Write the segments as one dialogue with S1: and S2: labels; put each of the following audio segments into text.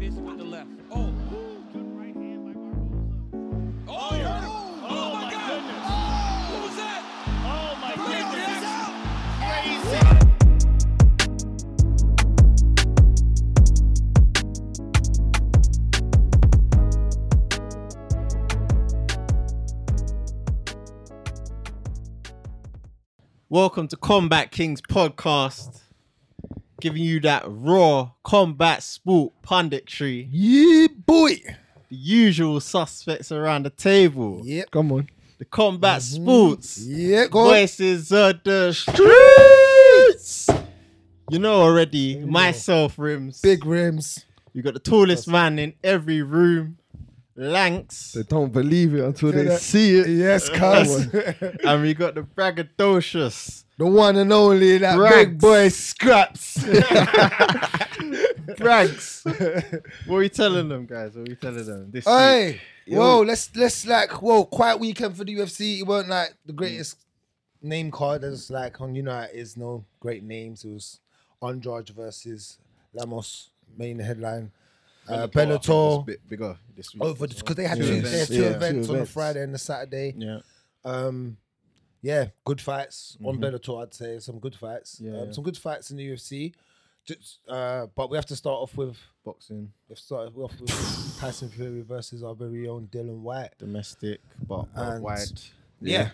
S1: left. Oh. Oh, you heard him. Oh,
S2: Oh,
S1: my
S2: my
S1: God.
S2: goodness.
S1: Oh, what was that?
S2: Oh my
S1: Playoff
S2: goodness.
S1: Jackson.
S3: Welcome to Combat Kings podcast, giving you that raw combat sport punditry.
S4: Yeah, boy.
S3: The usual suspects around the table.
S4: Yep. Come on.
S3: The combat sports
S4: Mm-hmm. Yeah, go on.
S3: voices of the streets. You know already, myself rims.
S4: Big rims.
S3: You got the tallest man in every room, Lanks,
S5: They don't believe it until
S4: Say
S5: they
S4: that.
S5: see it.
S4: Yes, cuz. the
S3: and we got the braggadocious.
S4: one and only that
S3: Rags.
S4: big boy scraps.
S3: Brags. what are we telling them, guys? What are we telling them? This week?
S4: Hey, whoa, let's let's like whoa, quiet weekend for the UFC. It weren't like the greatest name card that's like on United is no great names. It was on George versus Lamos, main headline. Uh,
S3: It's a
S4: Bellator
S3: bit bigger this week.
S4: over because they had
S3: Two
S4: two,
S3: events.
S4: they had two
S3: Yeah.
S4: events
S5: Two
S4: on the
S5: events.
S4: Friday and the Saturday.
S3: yeah.
S4: Um, yeah, good fights on Bellator. I'd say some good fights.
S3: Yeah,
S4: um,
S3: yeah.
S4: some good fights in the UFC. Just, uh, but we have to start off with
S3: Boxing,
S4: we've started off with Tyson Fury versus our very own Dylan White.
S3: domestic, but
S4: And-
S3: wide.
S4: Yeah.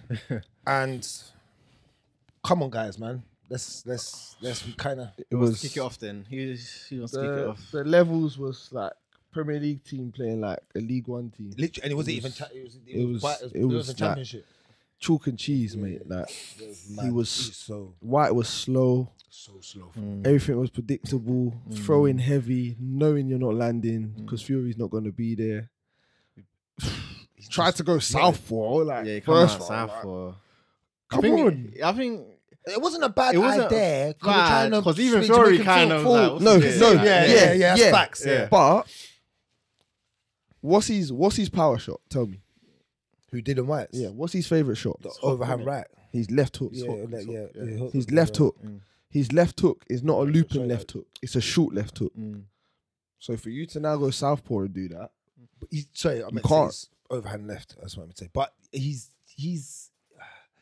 S4: and come on, guys, man. Let's let's let's kind of
S5: It
S3: Let's
S5: was
S3: kick it off then. He, he wants to kick it
S5: The,
S3: off.
S5: the levels was like Premier League team playing like a League One team.
S4: literally. And it wasn't
S5: It
S4: even.
S5: was-
S4: Cha- it was. It,
S5: it
S4: was.
S5: was-
S4: quite- It was,
S5: it
S4: it was,
S5: was
S4: a
S5: that-
S4: championship.
S5: Chalk and cheese, mate. Like
S4: It was
S5: he
S4: mad.
S5: was
S4: so
S5: White was slow.
S4: so slow.
S5: Everything was predictable. Throwing heavy, knowing you're not landing because Fury's not going to be there. He tried to go southpaw, like
S3: Yeah, you come
S5: first
S3: out south
S5: round, like,
S3: for. I
S5: Come
S3: think,
S5: on.
S3: I think
S4: It wasn't a bad
S3: It wasn't
S4: idea. 'cause we're
S3: bad,
S4: trying to
S3: 'cause even
S4: speak to
S3: Fury
S4: make him feel
S3: kind of
S4: full.
S3: like-
S5: No,
S3: Yeah,
S5: no,
S3: yeah,
S5: yeah,
S3: yeah,
S5: yeah,
S4: yeah,
S5: yeah,
S4: that's facts, yeah.
S5: But what's his what's his power shot? Tell me.
S4: who did and White?
S5: Yeah, what's his favorite shot?
S4: the overhand right.
S5: His left hook.
S4: Yeah, yeah, yeah, yeah, hook,
S5: His
S4: yeah. Mm.
S5: left hook. His left hook is not a looping left hook. It's a short left hook.
S4: Mm.
S5: So for you to now go southpaw and do that,
S4: But he's, sorry, I meant to say
S5: can't.
S4: he's overhand left. That's what I meant to say. But he's he's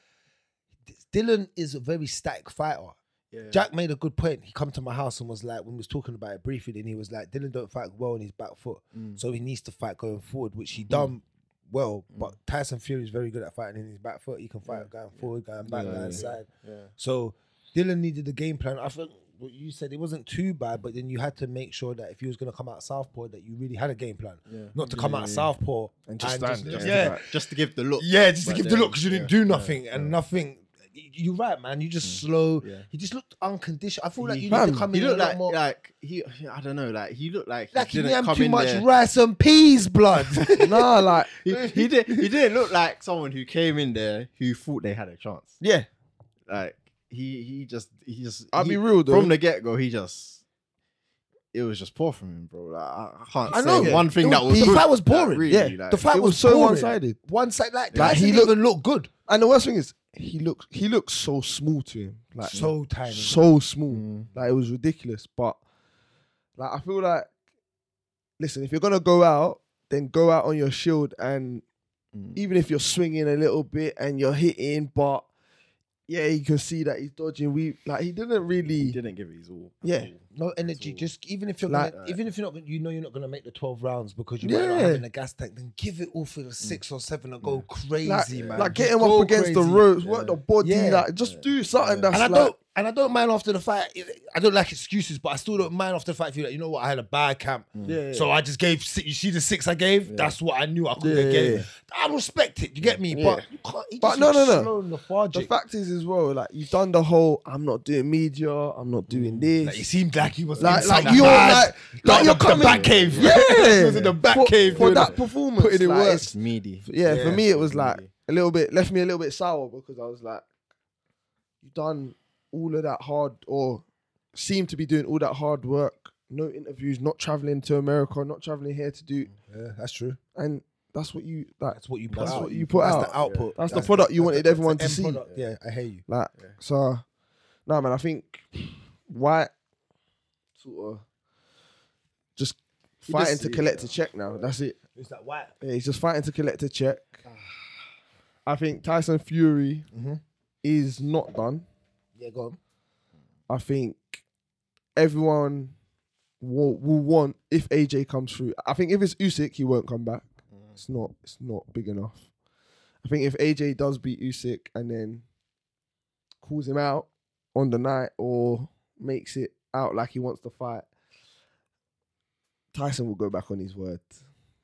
S4: Dylan is a very static fighter.
S3: Yeah.
S4: Jack made a good point. He come to my house and was like, when we was talking about it briefly, then he was like, Dylan don't fight well on his back foot,
S3: Mm.
S4: so he needs to fight going forward, which he done well. But Tyson Fury is very good at fighting in his back foot. He can fight going forward, going back,
S3: Yeah,
S4: going
S3: yeah,
S4: side. So Dylan needed a game plan. I think what you said it wasn't too bad, but then you had to make sure that if you was gonna come out southpaw, that you really had a game plan, not to come out southpaw
S5: And just stand there.
S4: yeah,
S5: Right.
S3: just to give the look.
S4: yeah, just to
S3: But
S4: give
S3: then,
S4: the look because you didn't
S3: yeah, Mm.
S4: do nothing and nothing. y- You're right, man. You just slow.
S3: Yeah. Mm.
S4: You just looked unconditioned. I feel like you need
S5: Man,
S4: to come
S3: He
S4: in a
S3: looked
S4: lot
S3: like,
S4: more.
S3: like he. I don't know. Like he looked like he
S4: like you
S3: didn't
S4: didn't
S3: come
S4: too
S3: in
S4: much
S3: there.
S4: rice and peas, blood.
S5: nah, like
S3: He, he did. He didn't look like someone who came in there who thought they had a chance.
S5: yeah,
S3: Like he he just he just
S5: I'll
S3: he-
S5: be real though.
S3: from the get go he just it was just poor from him, bro. Like I, I can't
S4: I
S3: say
S4: know.
S3: one thing
S4: It
S3: that
S4: was-
S3: was
S4: the
S3: good,
S4: fight was
S3: like,
S4: boring.
S3: really,
S5: Yeah.
S3: like,
S4: the fight
S5: it
S4: was,
S5: was so
S4: boring.
S5: one-sided.
S4: One side, like,
S5: Like,
S4: he
S5: he
S4: didn't
S5: looked-
S4: even look good.
S5: and the worst thing is he looks he looks so small to him,
S3: Mm.
S5: like
S4: So tiny. Mm.
S5: so small, like it was ridiculous. But like I feel like, listen, if you're gonna go out, then go out on your shield, and
S4: Mm.
S5: even if you're swinging a little bit and you're hitting, but yeah, you can see that he's dodging. We like he didn't really,
S3: He didn't give it his all.
S5: yeah,
S4: no energy. Just even if you're
S5: Like-
S4: gonna, even if you're not, gonna- you know, you're not gonna make the twelve rounds because you might not
S5: Yeah. Mm.
S4: have in a gas tank. Then give it all for
S3: Mm.
S4: the six or seven and go crazy,
S5: like,
S4: man.
S5: like
S4: Just
S5: get him up
S4: go
S5: against the
S4: crazy.
S5: ropes, work the body,
S4: Yeah.
S5: like just do something that's
S4: and I
S5: like,
S4: don't and I don't mind after the fight. it- I don't like excuses, but I still don't mind after the fight. Feel like you know what, I had a bad camp,
S5: Yeah.
S4: so I just gave. si- You see the six I gave. That's what I knew I could have
S5: Yeah.
S4: gave. I respect it. You get me? But you can't. He
S5: But
S4: just
S5: no,
S4: looks
S5: no, no.
S4: Slow and lethargic.
S5: The fact is, as well, like you've done the whole "I'm not doing media, I'm not doing this."
S4: Mm, like, it seemed like he was
S5: like,
S4: in
S5: like
S4: some
S5: you're
S4: mad-
S5: like, like
S4: the-
S5: you're
S4: the
S5: coming
S4: back cave.
S5: Yeah,
S4: He was in the back
S5: for,
S4: cave
S5: for
S4: doing
S5: that
S4: it.
S5: performance.
S4: Putting in
S5: like,
S4: work.
S5: it's-
S3: It's meaty.
S5: Yeah,
S4: Yeah.
S5: for me it was like a little bit left me a little bit sour because I was like, you've done all of that hard or seem to be doing all that hard work. No interviews, not traveling to America, not traveling here to do,
S4: Yeah, that's true.
S5: and that's what you like.
S4: That's what you put
S5: That's
S4: out.
S5: what you put
S4: that's
S5: out.
S4: the output.
S5: That's the product you wanted
S4: that's
S5: everyone
S4: the
S5: to
S4: end
S5: see.
S4: product. Yeah, I hear you.
S5: Like so, nah, man. I think White sort of just fighting to
S6: see,
S5: collect a check now. That's it.
S4: It's like why?
S5: Yeah, he's just fighting to collect a check. I think Tyson Fury is not done.
S4: Yeah, go on.
S5: I think everyone will, will want if AJ comes through. I think if it's Usyk, he won't come back. It's not. It's not big enough. I think if AJ does beat Usyk and then calls him out on the night or makes it out like he wants to fight, Tyson will go back on his word,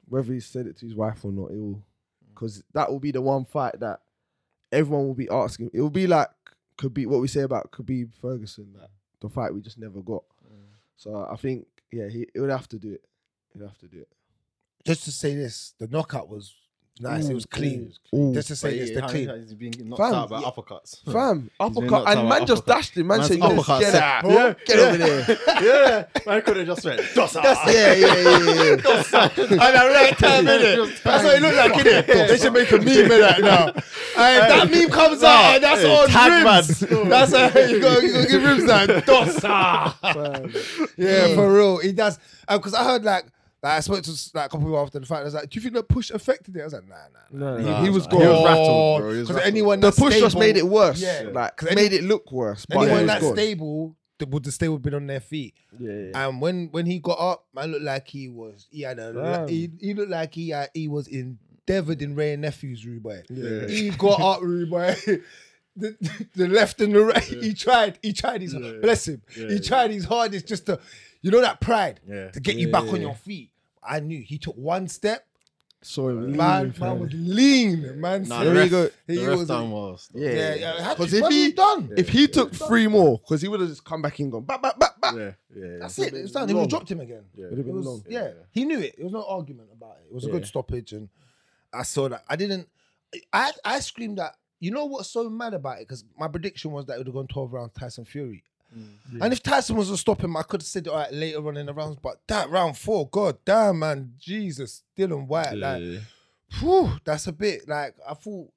S5: whether he said it to his wife or not. It will, because that will be the one fight that everyone will be asking. It will be like could be what we say about Khabib Ferguson, that the fight we just never got.
S4: Mm.
S5: So I think yeah, he, he would have to do it. He'd have to do it.
S4: Just to say this, the knockout was nice. Mm, it was
S5: Mm,
S4: clean. Just to say this, the clean.
S3: He's been knocked
S5: Fam,
S3: out by
S5: yeah.
S3: uppercuts.
S5: Fam,
S3: been
S5: uppercut,
S3: knocked
S5: and
S3: out
S5: man
S3: by
S5: just
S3: uppercut.
S5: dashed him. Man
S3: Man's
S5: said, "Yo,
S3: uppercut
S5: get
S3: set.
S5: out, bro.
S3: Yeah.
S5: get over there."
S3: yeah, man could have just went. Dosa.
S5: yeah, yeah, yeah, yeah.
S3: And I right time in it. That's what it looked like, innit? They should make a meme of that now. And if that meme comes out, and that's on rims. That's how you got to give rims now. Dosa.
S4: Yeah, for real. He does. Because I heard like, like I spoke to like a couple people after the fight. I was like, "Do you think the push affected it?" I was like, "Nah, nah." nah.
S5: He- he was
S3: He was
S5: gone.
S3: rattled, bro. He was
S4: Because
S3: rattled.
S4: anyone
S5: The
S4: that's
S5: push just
S4: stable-
S5: made it worse.
S4: Yeah.
S5: Like
S4: 'Cause any-
S5: made it look worse. But
S4: anyone
S5: he was
S4: that's
S5: gone.
S4: stable th- would the stay would have been on their feet. And when when he got up, man looked like he was he had a
S5: Fam.
S4: he, he looked like he had, he was endeavored in Ray and Nephew's Rubai. He got up Rubai. The, the left and the right, he tried, he tried his bless him. he tried his hardest just to, you know, that pride
S3: Yeah.
S4: to get you back on your feet. I knew he took one step,
S5: So
S4: man, man was lean, man.
S3: Nah,
S4: said-
S3: the
S5: There
S3: ref,
S5: you go.
S3: the
S4: He
S3: ref
S4: was-
S3: done well. still.
S5: yeah,
S4: yeah,
S5: yeah,
S4: yeah. How-
S5: Because
S4: what
S5: if
S4: have you
S5: he
S4: done?
S5: if he took three more, because he would have just come back and gone back, back, back, back.
S3: Yeah, yeah, yeah.
S4: That's it. It was done. He would have dropped him again.
S3: Yeah.
S5: Would
S4: It
S5: have been
S4: was-
S5: long.
S4: Yeah, he knew it. There was no argument about it. It was a good
S3: Yeah.
S4: stoppage, and I saw that. I didn't. I I screamed that. You know what's so mad about it? Because my prediction was that it would have gone twelve rounds, Tyson Fury.
S3: Mm.
S4: And if Tyson was to stop him, I could have said it all right, later on in the rounds. But that round four, god damn man, Jesus, Dylan White, like, whew, that's a bit like I thought.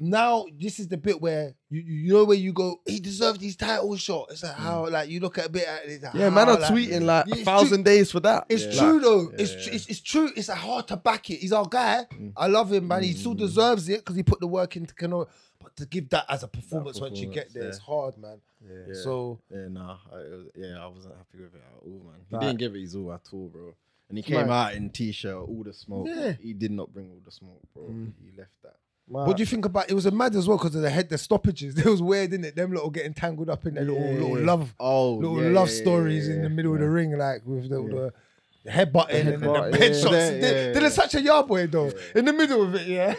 S4: Now this is the bit where you you know where you go. He deserved his title shot. It's like how like you look at a bit at it. Like,
S5: Yeah, man,
S4: how,
S5: are
S4: Ah, like-
S5: tweeting like
S4: Yeah,
S5: a
S4: it's
S5: thousand days for that.
S4: it's
S5: Like,
S4: true though. It's, tr- it's it's true. It's like, hard to back it. He's our guy. I love him, man. He still deserves it because he put the work into Kano. But to give that as a performance, once you get
S3: performance,
S4: there,
S3: yeah.
S4: it's hard, man.
S3: Yeah.
S4: So
S3: Yeah, nah. I, it was- yeah, I wasn't happy with it at all, man. He
S5: Like-
S3: didn't give it his all at all, bro. And he came out in t-shirt, all the smoke.
S4: Yeah.
S3: He did not bring all the smoke, bro. He left that.
S4: what do you think about? It was a mad as well because of the head, the stoppages. It was weird, didn't it? Them little getting tangled up in their little
S3: Yeah.
S4: little love,
S3: Oh,
S4: little
S3: yeah,
S4: love
S3: yeah, yeah,
S4: stories
S3: yeah,
S4: in the
S3: yeah.
S4: middle of the ring, like with the. the the headbutting and then
S5: headbutt,
S4: the bed
S5: yeah.
S4: shots.
S3: Yeah,
S4: They-
S3: yeah,
S4: they
S3: yeah.
S4: did such a yard boy though. In the middle of it, yeah.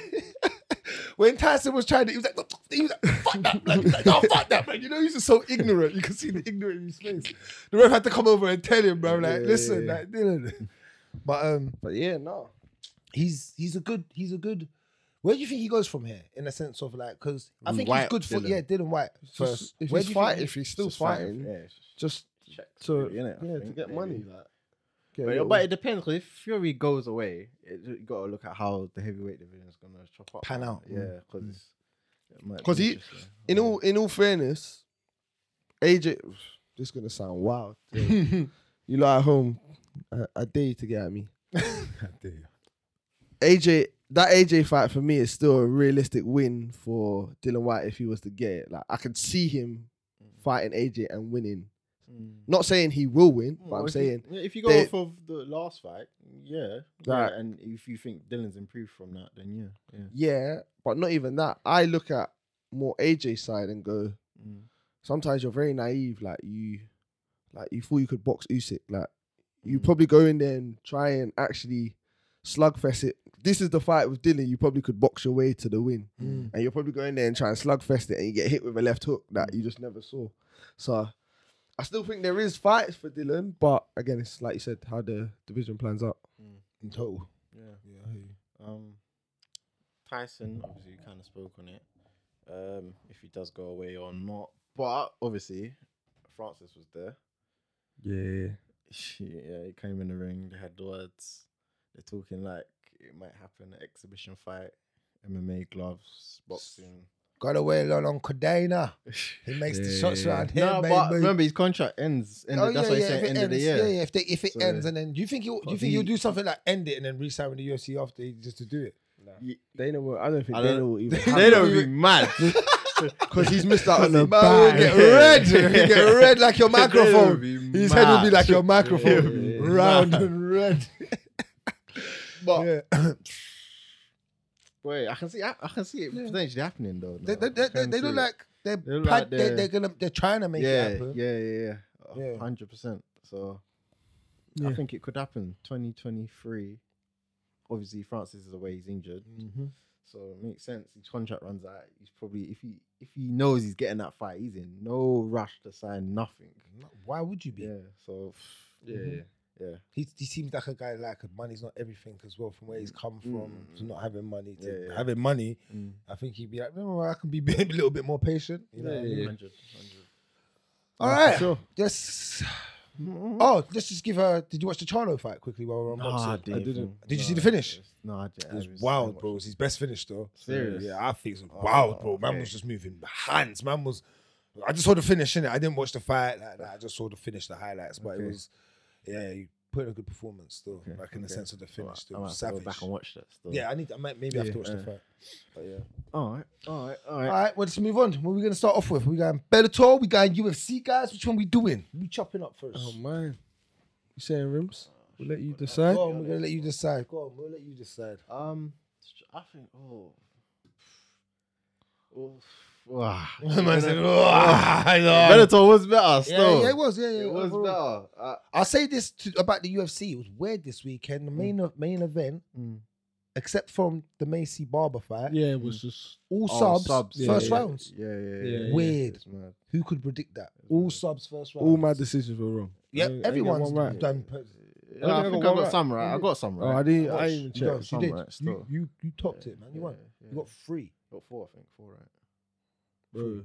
S4: when Tyson was trying to, he was like, he was like fuck that, man. He was like, "No, fuck that, man. You know, he's just so ignorant. You can see the ignorant in his face. The ref had to come over and tell him, bro, like,
S5: Yeah,
S4: listen,
S5: yeah, yeah.
S4: like, Dylan. But um,
S5: But yeah, no.
S4: he's he's a good he's a good. Where do you think he goes from here? In the sense of like, because I
S3: Mm,
S4: think he's
S3: White,
S4: good for
S3: Dylan.
S4: yeah, Dylan White first.
S5: Just, if
S4: Where
S5: he's
S4: do you think
S5: fight,
S4: he-
S5: if he's still
S3: Just fight,
S5: fighting,
S3: Yeah,
S5: just
S3: check
S5: to
S3: Fury, innit, I
S5: yeah, to
S3: think,
S5: get
S3: maybe.
S5: money. Like, get a
S3: But,
S5: little-
S3: but it depends because if Fury goes away, it, you got to look at how the heavyweight division is gonna chop up.
S4: Pan out.
S3: Yeah, because
S5: 'Cause he- in all in all fairness, AJ, this is gonna sound wild. yeah. you lie at home, I, I dare you to get at me. AJ, that AJ fight for me is still a realistic win for Dylan White if he was to get it. Like I could see him fighting AJ and winning. Not saying Mm. he will win, but I'm saying
S3: you, if you go
S5: they-
S3: off of the last fight, yeah,
S5: Right.
S3: yeah, and if you think Dylan's improved from that, then yeah, yeah.
S5: yeah, but not even that. I look at more AJ side and go.
S3: Mm.
S5: Sometimes you're very naive, like you, like you thought you could box Usyk. Like you
S3: Mm.
S5: probably go in there and try and actually slugfest it. This is the fight with Dylan. You probably could box your way to the win,
S3: Mm.
S5: and you'll probably go in there and try and slugfest it, and you get hit with a left hook that you just never saw. So. I still think there is fights for Dylan, but again, it's like you said, how the division plans up.
S4: in total.
S3: Yeah. Um, Tyson obviously kind of spoke on it. Um, if he does go away or not, but obviously Francis was there.
S5: Yeah,
S3: yeah, he came in the ring. They had words. They're talking like it might happen. Exhibition fight, MMA gloves, boxing.
S4: Got away alone on Cadena. He makes the shots around here,
S3: No,
S4: baby.
S3: but remember his contract ends. Ended,
S4: Oh,
S3: that's
S4: yeah,
S3: why he
S4: yeah,
S3: said
S4: if it
S3: end of the
S4: ends,
S3: year.
S4: Yeah, yeah. If, they, if it
S3: So-
S4: ends and then do you think he'll, do you
S3: But
S4: think he'll
S3: the-
S4: do something like end it and then re-sign with the UFC after he- just to do it?
S5: Dana will. I don't think
S3: I
S5: Dana
S3: don't-
S5: will even.
S3: They don't be mad.
S5: because he's missed out on the
S4: Man will
S5: bag.
S4: get red. He'll get red like your microphone.
S3: be
S4: His head will be
S3: mad.
S4: like your
S3: He'll
S4: microphone,
S3: be
S4: round
S3: mad.
S4: and red.
S3: But
S4: Yeah.
S3: wait, I can see, I, I can see it potentially happening though.
S4: They,
S3: no,
S4: they,
S3: I
S4: they, they,
S3: can
S4: they
S3: see
S4: look
S3: it.
S4: like they're
S3: They look
S4: pad-
S3: like
S4: they,
S3: they're-
S4: they're gonna they're trying to make it happen.
S3: yeah, yeah, yeah,
S4: Yeah.
S3: yeah, hundred percent. So
S5: Yeah.
S3: I think it could happen. Twenty twenty three. Obviously, Francis is away; he's injured,
S5: Mm-hmm.
S3: so it makes sense. His contract runs out. He's probably if he if he knows he's getting that fight, he's in no rush to sign nothing.
S4: Why would you be?
S3: Yeah, so yeah, yeah,
S4: He, he seems like a guy like money's not everything as well from where he's come from to not having money to
S3: Mm. Yeah, yeah.
S4: having money.
S3: Mm.
S4: I think he'd be like, no, I can be a little bit more patient. You know what I mean?
S3: 100, 100.
S4: All right. Just. Oh, let's just give her. Did you watch the Charlo fight quickly while we're
S3: Mm-hmm. Nah,
S4: unboxing?
S3: didn't.
S4: Did you
S3: Nah,
S4: see the finish?
S3: No, I didn't.
S4: It
S3: I
S4: was
S3: didn't
S4: wild,
S3: watch
S4: bro. It was his best finish, though.
S3: Serious? Oh,
S4: Yeah, I think it was wild, bro. Man
S3: okay.
S4: was just moving hands. Man was. I just saw the finish in it. I didn't watch the fight. like that. I just saw the finish, the highlights. But it
S3: Okay.
S4: was, yeah, he put in a good performance still,
S3: Okay,
S4: like in the
S3: okay.
S4: sense of the
S3: I might-
S4: finish.
S3: I
S4: Still
S3: might have to go
S4: savage.
S3: back and watch that. Still.
S4: yeah, I need. I might maybe have to watch the
S3: Yeah. uh,
S4: fight.
S3: but yeah. All right, all right, all
S4: All
S3: right.
S4: right, well, let's move on. What are we gonna start off with? We going Bellator. We going UFC guys. Which one we doing? We chopping up first.
S5: Oh man, you saying rims? We'll let you decide.
S4: Go on, we're gonna let you decide. Go on, we'll let you decide.
S3: Um, I think. Oh. Oh. Wow.
S4: Man said, "Wah, I know."
S3: Bellator was better.
S4: yeah,
S3: Still,
S4: yeah, it was. Yeah, yeah,
S3: It was
S4: overall.
S3: better. Uh,
S4: I'll say this to, about the UFC. It was weird this weekend. The main main event,
S3: Mm.
S4: except from the Macy Barber fight,
S5: Yeah, it was just
S4: all
S3: oh,
S4: subs,
S3: yeah,
S4: first
S3: yeah,
S4: rounds.
S3: Yeah, yeah, yeah.
S5: Yeah,
S3: yeah,
S5: yeah.
S4: Weird.
S3: It's mad.
S4: Who could predict that? All subs, first round.
S5: all my decisions were wrong. I
S4: Yeah,
S5: didn't- I didn't get
S4: everyone's
S5: one right.
S4: done. per-
S3: Yeah, I,
S5: I
S3: think I
S5: got one
S3: got
S5: right.
S3: some right. I got some
S5: Oh,
S3: right.
S5: I didn't. I didn't even
S4: You,
S5: check.
S4: done, you,
S3: some
S4: did.
S3: right
S4: you,
S3: still.
S4: you you topped it, man. You
S3: Yeah,
S4: won.
S3: yeah.
S4: You got three.
S3: got four, I think. Four, right?
S5: Bro.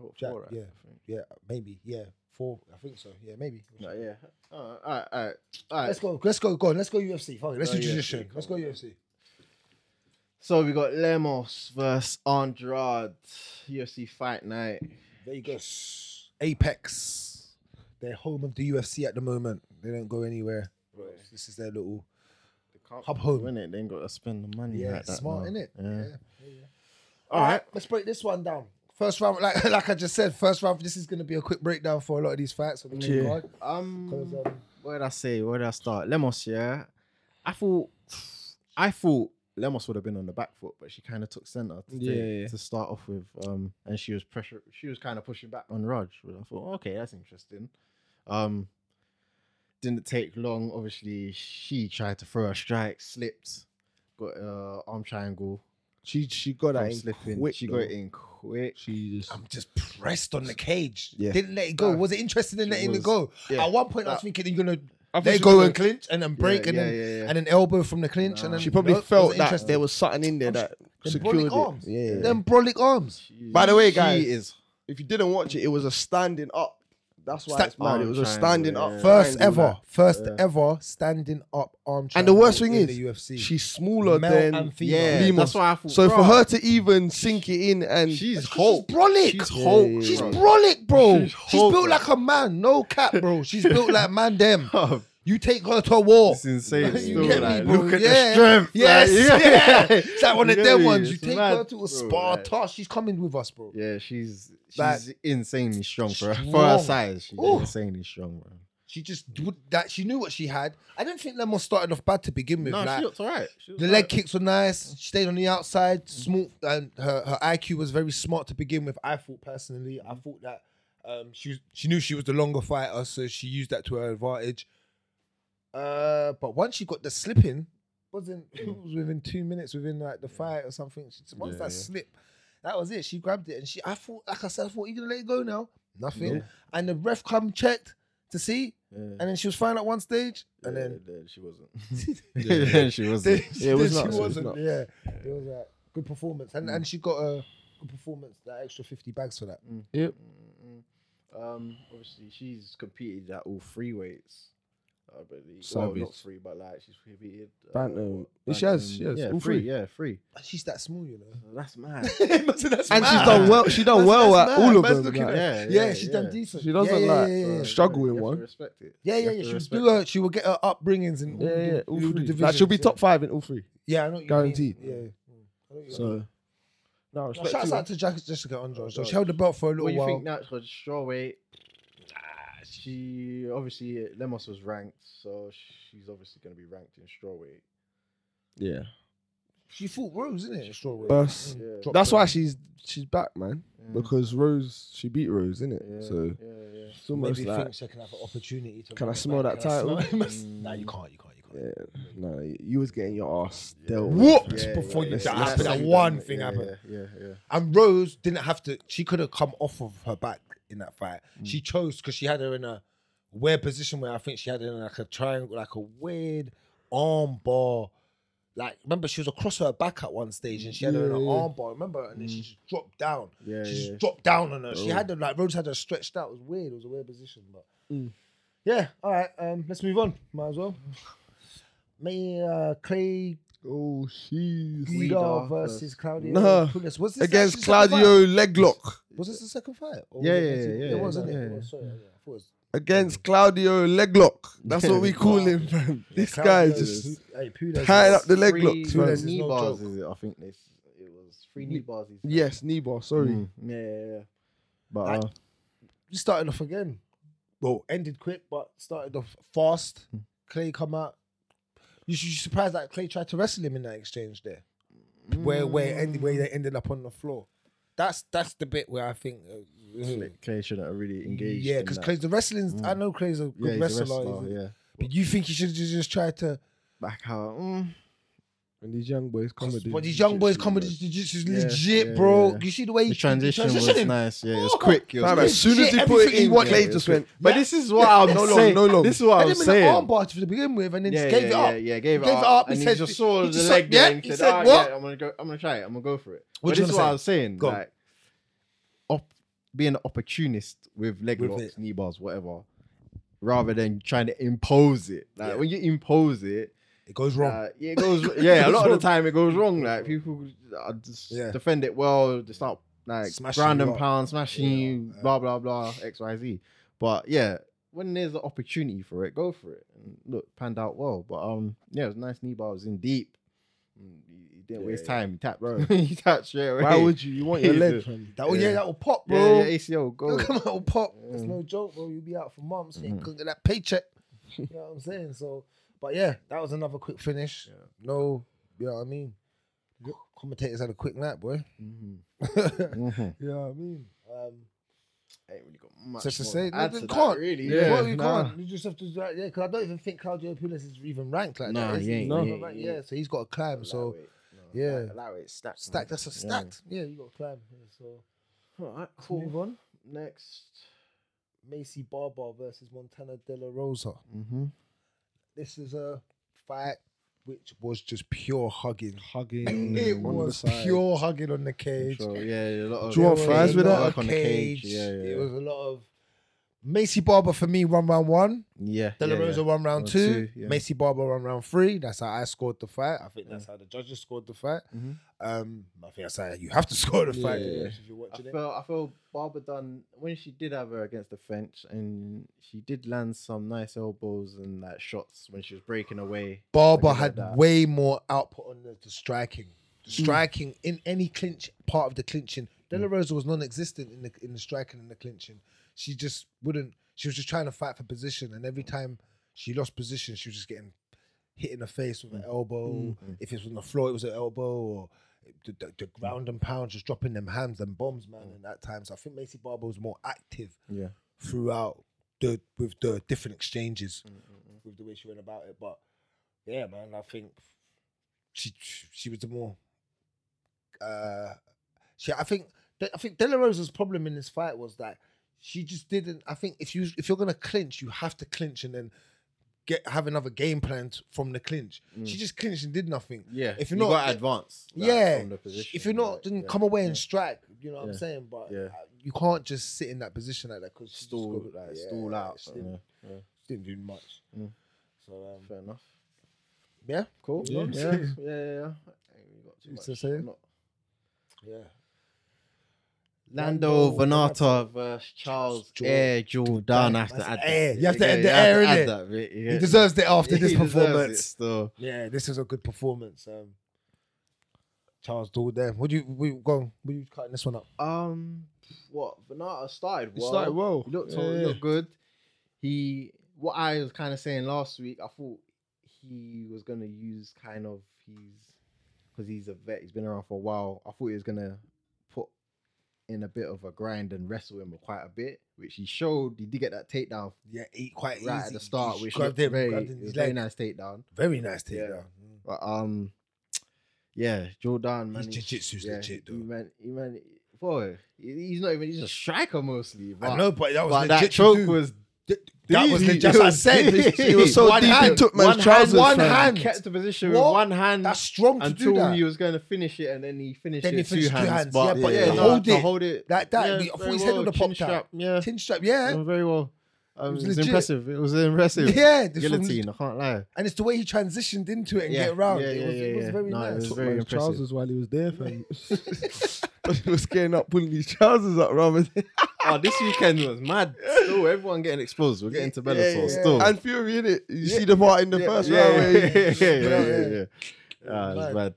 S3: I got
S4: Jack,
S3: four, right?
S4: yeah.
S3: I think.
S4: Yeah, maybe. Yeah, four. I think so. Yeah, maybe.
S3: No, yeah. All right, all right, all right.
S4: Let's go. Let's go. Go on. Let's go UFC. Fuck it. Let's
S3: Oh,
S4: do
S3: yeah,
S4: tradition.
S3: come
S4: Let's go
S3: on.
S4: UFC.
S3: So we got Lemos versus Andrade, UFC Fight Night.
S4: Vegas. Apex. They're home of the UFC at the moment. They don't go anywhere. This is their little. Hub home.
S3: in it. They ain't got to spend the money.
S4: Yeah,
S3: like that
S4: smart,
S3: now.
S4: innit?
S3: Yeah.
S4: All right. Let's break this one down. First round, like like I just said, first round. This is going to be a quick breakdown for a lot of these fights on the main
S5: Yeah.
S4: card.
S3: Um,
S4: 'Cause, um,
S3: where did I say? Where did I start? Lemos, yeah. I thought, I thought Lemos would have been on the back foot, but she kind of took center to,
S5: Yeah,
S3: take-
S5: yeah.
S3: to start off with. Um, and she was pressure. She was kind of pushing back on Raj. I thought, okay, that's interesting. Um, didn't take long. Obviously, she tried to throw a strike, slipped, got uh arm triangle.
S5: She she got
S3: from
S5: that in
S3: slipping.
S5: quick.
S3: she
S5: though. Um,
S3: got it in quick.
S5: She just.
S4: I'm just pressed on the cage.
S3: Yeah.
S4: Didn't let it go. Was it interested in letting
S3: was-
S4: it go?
S3: yeah.
S4: At one point, I was
S3: That-
S4: thinking you're gonna
S5: I thought
S4: let
S5: she
S4: it go
S5: was
S4: and clinch and then break
S3: yeah,
S4: and then
S3: yeah, yeah, yeah.
S4: and an elbow from the clinch and then
S5: She probably
S4: Nope,
S5: felt
S4: wasn't
S5: that
S4: interested.
S5: there was something in there that
S4: Them
S5: secured
S4: brolic arms.
S5: it. Yeah.
S4: Them brolic arms.
S5: By the way,
S3: She
S5: guys,
S3: is
S5: if you didn't watch it, it was a standing up. That's why
S4: Sta-
S5: it's mad. It was a
S3: Arm
S5: standing
S3: triangle, yeah.
S5: up.
S4: First
S5: triangle,
S4: ever,
S5: like.
S4: first ever standing up arm.
S5: And the worst thing
S4: triangle
S5: is,
S4: in the UFC.
S5: she's smaller
S4: Male
S5: than
S4: and female.
S3: Yeah,
S5: Lemos.
S3: that's why I thought.
S5: So for
S3: bruh,
S5: her to even sink it in and
S3: she's
S4: She's
S3: Hulk.
S4: brolic.
S3: She's
S4: She's,
S3: Hulk.
S5: yeah,
S3: bruh.
S4: brolic, bro. She's,
S3: She's Hulk,
S4: built
S3: bro.
S4: like a man, no cap, bro. She's built like man. Them.
S3: Bruh,
S4: You take her to a war.
S3: It's insane.
S4: You
S3: still,
S4: get me,
S3: like,
S4: bro?
S3: Look at
S4: Yeah.
S3: the strength.
S4: Yes,
S3: like,
S4: yeah. It's like one of
S3: You
S4: them
S3: get me?
S4: ones. You
S3: It's
S4: take
S3: mad,
S4: her to a
S3: bro,
S4: Sparta.
S3: like-
S4: She's coming with us, bro.
S3: Yeah, she's she's
S4: Like,
S3: insanely strong for her for her
S4: strong.
S3: size. She's
S4: Ooh.
S3: insanely strong, bro.
S4: She just would that. She knew what she had. I didn't think Lemos started off bad to begin with. like,
S3: alright.
S4: The leg kicks were nice. She stayed on the
S3: Mm.
S4: outside. Smooth, and her, her IQ was very smart to begin with. I thought personally,
S3: Mm.
S4: I thought that um, she was, she knew she was the longer fighter, so she used that to her advantage. Uh, but once she got the slipping, wasn't it was within two minutes within like the fight or something. She, once
S3: Mm. Yeah,
S4: that
S3: yeah.
S4: slip, that was it. She grabbed it and she. I thought, like I said, I thought you gonna let it go now. Nothing. And the ref come checked to see, and then she was fine at one stage, and then
S3: she wasn't. Then she wasn't.
S5: Yeah, it was
S4: she
S5: nuts, it was
S4: wasn't.
S5: nuts.
S4: yeah, it was like good performance, and
S3: Mm.
S4: and she got a good performance. That extra fifty bags for that.
S5: Yep.
S3: Um, obviously she's competed at all three weights. I believe. Well, not
S5: Savage.
S3: three, but like she's repeated.
S5: Bantam. She has, she has.
S3: Yeah,
S5: all
S3: three.
S5: three.
S3: Yeah, three.
S4: She's that small, you know.
S3: That's mad.
S5: And she's done well. She done
S4: That's-
S5: well
S4: that's
S5: at
S4: mad.
S5: all of
S4: Man's
S5: them.
S4: looking at-
S5: like.
S3: yeah,
S4: Yeah,
S3: yeah,
S4: she's
S3: yeah.
S4: done decent.
S5: She doesn't
S4: yeah,
S5: like-
S4: yeah, yeah, yeah.
S5: Struggle in
S3: You have to
S5: one.
S3: Respect it.
S4: Yeah,
S3: You
S4: yeah,
S3: have
S4: yeah.
S3: to
S4: She'll
S3: respect
S4: do
S3: it.
S4: her. She will get her upbringings in all,
S5: Yeah, yeah,
S4: the,
S5: all
S4: all the
S5: three.
S4: divisions.
S5: Like she'll be top
S4: yeah.
S5: five in all three.
S4: Yeah, I know. what you mean.
S5: Guaranteed.
S4: Yeah. yeah. I know what you mean.
S5: So, no,
S4: Now,
S5: respect
S4: shouts
S5: to her.
S4: out to Jack, Jessica Andrade. So
S3: God.
S4: she held the belt for a little
S3: What do you
S4: while.
S3: think now? Because straw weight, ah, she obviously Lemos was ranked, so she's obviously going to be ranked in straw weight.
S5: Yeah,
S4: She fought Rose, isn't it? Strawberry.
S5: Bus.
S3: Yeah,
S4: Drop
S5: that's
S4: down.
S5: why she's she's back, man.
S3: yeah,
S5: Because Rose, she beat Rose, innit?
S3: yeah,
S5: it? So
S3: yeah, yeah.
S5: it's almost
S4: Maybe
S5: like,
S4: thinks I can have an opportunity to.
S5: Can I
S4: run it
S5: smell
S4: back.
S5: that
S4: Can I
S5: title?
S4: smell it?
S3: Mm,
S4: nah, you can't. You can't. You can't.
S5: yeah, no, you was getting your ass dealt. with.
S4: Whooped
S3: Yeah,
S4: before
S3: yeah,
S4: you.
S3: yeah,
S4: that
S3: yeah,
S4: happened.
S3: yeah,
S4: That
S3: yeah,
S4: one
S3: yeah,
S4: thing
S3: yeah,
S4: happened.
S3: Yeah, yeah,
S4: And Rose didn't have to. She could have come off of her back in that fight.
S5: Mm.
S4: She chose because she had her in a weird position where I think she had her in like a triangle, like a weird arm bar. Like remember, she was across her back at one stage, and she had her in an
S5: Yeah. Mm.
S4: arm bar. Remember, and then she just dropped down.
S3: yeah, yeah,
S4: she just
S3: yeah.
S4: dropped down on her. She
S5: Oh.
S4: had her like Rose had her stretched out. It was weird. It was a weird position, but
S5: Mm.
S4: yeah. All right, um, let's move on. Might as well. May uh, Clay
S5: Oh, she's
S4: Guida
S3: Guida
S4: versus Claudio
S5: Nah.
S4: Pulis. Was this
S5: against
S4: actually second fight?
S5: Claudio Leglock.
S4: Was this the second fight? Or
S3: Yeah,
S4: was
S3: yeah,
S4: it-
S3: yeah,
S4: It
S3: yeah,
S4: was, not
S3: yeah,
S4: it?
S3: yeah.
S4: Oh, sorry, yeah, yeah, I thought it was-
S5: Against Claudio Leglock. That's what we call
S4: Wow.
S5: him, man.
S4: Yeah,
S5: This
S4: Claudio
S5: guy is
S4: is-
S5: just
S4: Hey, Pulis is-
S5: tied up the leg lock.
S3: Three
S5: to be honest.
S3: knee
S4: no
S3: bars,
S4: joke.
S3: is it? I think this it was three knee bars. he said.
S5: Yes, Nibar. Sorry.
S3: Mm, yeah, yeah, yeah. But
S4: Like-
S3: uh,
S4: You started off again. Well, ended quick, but started off fast.
S3: Hmm.
S4: Clay come out. You should be surprised that Clay tried to wrestle him in that exchange there, where where it ended, where they
S3: Hmm.
S4: ended up on the floor. That's that's the bit where I think. Uh,
S3: Clay shouldn't have really engaged.
S4: yeah,
S3: in
S4: because
S3: that. Hmm.
S4: Clay's the wrestling's. I know Clay's a good
S3: yeah, he's a
S4: wrestler,
S3: wrestler,
S4: isn't he?
S3: yeah,
S4: but you think he should have just tried to?
S3: back out. Mm.
S5: And these young boys comedy.
S4: But these young boys
S5: jiu-jitsu,
S4: comedy
S5: man.
S4: jiu-jitsu is
S3: Yeah,
S4: legit,
S3: yeah,
S4: bro.
S3: yeah.
S4: You see the way
S3: The
S4: he
S3: transition was
S4: transitioned?
S3: nice. Yeah, it was
S4: Oh,
S3: quick. It was
S5: Fam,
S3: quick.
S5: as soon as he
S4: Legit,
S5: put it
S4: everything
S5: in,
S4: he
S5: what
S4: watched,
S5: they
S3: it
S5: just
S3: was
S5: went. But
S4: Yeah.
S5: this is what I'm no long,
S3: saying-
S5: no long.
S3: This is what I
S4: Had
S3: was
S4: him in an
S3: saying.
S4: armbar to begin with, and then
S3: Yeah,
S4: just
S3: yeah,
S4: gave it
S3: yeah,
S4: up.
S3: yeah, gave it
S4: Gave
S3: up.
S4: it up, he
S3: And he,
S4: said-
S3: just saw
S4: he
S3: the
S4: just
S3: leg
S4: said, yeah,
S3: there and
S4: he
S3: said,
S4: said,
S3: "Ah,
S4: what?"
S3: yeah, I'm gonna go. I'm gonna try it. I'm gonna go for it."
S4: What
S3: But
S4: you
S3: this
S4: gonna
S3: is what
S4: say?
S3: I was saying.
S4: Go on.
S3: Like, op- being an opportunist with leg
S4: With
S3: locks,
S4: it.
S3: knee bars, whatever, rather than trying to impose it. Like when you impose it,
S4: It goes wrong.
S3: uh, yeah, it goes. Yeah, a lot of the time it goes wrong. Like people uh, just
S4: Yeah.
S3: defend it well. They start like
S4: Smashing
S3: ground
S4: you
S3: and
S4: up.
S3: pound, smashing
S4: Yeah,
S3: you,
S4: yeah.
S3: blah blah blah, X Y Z. But yeah, when there's an opportunity for it, go for it. And look, panned out well. But um, yeah, it was a nice knee bar. It was in deep. Mm, He he didn't waste time. He tapped, bro. he tapped straight away.
S5: Why would you? You want your
S3: Yeah.
S5: leg, fam.
S4: that will, yeah.
S3: yeah.
S4: that will pop,
S3: yeah,
S4: bro.
S3: yeah, ACL go?
S4: Come on, that will pop. It's
S3: Mm.
S4: no joke, bro. You'll be out for months. You
S3: Mm.
S4: couldn't get that paycheck. you know what I'm saying? So, but yeah, that was another quick finish. No, you know what I mean. Commentators had a quick night, boy.
S3: Mhm.
S4: you
S3: Mhm.
S4: know what I mean? Um,
S3: Ain't really got much.
S4: so to
S3: more
S4: say,
S3: to add
S4: no,
S3: to
S4: you
S3: that,
S4: can't
S3: really.
S5: Yeah,
S4: well, you
S5: nah.
S4: can't. You just have to do that, yeah. Because I don't even think Claudio Pulis is even ranked like
S3: Nah,
S4: that. is
S3: he ain't,
S4: He's not
S3: he
S4: even
S3: ain't,
S4: ranked,
S3: he
S4: yeah, so he's got to climb. So
S3: Lightweight. No,
S4: yeah.
S3: light- lightweight stacked. man.
S4: stacked. That's a
S3: Yeah.
S4: stacked. Yeah, you got to climb. yeah, so
S3: All right,
S4: let's
S3: cool.
S4: move on.
S3: Next.
S4: Macy Barber versus Montana De La Rosa.
S3: Mm-hmm.
S4: This is a fight which was just pure hugging.
S5: Hugging.
S4: It
S5: on
S4: was
S5: the side.
S4: pure hugging on the cage.
S3: Control. Yeah, yeah, a lot of.
S5: Do you want
S4: There
S3: yeah,
S5: fries
S4: was
S5: with
S4: a
S5: that?
S4: lot of
S3: Work on the cage.
S4: cage.
S3: Yeah, yeah.
S4: It was a lot of Macy Barber for me, one round one.
S3: Yeah.
S4: De La
S3: yeah,
S4: Rosa
S3: yeah.
S4: won round
S3: Round
S4: two.
S3: two, yeah.
S4: Macy Barber won round three. That's how I scored the fight. I think that's how the judges scored the fight.
S3: Mhm.
S4: Um, I think that's how you have to score the fight
S5: Yeah.
S4: if you're
S3: I
S4: watching it.
S3: feel, I feel Barbara done when she did have her against the fence, and she did land some nice elbows and like shots when she was breaking away. Something
S4: Barber
S3: like
S4: had
S3: that.
S4: way more output on the, the striking. The striking in any clinch part of the clinching. De La Rosa was non-existent in the in the striking and the clinching. She just wouldn't. She was just trying to fight for position, and every time she lost position, she was just getting hit in the face with an elbow. If it was on the floor, it was an elbow, or the, the, the ground and pound, just dropping them hands and bombs, man. And at times, I think Macy Barber was more active
S3: Yeah.
S4: throughout the with the different exchanges with the way she went about it. But yeah, man, I think she she was the more. Uh, she I think I think De La Rosa's problem in this fight was that she just didn't. I think if you if you're gonna clinch, you have to clinch and then get have another game plan t- from the clinch. She just clinched and did nothing.
S3: Mm. Yeah.
S4: If you're
S3: you
S4: not
S3: got advanced. like,
S4: yeah,
S3: From the position,
S4: if you're not,
S3: like,
S4: then
S3: yeah.
S4: come away and strike. You know what I'm
S3: Yeah.
S4: saying? But
S3: Yeah.
S4: uh, you can't just sit in that position like that because
S3: stall, like, stall out.
S4: She didn't,
S3: yeah.
S4: she didn't do much.
S3: Mm.
S4: So um,
S3: Fair enough.
S4: yeah,
S3: Cool.
S4: Yeah.
S3: Yeah. Yeah. Yeah. yeah. Ain't really got too
S4: It's
S3: much.
S4: the same.
S3: Not-
S4: yeah.
S3: Lando
S4: Lando
S3: Venata versus Charles
S4: Jordan.
S3: Air Jordan. I have to
S4: That's
S3: add
S4: air.
S3: that.
S4: You have to
S3: Yeah,
S4: add the
S3: yeah,
S4: air,
S3: I have to
S4: innit?
S3: add that bit,
S4: He
S3: yeah.
S4: deserves it after this
S3: He deserves it
S4: performance.
S3: still.
S4: Yeah, this was a good performance. Um, Charles Dorden. Would you we go? on, Would you cutting this one up?
S3: Um, what Venata started
S5: It
S3: well.
S5: started well.
S3: He looked,
S5: Yeah,
S3: he
S5: yeah.
S3: looked good. He, what I was kind of saying last week, I thought he was gonna use kind of his, because he's a vet. He's been around for a while. I thought he was gonna put in a bit of a grind and wrestle him quite a bit, which he showed. He did get that takedown
S4: Yeah, eight quite
S3: right at
S4: easy.
S3: the start,
S4: Just
S3: which looked
S4: grabbed him,
S3: very,
S4: grabbed
S3: it
S4: him.
S3: was
S4: He's
S3: a very
S4: like,
S3: nice takedown.
S4: very nice
S3: Yeah.
S4: takedown.
S3: But um, yeah, Jordan
S4: His
S3: managed.
S4: jiu-jitsu's
S3: yeah,
S4: legit, though.
S3: He man, he man, boy, he- he's not even. He's a striker mostly. But,
S4: I know, but that was
S3: but that
S4: legit to
S3: choke
S4: do.
S3: was.
S4: that was
S3: He-
S4: legit. As I said,
S3: he-
S4: he
S5: was so deep, he took man's
S3: one
S5: trousers,
S3: Hand, one
S5: fam.
S3: hand kept the position
S4: What?
S3: with one hand
S4: that's strong to do
S3: until
S4: that.
S3: he was going to finish it, and then he finished
S4: Then
S3: it
S4: he
S3: two,
S4: finished two
S3: hands,
S4: hands,
S3: But
S4: yeah, but
S3: yeah,
S4: to
S3: no,
S4: hold
S3: to
S4: it,
S3: hold it
S4: like that,
S3: yeah,
S4: we- I thought
S3: very
S4: his head
S3: well,
S4: would have
S3: chin
S4: popped out.
S3: strap, Yeah,
S4: Chin strap,
S3: it
S4: yeah,
S3: was very well. Um, it
S4: was
S3: was,
S4: legit.
S3: impressive. It was impressive.
S4: yeah. the full-
S3: Guillotine, I can't lie.
S4: and it's the way he transitioned into it and
S3: Yeah,
S4: get around.
S3: yeah,
S4: it was,
S3: yeah,
S4: it was
S3: yeah,
S4: very
S3: no, it
S4: nice.
S3: was
S5: Took
S3: very
S5: man's
S3: impressive.
S5: trousers while he was there, fam. but he was getting up, pulling his trousers up, rather. than-
S3: Oh, this weekend was mad. Still, everyone getting exposed. We're getting to
S5: Yeah,
S3: Bellator
S5: yeah.
S3: still.
S5: And Fury in it. You see the part in the first round
S3: yeah,
S5: where he-
S3: yeah, yeah,
S4: Yeah,
S3: yeah,
S4: yeah.
S3: yeah, yeah. Ah, it
S4: Mad.
S3: was mad.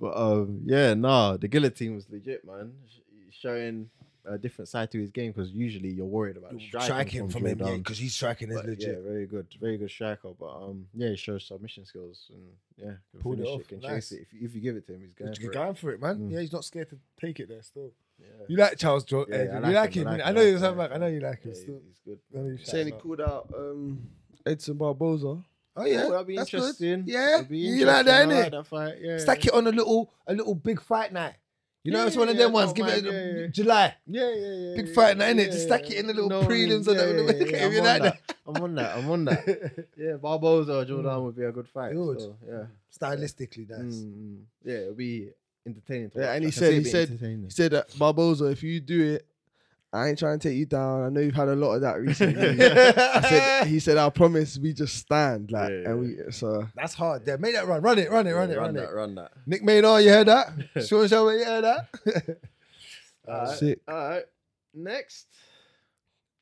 S3: But um, yeah, nah, the guillotine was legit, man. Sh- Showing a different side to his game because usually you're worried about striking,
S4: Striking from him, yeah,
S3: Jordan.
S4: because he's striking is
S3: But
S4: legit.
S3: Yeah, very good, very good striker. But um, yeah, he shows submission skills and yeah, can
S4: Pulled it
S3: finish
S4: off,
S3: Can
S4: nice.
S3: chase it if, you- if you give it to him, he's going
S4: You're
S3: for it.
S4: going for it, man.
S3: Mm.
S4: Yeah, he's not scared to take it there still.
S3: Yeah.
S4: You like Charles Jordan?
S3: Yeah, yeah,
S4: you like, him. innit? I know
S3: like
S4: you're
S3: him,
S4: talking
S3: yeah.
S4: about. I know you like
S3: Yeah,
S4: him
S3: he-
S4: still.
S3: he's good.
S4: I know you shout
S5: Saying he
S4: out.
S5: called out um, Edson Barboza.
S4: Oh yeah,
S3: Ooh, that'd be
S4: that's good.
S3: interesting.
S4: Yeah,
S3: That'd be
S4: you like
S3: interesting.
S4: that,
S3: I
S4: innit?
S3: like that fight. Yeah,
S4: Stack it on a little, a little big fight night. You know,
S3: Yeah,
S4: it's one of
S3: yeah,
S4: them ones.
S3: don't
S4: Give it
S3: mind, yeah, yeah.
S4: in July.
S3: Yeah, yeah, yeah.
S4: Big
S3: yeah,
S4: fight night, innit?
S3: yeah,
S4: Just stack it in the little prelims and
S3: yeah,
S4: the-
S3: yeah, yeah,
S4: if you
S3: I'm
S4: like
S3: on
S4: that.
S3: that. I'm on that. I'm on that. Yeah, Barboza or Jordan would be a good fight.
S4: It would.
S3: So, yeah.
S4: Stylistically, nice.
S3: Mm, mm. Yeah, it'll be entertaining. To
S5: Yeah,
S3: watch.
S5: and
S3: I can
S5: he said-
S3: see it
S5: he
S3: being
S5: said-
S3: entertaining.
S5: He said that Barboza, if you do it, I ain't trying to take you down. I know you've had a lot of that recently. I
S4: Mm.
S5: said, he said, I promise we just stand. Like,
S3: Yeah,
S5: and we, so
S4: That's hard. There, make that run, run it, run it, run it, run,
S3: run
S4: it.
S3: that, run that.
S4: Nick Maynard, you heard that? Sean Shelby, you heard that?
S3: Alright,
S5: sick.
S3: alright. Next.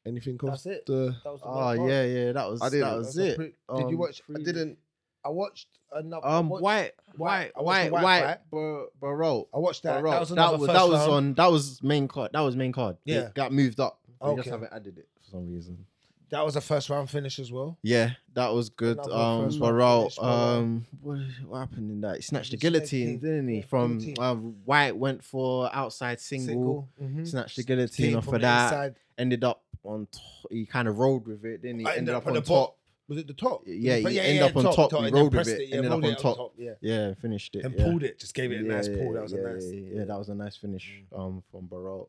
S5: Anything comes
S4: That's it.
S5: the
S4: That was the
S3: Oh
S4: main part.
S3: yeah, yeah. That was
S5: I didn't-
S3: that was it.
S4: Did
S3: Um,
S4: you watch?
S3: pre-
S4: I watched another. I
S3: Um,
S4: watched-
S3: white,
S4: White-
S3: white,
S4: I watched the
S3: white,
S4: white
S3: white,
S4: fight.
S3: Bar- Barrow.
S4: I watched that.
S3: Barrow.
S4: That was
S3: that
S4: another
S3: was
S4: first
S3: that was
S4: round.
S3: on that was main card. That was main card. They
S4: Yeah.
S3: got moved up. They
S4: Okay.
S3: just haven't added it for some reason.
S4: That was a first round finish as well.
S3: Yeah, that was good.
S4: Another
S3: Um,
S4: first round
S3: Barrow.
S4: finish, Barrow.
S3: Um, what, what happened in that? He snatched the
S4: He snatched
S3: guillotine,
S4: it,
S3: didn't he?
S4: yeah,
S3: From
S4: guillotine.
S3: um, White went for outside single,
S4: Mhm.
S3: snatched the
S4: Came
S3: guillotine off
S4: from
S3: of
S4: the
S3: that.
S4: inside.
S3: Ended up on. T- he kind of rolled with it, didn't he?
S4: I
S3: ended, up on
S4: the
S3: top.
S4: top. Was it the top?
S3: Yeah,
S4: But
S3: you end up on top, you
S4: and then
S3: rolled with
S4: pressed
S3: it, ended
S4: rolled
S3: up
S4: it
S3: on top.
S4: Yeah,
S3: Yeah, finished it.
S4: and
S3: yeah.
S4: pulled it. Just gave it a nice pull. That was
S3: yeah,
S4: a nice. Mm.
S3: yeah, yeah, that was a nice finish um, from Barot.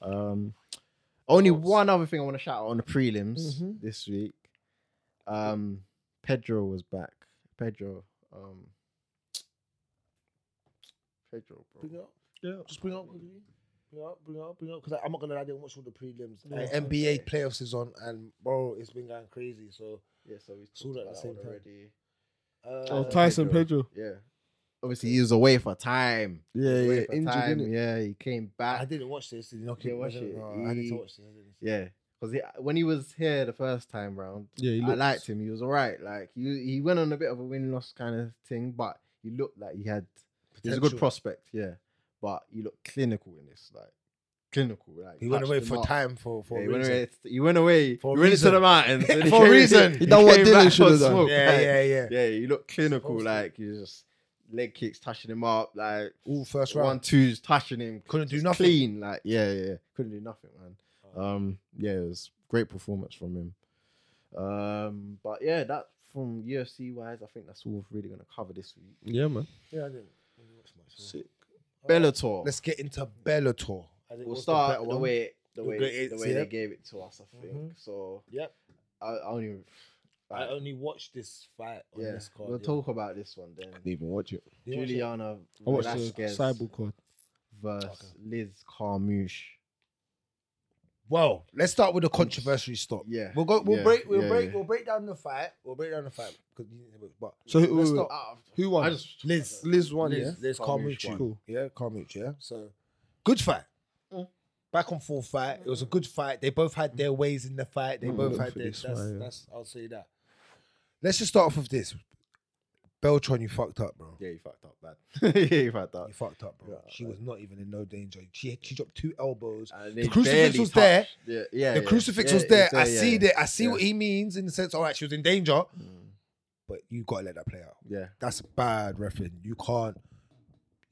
S3: Um, only one other thing I want to shout out on the prelims
S4: Mhm.
S3: this week. Um, Pedro was back. Pedro. Um, Pedro, bro.
S4: Bring it up. Yeah. Just bring it up. quickly. Bring it up. Bring it up. Bring it up. Because I'm not gonna lie, I didn't watch all the prelims. Uh, NBA playoffs is on, and bro, it's been going crazy. So.
S3: Yeah, so we
S4: Saw
S3: talked
S4: that at
S3: about
S4: the
S3: that
S4: same
S3: one
S4: time.
S3: already.
S4: Uh,
S5: oh, Tyson Pedro.
S3: Yeah. Obviously, he was away for time.
S5: Yeah,
S3: Away
S5: yeah,
S3: for
S5: injured,
S3: time.
S5: innit?
S3: Yeah, he came back.
S4: I didn't watch this. Did you knock
S3: Didn't
S4: it?
S3: watch
S4: I didn't-
S3: it.
S4: no, I need to
S3: He-
S4: watch this. I didn't.
S3: Yeah, because when he was here the first time round,
S5: Yeah, he
S3: I
S5: looked-
S3: liked him. He was alright. Like he he went on a bit of a win loss kind of thing, but he looked like he had. He was a
S4: Potential.
S3: good prospect, yeah, but he looked clinical in this, like clinical. Like
S4: He went
S3: touched
S4: away
S3: the
S4: for
S3: mark.
S4: time for
S3: Yeah,
S4: for
S3: he
S4: a
S3: went
S4: reason.
S3: away. He went away.
S4: For a
S3: he went into
S4: reason.
S3: the mountains and
S4: For a
S3: came-
S4: reason.
S3: He,
S5: He done what
S3: came
S5: Dylan
S3: back
S5: should
S3: for
S5: have done.
S3: smoke,
S4: Yeah,
S3: like,
S4: yeah, yeah.
S3: yeah. He looked clinical,
S4: Supposed to.
S3: like he was just leg kicks touching him up, like
S4: All first round.
S3: one twos touching him.
S4: Couldn't do
S3: just
S4: nothing. Oh.
S3: Clean, like yeah, yeah, yeah. couldn't do nothing, man. Um, yeah, it was great performance from him. Um, but yeah, that from UFC wise, I think that's all we're really gonna cover this week.
S5: Yeah, man.
S4: Yeah, I didn't. really watch much. So-
S3: Bellator.
S4: Oh, Let's get into Bellator. I think
S3: we'll
S4: what's the
S3: start
S4: better
S3: the,
S4: one?
S3: way the
S4: The
S3: way
S4: great
S3: the
S4: eights,
S3: way
S4: yeah.
S3: they gave it to us. I think
S4: Mhm.
S3: so.
S4: Yep.
S3: I, I only.
S4: I only watched this fight on
S3: yeah,
S4: this card.
S3: we'll
S4: yeah.
S3: talk about this one then.
S5: even watch it.
S4: You watch it?
S3: Juliana
S5: I watched
S3: Velasquez
S5: the cyborg card.
S3: versus
S4: Okay.
S3: Liz Carmouche.
S4: Well, let's start with the controversy stop.
S3: Yeah.
S4: We'll go. We'll
S3: Yeah,
S4: break. We'll
S3: yeah,
S4: break.
S3: yeah.
S4: We'll break down the fight. We'll break down the fight. 'cause you- But
S5: So who-
S4: let's
S5: who-
S4: start-
S5: Who won?
S3: I just
S4: Liz.
S5: Liz won,
S4: Liz,
S5: yeah.
S4: Liz
S3: Carmouche
S4: Carmouche.
S5: won.
S4: Yeah, Carmouche, yeah. So good fight. Back and forth fight. It was a good fight. They both had their ways in the fight. They both
S5: look
S4: had
S5: for
S4: their
S5: this
S4: that's,
S5: one, yeah.
S4: that's I'll say that. Let's just start off with this. Beltron, you fucked up, bro.
S3: yeah, you fucked up, bad. yeah, you fucked up.
S4: You fucked up, bro. she was not even in no danger. She she dropped two elbows.
S3: And
S4: The
S3: they
S4: crucifix
S3: barely
S4: was there.
S3: touched. Yeah, yeah.
S4: the
S3: yeah,
S4: crucifix
S3: yeah,
S4: was
S3: it
S4: there. I
S3: yeah,
S4: see
S3: yeah.
S4: that. I see
S3: yeah. Mm.
S4: what he means in the sense. All right, she was in danger, but you gotta let that play out.
S3: Yeah,
S4: that's bad refereeing. You can't.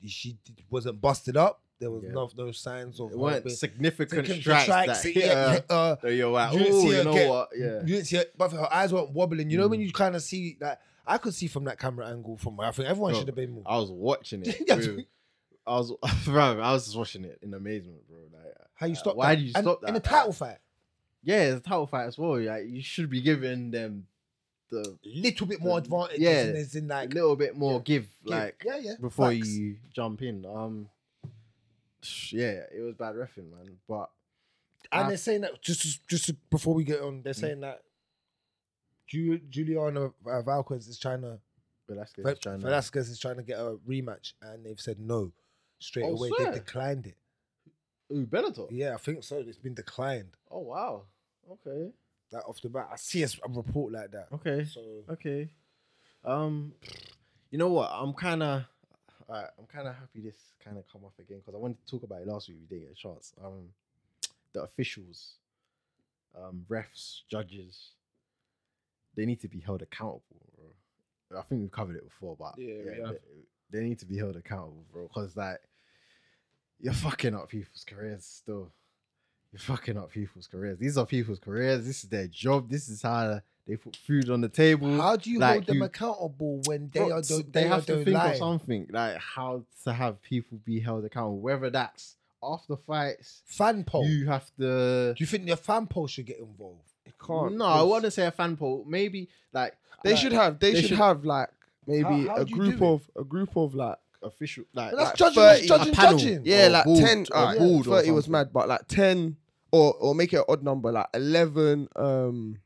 S4: She d- wasn't busted up. There was
S3: Yeah.
S4: no no signs of
S3: it
S4: her
S3: weren't
S4: being-
S3: significant
S4: taken for
S3: strikes that
S4: strikes,
S3: hit
S4: yeah,
S3: her.
S4: hit her.
S3: So you're like,
S4: You didn't see
S3: oh,
S4: her
S3: you know
S4: get-
S3: what? Yeah, Mm.
S4: You didn't see her, but her eyes weren't wobbling. You know when you kind of see that. I could see from that camera angle. From where I think everyone
S3: Bro,
S4: should have been moved.
S3: I was watching it.
S4: Yes.
S3: with- I was, bro, I was just watching it in amazement, bro. Like,
S4: How you
S3: uh,
S4: stop?
S3: Why
S4: that?
S3: did you
S4: And-
S3: stop that?
S4: in a
S3: like,
S4: title fight?
S3: Yeah, it's a title fight as well. Like, you should be giving them the
S4: Little bit more advantage.
S3: Yeah.
S4: and it's in
S3: a
S4: like
S3: little bit more give, like
S4: yeah, yeah.
S3: before
S4: Facts.
S3: you jump in. Um, yeah, it was bad refing, man. But
S4: And
S3: I-
S4: they're saying that just just- just to- before we get on,
S3: Mm.
S4: they're saying that Ju- Juliana uh, Valquez is trying to
S3: Velasquez
S4: Ve-
S3: is trying to.
S4: Velasquez is trying to get a rematch, and they've said no straight
S3: Oh,
S4: away.
S3: swear.
S4: They declined it.
S3: Ooh, Bellator.
S4: Yeah, I think so. It's been declined.
S3: Oh wow. Okay.
S4: That off the bat, I see a s- a report like that.
S3: Okay.
S4: So
S3: Okay. Um, you know what? I'm kind of, uh, I'm kind of happy this kind of come off again because I wanted to talk about it last week. We didn't get a chance. Um, the officials, um, refs, judges, they need to be held accountable, bro. I think we've covered it before, but
S5: Yeah, we have.
S3: they, they need to be held accountable, bro, because like you're fucking up people's careers still. You're fucking up people's careers. These are people's careers. This is their job. This is how they put food on the table.
S4: how do you
S3: Mm. Like
S4: hold them
S3: you-
S4: accountable when they
S3: Bro,
S4: are
S3: s-
S4: do- they, are
S3: have to
S4: doing
S3: think of
S4: lying?
S3: something like how to have people be held accountable, whether that's after fights.
S4: fan poll?
S3: You have to.
S4: do you think the fan poll should get involved?
S5: It can't.
S3: no, I
S5: because
S3: wouldn't say a fan poll. Maybe like
S5: They
S3: like,
S5: should have. They,
S3: they
S5: should
S3: should-
S5: have like maybe
S4: How- how
S5: a
S4: do you
S5: group
S4: do it?
S5: of a group of like.
S3: official like,
S4: But that's
S3: like
S4: judging, that's
S5: 30, a
S4: judging,
S3: panel.
S4: judging.
S5: Yeah,
S3: Or
S5: like
S3: board,
S5: ten.
S3: or
S5: alright,
S3: board Oh, or
S5: Thirty was
S3: something.
S5: mad, but like ten or or make it an odd number, like eleven um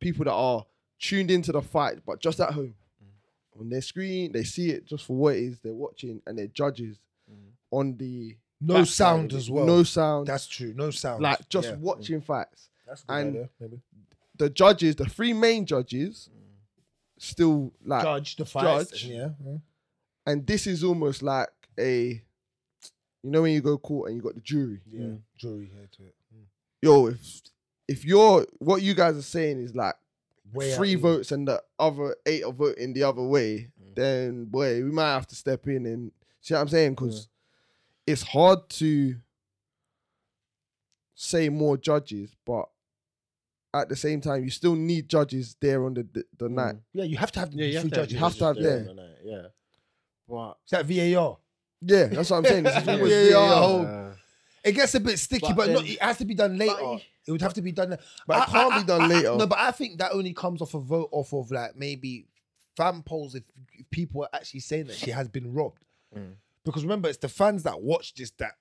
S5: people that are tuned into the fight, but just at home
S3: Mm.
S5: on their screen, they see it just for what it is. They're watching and they're judges
S3: Mm.
S5: on the
S4: No
S5: backside
S4: sound
S5: of it,
S4: as well.
S5: No sound.
S4: That's true. No sound.
S5: like just
S4: Yeah.
S5: watching
S3: Mm.
S5: fights.
S4: That's a
S5: and-
S4: maybe.
S5: The judges, the three main judges,
S3: Mm.
S5: still like
S4: judge the fight.
S5: Judge.
S4: Yeah. yeah.
S5: and this is almost like a you know when you go court and you got the jury
S4: Yeah. Jury here to it.
S5: yo if if you're what you guys are saying is like
S4: Way Mm. out
S5: three
S4: here.
S5: votes and the other eight are voting the other way then boy we might have to step in and see what i'm saying because it's hard to say more judges but at the same time you still need judges there on the the,
S4: Mm.
S5: the night
S4: Yeah, you have to have the
S3: Yeah, you have
S4: three
S3: to have,
S4: judges.
S5: You have to have them.
S3: on it, Yeah. But
S4: It's like VAR.
S5: yeah that's what i'm saying this is always
S4: Yeah, yeah,
S5: VAR.
S4: Oh. It gets a bit sticky, but,
S3: But
S4: not,
S3: then-
S4: it has to be done later.
S3: But-
S4: it would have to be done.
S5: But it
S4: I-
S5: can't
S4: I-
S5: be done
S4: I- I-
S5: later.
S4: no, but I think that only comes off a vote off of like maybe fan polls if, if people are actually saying that she has been robbed.
S3: Mm.
S4: Because remember, it's the fans that watch this that,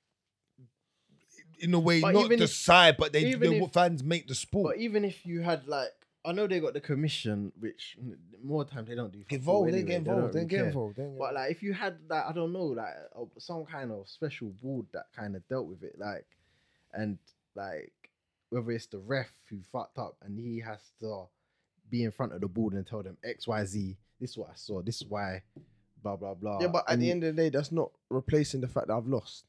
S4: in a way,
S3: But
S4: not
S3: even
S4: the
S3: if-
S4: side, but they
S3: even
S4: the
S3: if-
S4: fans make the sport.
S3: But even if you had like, I know they got the commission, which mm, more time they don't do.
S4: Get
S3: football
S4: involved,
S3: anyway,
S4: they get
S3: don't
S4: involved, they
S3: really
S4: get
S3: care.
S4: involved. they get
S3: But like, if you had like, I don't know, like a- some kind of special board that kind of dealt with it, like, and like whether it's the ref who fucked up and he has to be in front of the board and tell them X Y Z, this is what I saw, this is why, blah blah blah.
S5: Yeah, but at the
S3: And-
S5: end of the day, that's not replacing the fact that I've lost.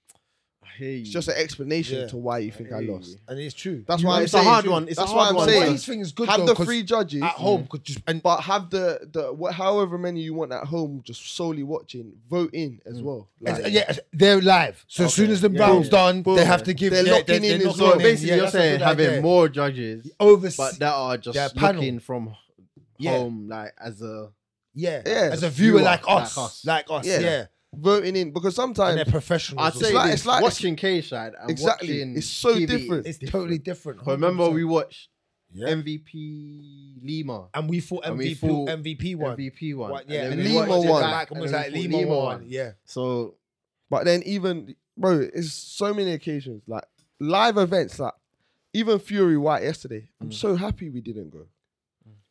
S3: I hear you.
S5: It's just an explanation
S4: Yeah.
S5: to why you think I,
S3: hear
S5: lost.
S3: you.
S4: and it's true.
S5: That's
S3: You
S5: why
S3: know,
S5: I'm
S3: it's a
S5: saying.
S3: hard one. It's a
S5: that's
S3: hard one.
S5: why I'm
S4: But
S5: saying.
S4: this thing is good
S5: have
S4: though,
S5: the
S4: 'cause
S5: three judges
S4: at home, 'cause just and
S5: but have the the what, however many you want at home, just solely watching, vote in as well.
S4: As-
S5: Like,
S4: Mm. yeah, as- they're live. So as soon as the
S3: yeah,
S4: round's
S3: yeah.
S4: done, they
S5: Boom.
S4: have to give.
S5: They're
S4: yeah,
S5: locked
S4: they're-
S5: in
S4: they're
S5: as
S4: not
S5: well.
S4: locked
S3: So
S4: in.
S3: basically,
S4: Yeah,
S3: you're
S4: that's a good
S3: saying having
S4: idea.
S3: more judges,
S4: oversee.
S3: but that are just
S4: Their
S3: looking
S4: panel.
S3: from
S4: Yeah.
S3: home, like as a
S4: yeah.
S5: Yeah.
S4: as a viewer
S3: Viewer,
S4: like us,
S3: like us.
S4: like us, yeah,
S5: Yeah. voting in because
S4: and they're
S5: sometimes
S4: professionals.
S3: I'd
S4: as
S3: say
S4: well.
S5: like-
S3: this,
S5: it's like-
S3: watching K side and
S5: Exactly.
S3: watching
S5: It's so
S3: TV
S5: different.
S4: it's
S3: is
S4: totally different.
S3: But remember, we watched
S4: 100%. yeah.
S3: MVP Lima,
S4: and we thought
S3: and we
S4: MVP
S3: thought
S4: MVP one,
S3: MVP one,
S4: What- yeah,
S3: then
S5: and
S3: we
S5: Lima
S3: watched it
S5: won.
S3: back,
S4: Like,
S3: and
S4: almost
S3: then
S4: like
S3: we thought
S4: Lima, one, yeah.
S3: So
S5: but then even bro, it's so many occasions. Like live events like even Fury White yesterday. I'm
S4: Mm.
S5: so happy we didn't go.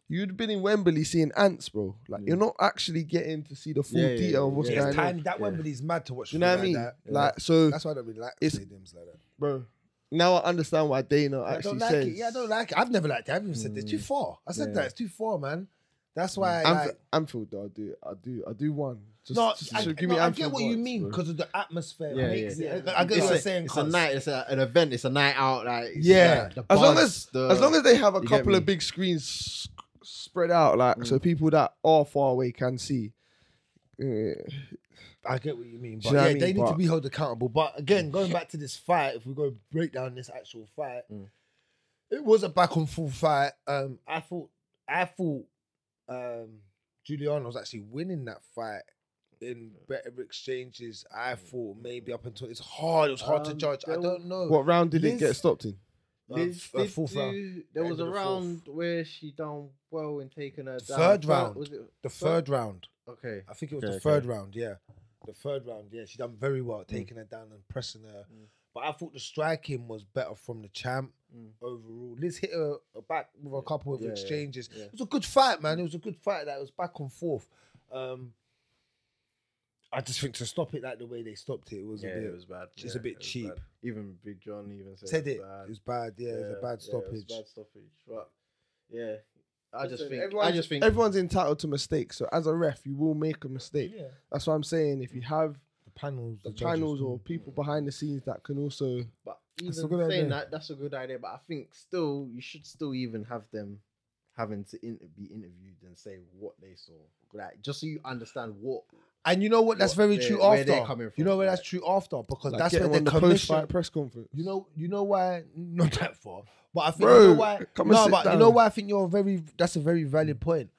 S5: You'd been in Wembley seeing ants, bro. Like you're not actually getting to see the full
S3: Yeah, yeah,
S5: detail of what's
S3: yeah.
S5: going
S4: It's
S5: on.
S4: time that Wembley's mad to watch.
S5: You know what I
S4: like
S5: mean?
S4: that.
S5: Like so,
S4: that's why I don't really like
S5: It's-
S4: stadiums like that.
S5: bro. Now I understand why Dana
S4: I don't
S5: actually
S4: like
S5: says.
S4: it. Yeah, I don't like it. I've never liked it. I haven't even said this. Too far. I said
S3: Yeah.
S4: that. It's too far, man. That's why. I,
S5: Anf-
S4: like,
S5: Anfield, though, I do, I do, I do one. Just,
S4: no,
S5: just-
S4: I,
S5: so give
S4: no,
S5: me
S4: I
S5: Anfield
S4: get what you
S5: once,
S4: mean
S5: bro.
S4: because of the atmosphere.
S3: Yeah,
S4: Yeah, makes
S3: yeah.
S4: It. I I get
S3: It's
S4: what
S3: a-
S4: you're saying.
S3: It's a
S4: cuz.
S3: night. It's a, an event. It's a night out. Like it's
S4: Yeah.
S3: like the
S5: as long
S3: buzz,
S5: as
S3: the-
S5: as long as they have a
S3: you get
S5: couple of
S3: me?
S5: big screens s- spread out, like so people that are far away can see. Yeah.
S4: I get what you mean. But
S5: you know
S4: yeah,
S5: what I mean?
S4: they need
S5: But-
S4: to be held accountable. But again, going back to this fight, if we go break down this actual fight,
S5: Mm.
S4: it was a back and forth fight. Um, I thought, I thought, um, Julian was actually winning that fight in better exchanges.
S5: Mm.
S4: I thought maybe up until it's hard. It was hard to
S3: Um,
S4: judge. I
S3: there
S4: don't know.
S5: What round did it
S4: Liz-
S5: get stopped in?
S4: Uh,
S3: Liz
S4: f- uh,
S3: did
S4: fourth round.
S3: do- There
S4: End
S3: was
S4: of
S3: a
S4: the
S3: round where she done well in taking her down.
S4: Third
S3: Thir-
S4: round.
S3: Was it
S4: The third round.
S3: Okay.
S4: I think it was
S3: Okay,
S4: the
S3: okay. Mm.
S4: third round, yeah. The third round, yeah. She done very well, taking her down and pressing her. But I thought the striking was better from the champ overall. Liz hit her back with a couple of
S3: Mm. Yeah, yeah,
S4: exchanges.
S3: yeah.
S4: It was a good fight, man. It was a good fight. That it was back and forth. Um, I just think to stop it like the way they stopped it, was
S3: Yeah,
S4: a bit.
S3: it was bad.
S4: it's
S3: Yeah,
S4: a bit
S3: it was
S4: cheap.
S3: bad. Even Big John even said,
S4: said
S3: it.
S4: it.
S3: was bad.
S4: It was bad. Yeah, it was a bad
S3: Yeah,
S4: stoppage.
S3: it was a bad stoppage. But yeah, I just
S5: Listen,
S3: think. I
S5: everyone's-
S3: just think.
S5: everyone's entitled to mistakes. So as a ref, you will make a mistake.
S4: Yeah.
S5: That's what I'm saying. If you have
S4: The panels,
S5: the
S4: judges.
S5: channels or people behind the scenes that can also,
S3: But even
S4: That's a
S3: saying
S4: good idea.
S3: that, that's a good idea. But I think still, you should still even have them having to inter- be interviewed and say what they saw. Like, just so you understand what.
S4: And you know what? That's
S3: What
S4: very
S3: they-
S4: true
S3: where
S4: after.
S3: they're coming
S4: you
S3: from,
S4: know where that's
S3: like-
S4: true after because
S5: like,
S4: that's
S5: get
S4: where
S5: them
S4: the
S5: on the
S4: commission.
S5: post-fight press conference.
S4: You know, you know why not that far, but I think you
S5: Bro,
S4: know why.
S5: come and
S4: no,
S5: sit
S4: but you
S5: down.
S4: know why I think you're very. That's a very valid point,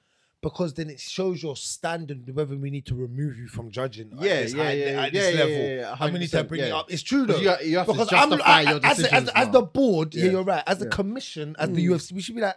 S4: because then it shows your standard whether we need to remove you from judging. at
S3: Yeah,
S4: this
S3: yeah,
S4: high-
S3: yeah,
S4: At this
S3: yeah, yeah,
S4: level,
S3: yeah, yeah,
S4: and we need to
S3: 100%,
S4: bring it
S3: yeah.
S4: up. It's true though.
S3: You ha- you have to
S4: because
S3: justify
S4: I'm
S3: your
S4: as, as,
S3: decisions
S4: as
S3: now.
S4: the board. Yeah,
S3: Yeah.
S4: you're right. As the
S3: Yeah. Mm.
S4: commission, as the UFC, we should be like,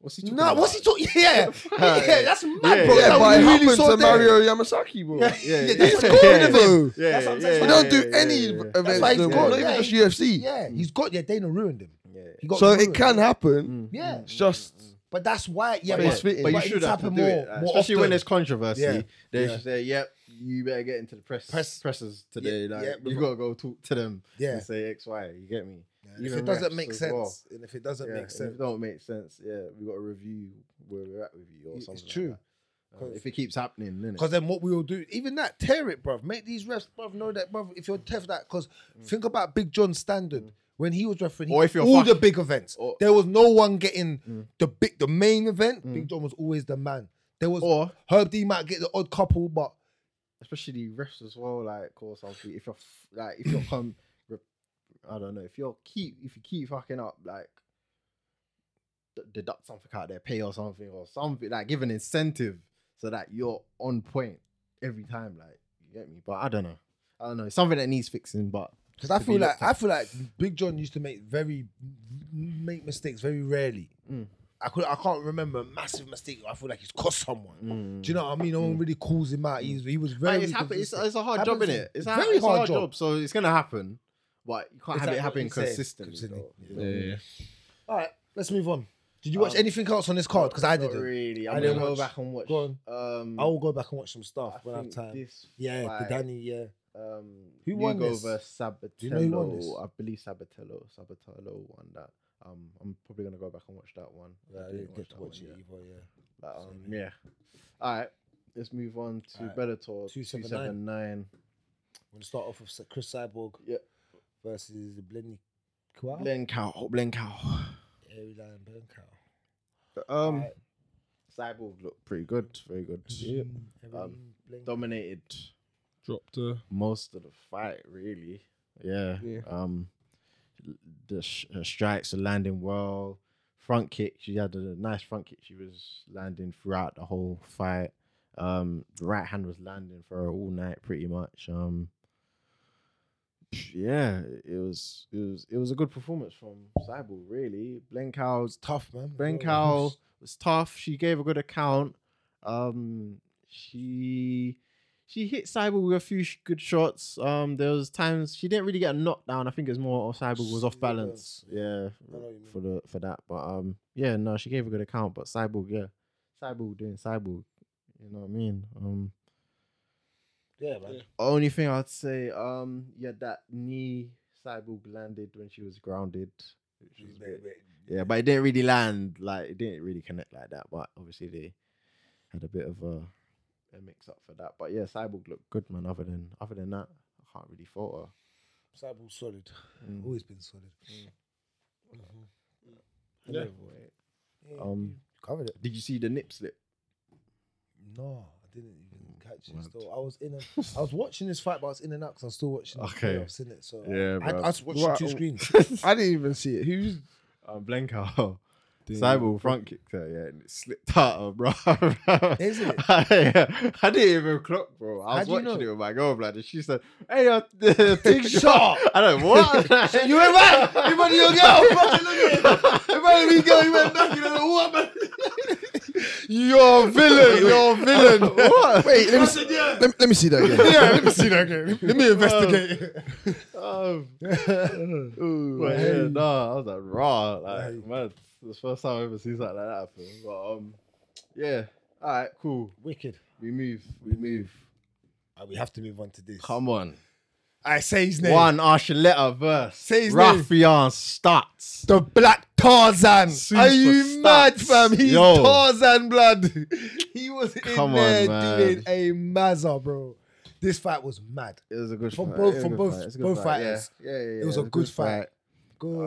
S3: What's he
S4: no,
S3: talking
S4: what's he
S3: about?
S4: talking? Yeah, yeah,
S3: yeah.
S4: that's mad,
S3: Yeah,
S4: bro.
S3: yeah,
S4: That
S5: yeah, but it
S4: really
S5: happened
S4: saw
S5: to
S4: there.
S5: Mario Yamasaki, bro.
S4: Yeah, yeah,
S5: He's
S4: that's
S5: gone
S4: what-
S5: with him.
S3: Yeah,
S4: That's what I'm saying.
S3: yeah,
S5: We don't
S3: yeah,
S5: do
S3: yeah,
S5: any
S3: yeah, yeah.
S5: events,
S4: why he's
S5: no,
S4: gone.
S5: not even
S4: Yeah,
S5: just
S4: he-
S5: UFC.
S4: Yeah, he's got. Yeah, Dana ruined him.
S3: Yeah, yeah.
S4: He got
S5: So it
S4: ruined.
S5: can happen.
S4: Yeah,
S5: It's just
S4: but that's why. Yeah,
S5: Face
S4: but,
S5: fitting.
S3: But
S4: but,
S3: you
S4: it
S3: should
S4: needs to
S3: have to
S4: happen
S3: do
S4: more,
S3: it, uh,
S4: more
S3: especially when
S4: often.
S3: there's controversy.
S4: Yeah.
S3: They
S4: Yeah.
S3: should say, "Yep, you better get into the press,
S4: Press.
S3: pressers today.
S4: Yeah,
S3: like,
S4: yeah,
S3: you
S4: before-
S3: gotta go talk to them
S4: Yeah.
S3: and say X, Y. You get me?
S4: Yeah, and if
S3: Even
S4: it doesn't
S3: refs
S4: make
S3: as
S4: sense,
S3: well.
S4: and if it doesn't
S3: Yeah,
S4: make
S3: and If
S4: sense,
S3: it don't make sense, yeah, we got to review where we're at with you or
S5: It's
S3: something. like
S5: true.
S3: that. Uh, if it keeps happening, then
S4: because then what we will do, even that, tear it, bruv. Make these refs, bruv, know that, bruv. If you're tough, that because think about Big John Standard when he was refereeing
S3: Mm. Or if you're
S4: all
S3: fuck-
S4: the big events.
S3: or- Mm.
S4: there was no one getting the big, the main event. Big John was always the man. There was
S3: Or-
S4: Herb D might get the odd couple, but
S3: especially refs as well, like or something. If you're f- like, if you're come, re- I don't know. If you're keep, if you keep fucking up, like d- deduct something out of their pay or something or something, like give an incentive so that you're on point every time. Like you get me? But I don't know. I don't know. It's something that needs fixing, but
S4: because I
S3: to be
S4: feel like
S3: looked at.
S4: I feel like Big John used to make very make mistakes very rarely.
S3: Mm.
S4: I could I can't remember a massive mistake. where I feel like he's cost someone. Do you know what I mean? No one really calls him out. He's, he was very.
S3: Like, Mm. it's, happen- it's,
S4: consistent.
S3: it's a hard job,
S4: Happens-
S3: innit? it? It's, a, very hard job. so it's gonna happen, but you can't
S4: It's
S3: have
S4: like
S3: it
S4: what
S3: happen
S4: you said,
S3: consistently.
S4: consistently.
S3: though.
S4: All right, let's move on. Did you watch
S3: Um,
S4: anything else on this card? Because I
S3: uh, Not
S4: didn't.
S3: really.
S4: I
S3: I'm
S4: didn't
S3: gonna go
S4: watch.
S3: back and watch.
S4: Go on.
S3: Um,
S4: I will go back and watch some stuff
S3: I
S4: when I have
S3: think
S4: time.
S3: this
S4: yeah, the
S3: fight,
S4: Danny. Yeah,
S3: Um,
S4: Who won
S3: Lugo
S4: this?
S3: versus Sabatello.
S4: you know who won this?
S3: I believe Sabatello. Sabatello won that. Um, I'm probably gonna go back and watch that one.
S4: I
S3: didn't
S4: didn't
S3: watch
S4: get to
S3: that
S4: watch it
S3: one yet.
S4: either. Yeah,
S3: But, um, yeah. All right. Let's move on to
S4: Alright.
S3: Bellator
S4: 279.
S3: 279.
S4: we're gonna start off with Sa- Chris Cyborg
S3: Yeah.
S4: versus Blenny Kwa.
S3: Blenkow. Blenkow.
S4: Airline Blenkow.
S5: um,
S3: Cyborg looked pretty good. Very good. Um,
S4: Everything Blenkow.
S3: Dominated
S5: dropped a
S3: most of the fight, really. Yeah.
S5: Yeah.
S3: Um, the sh- her strikes are landing well. Front kick, she had a nice front kick. She was landing throughout the whole fight. Um, the right hand was landing for her all night, pretty much. Um, yeah, it was it was it was a good performance from Cyborg, really. Blenkow's
S4: Tough man.
S3: Brenkow was tough. She gave a good account. Um, she she hit Cyber with a few sh- good shots. Um, there was times she didn't really get a knockdown. I think it was more of Cyber was off
S4: Yeah,
S3: balance. Yeah,
S4: I know what you mean.
S3: for the for that. But um, yeah, no, she gave a good account. But Cyborg, yeah, Cyborg doing Cyborg. You know what I mean? Um,
S4: Yeah, man.
S3: only thing I'd say, um, yeah, that knee Cyborg landed when she was grounded. Which was a bit- yeah, but it didn't really land. Like it didn't really connect like that. But obviously they had a bit of a, a mix up for that. But yeah, Cyborg looked good, man. Other than other than that, I can't really fault
S4: Cyborg solid.
S3: her. Mm.
S4: Always been solid. Mhm.
S3: Yeah.
S4: Yeah,
S3: Um,
S4: you covered it.
S3: Did you see the nip slip?
S4: No, I didn't even catch it.
S3: mad.
S4: Still, I was in. And, I was watching this fight, but I was in and out because I was still watching. the
S3: Okay.
S4: playoffs, innit? So
S3: Yeah,
S4: I, I
S3: bruv.
S4: was watching
S5: What-
S4: two screens.
S5: I didn't even see it. Who's
S3: Uh, Blenka. Cyborg front kicked her, yeah, and it slipped out of bro. Is
S4: Is it?
S3: I, didn't even clock, bro. I
S4: How
S3: was
S4: do you
S3: watching
S4: know?
S3: it with my girlfriend, and she said, "Hey, uh, big shot." I don't what.
S4: you went right. You went to your girl. Fucking look at it.
S3: If I didn't go, you went back. You don't know what, man. You're a villain. You're a villain. what?
S5: Wait, let me, see, let, let me see that again. yeah, let me see that again. Let me
S3: investigate. Um, but yeah, nah, I was like, raw. Like, man, it's the first time I ever seen something like that happen. But, um, yeah. All right, cool.
S4: Wicked.
S3: We move. We move.
S4: Uh, we have to move on to this.
S3: Come on.
S5: I say his
S3: One Archuleta verse.
S5: Say his name.
S3: Ruffian starts.
S5: The Black Tarzan.
S3: Super stats. Yo.
S5: Tarzan blood. he was in
S3: Come on, man.
S5: a mazza,
S4: bro. This fight was mad.
S3: It was a good
S4: From
S3: fight.
S4: both-
S3: It was
S4: from
S3: a good
S4: both-
S3: fight. It's a good
S4: both
S3: fight, yeah.
S4: fighters.
S3: Yeah, yeah, yeah.
S4: It was a good fight.
S3: Um,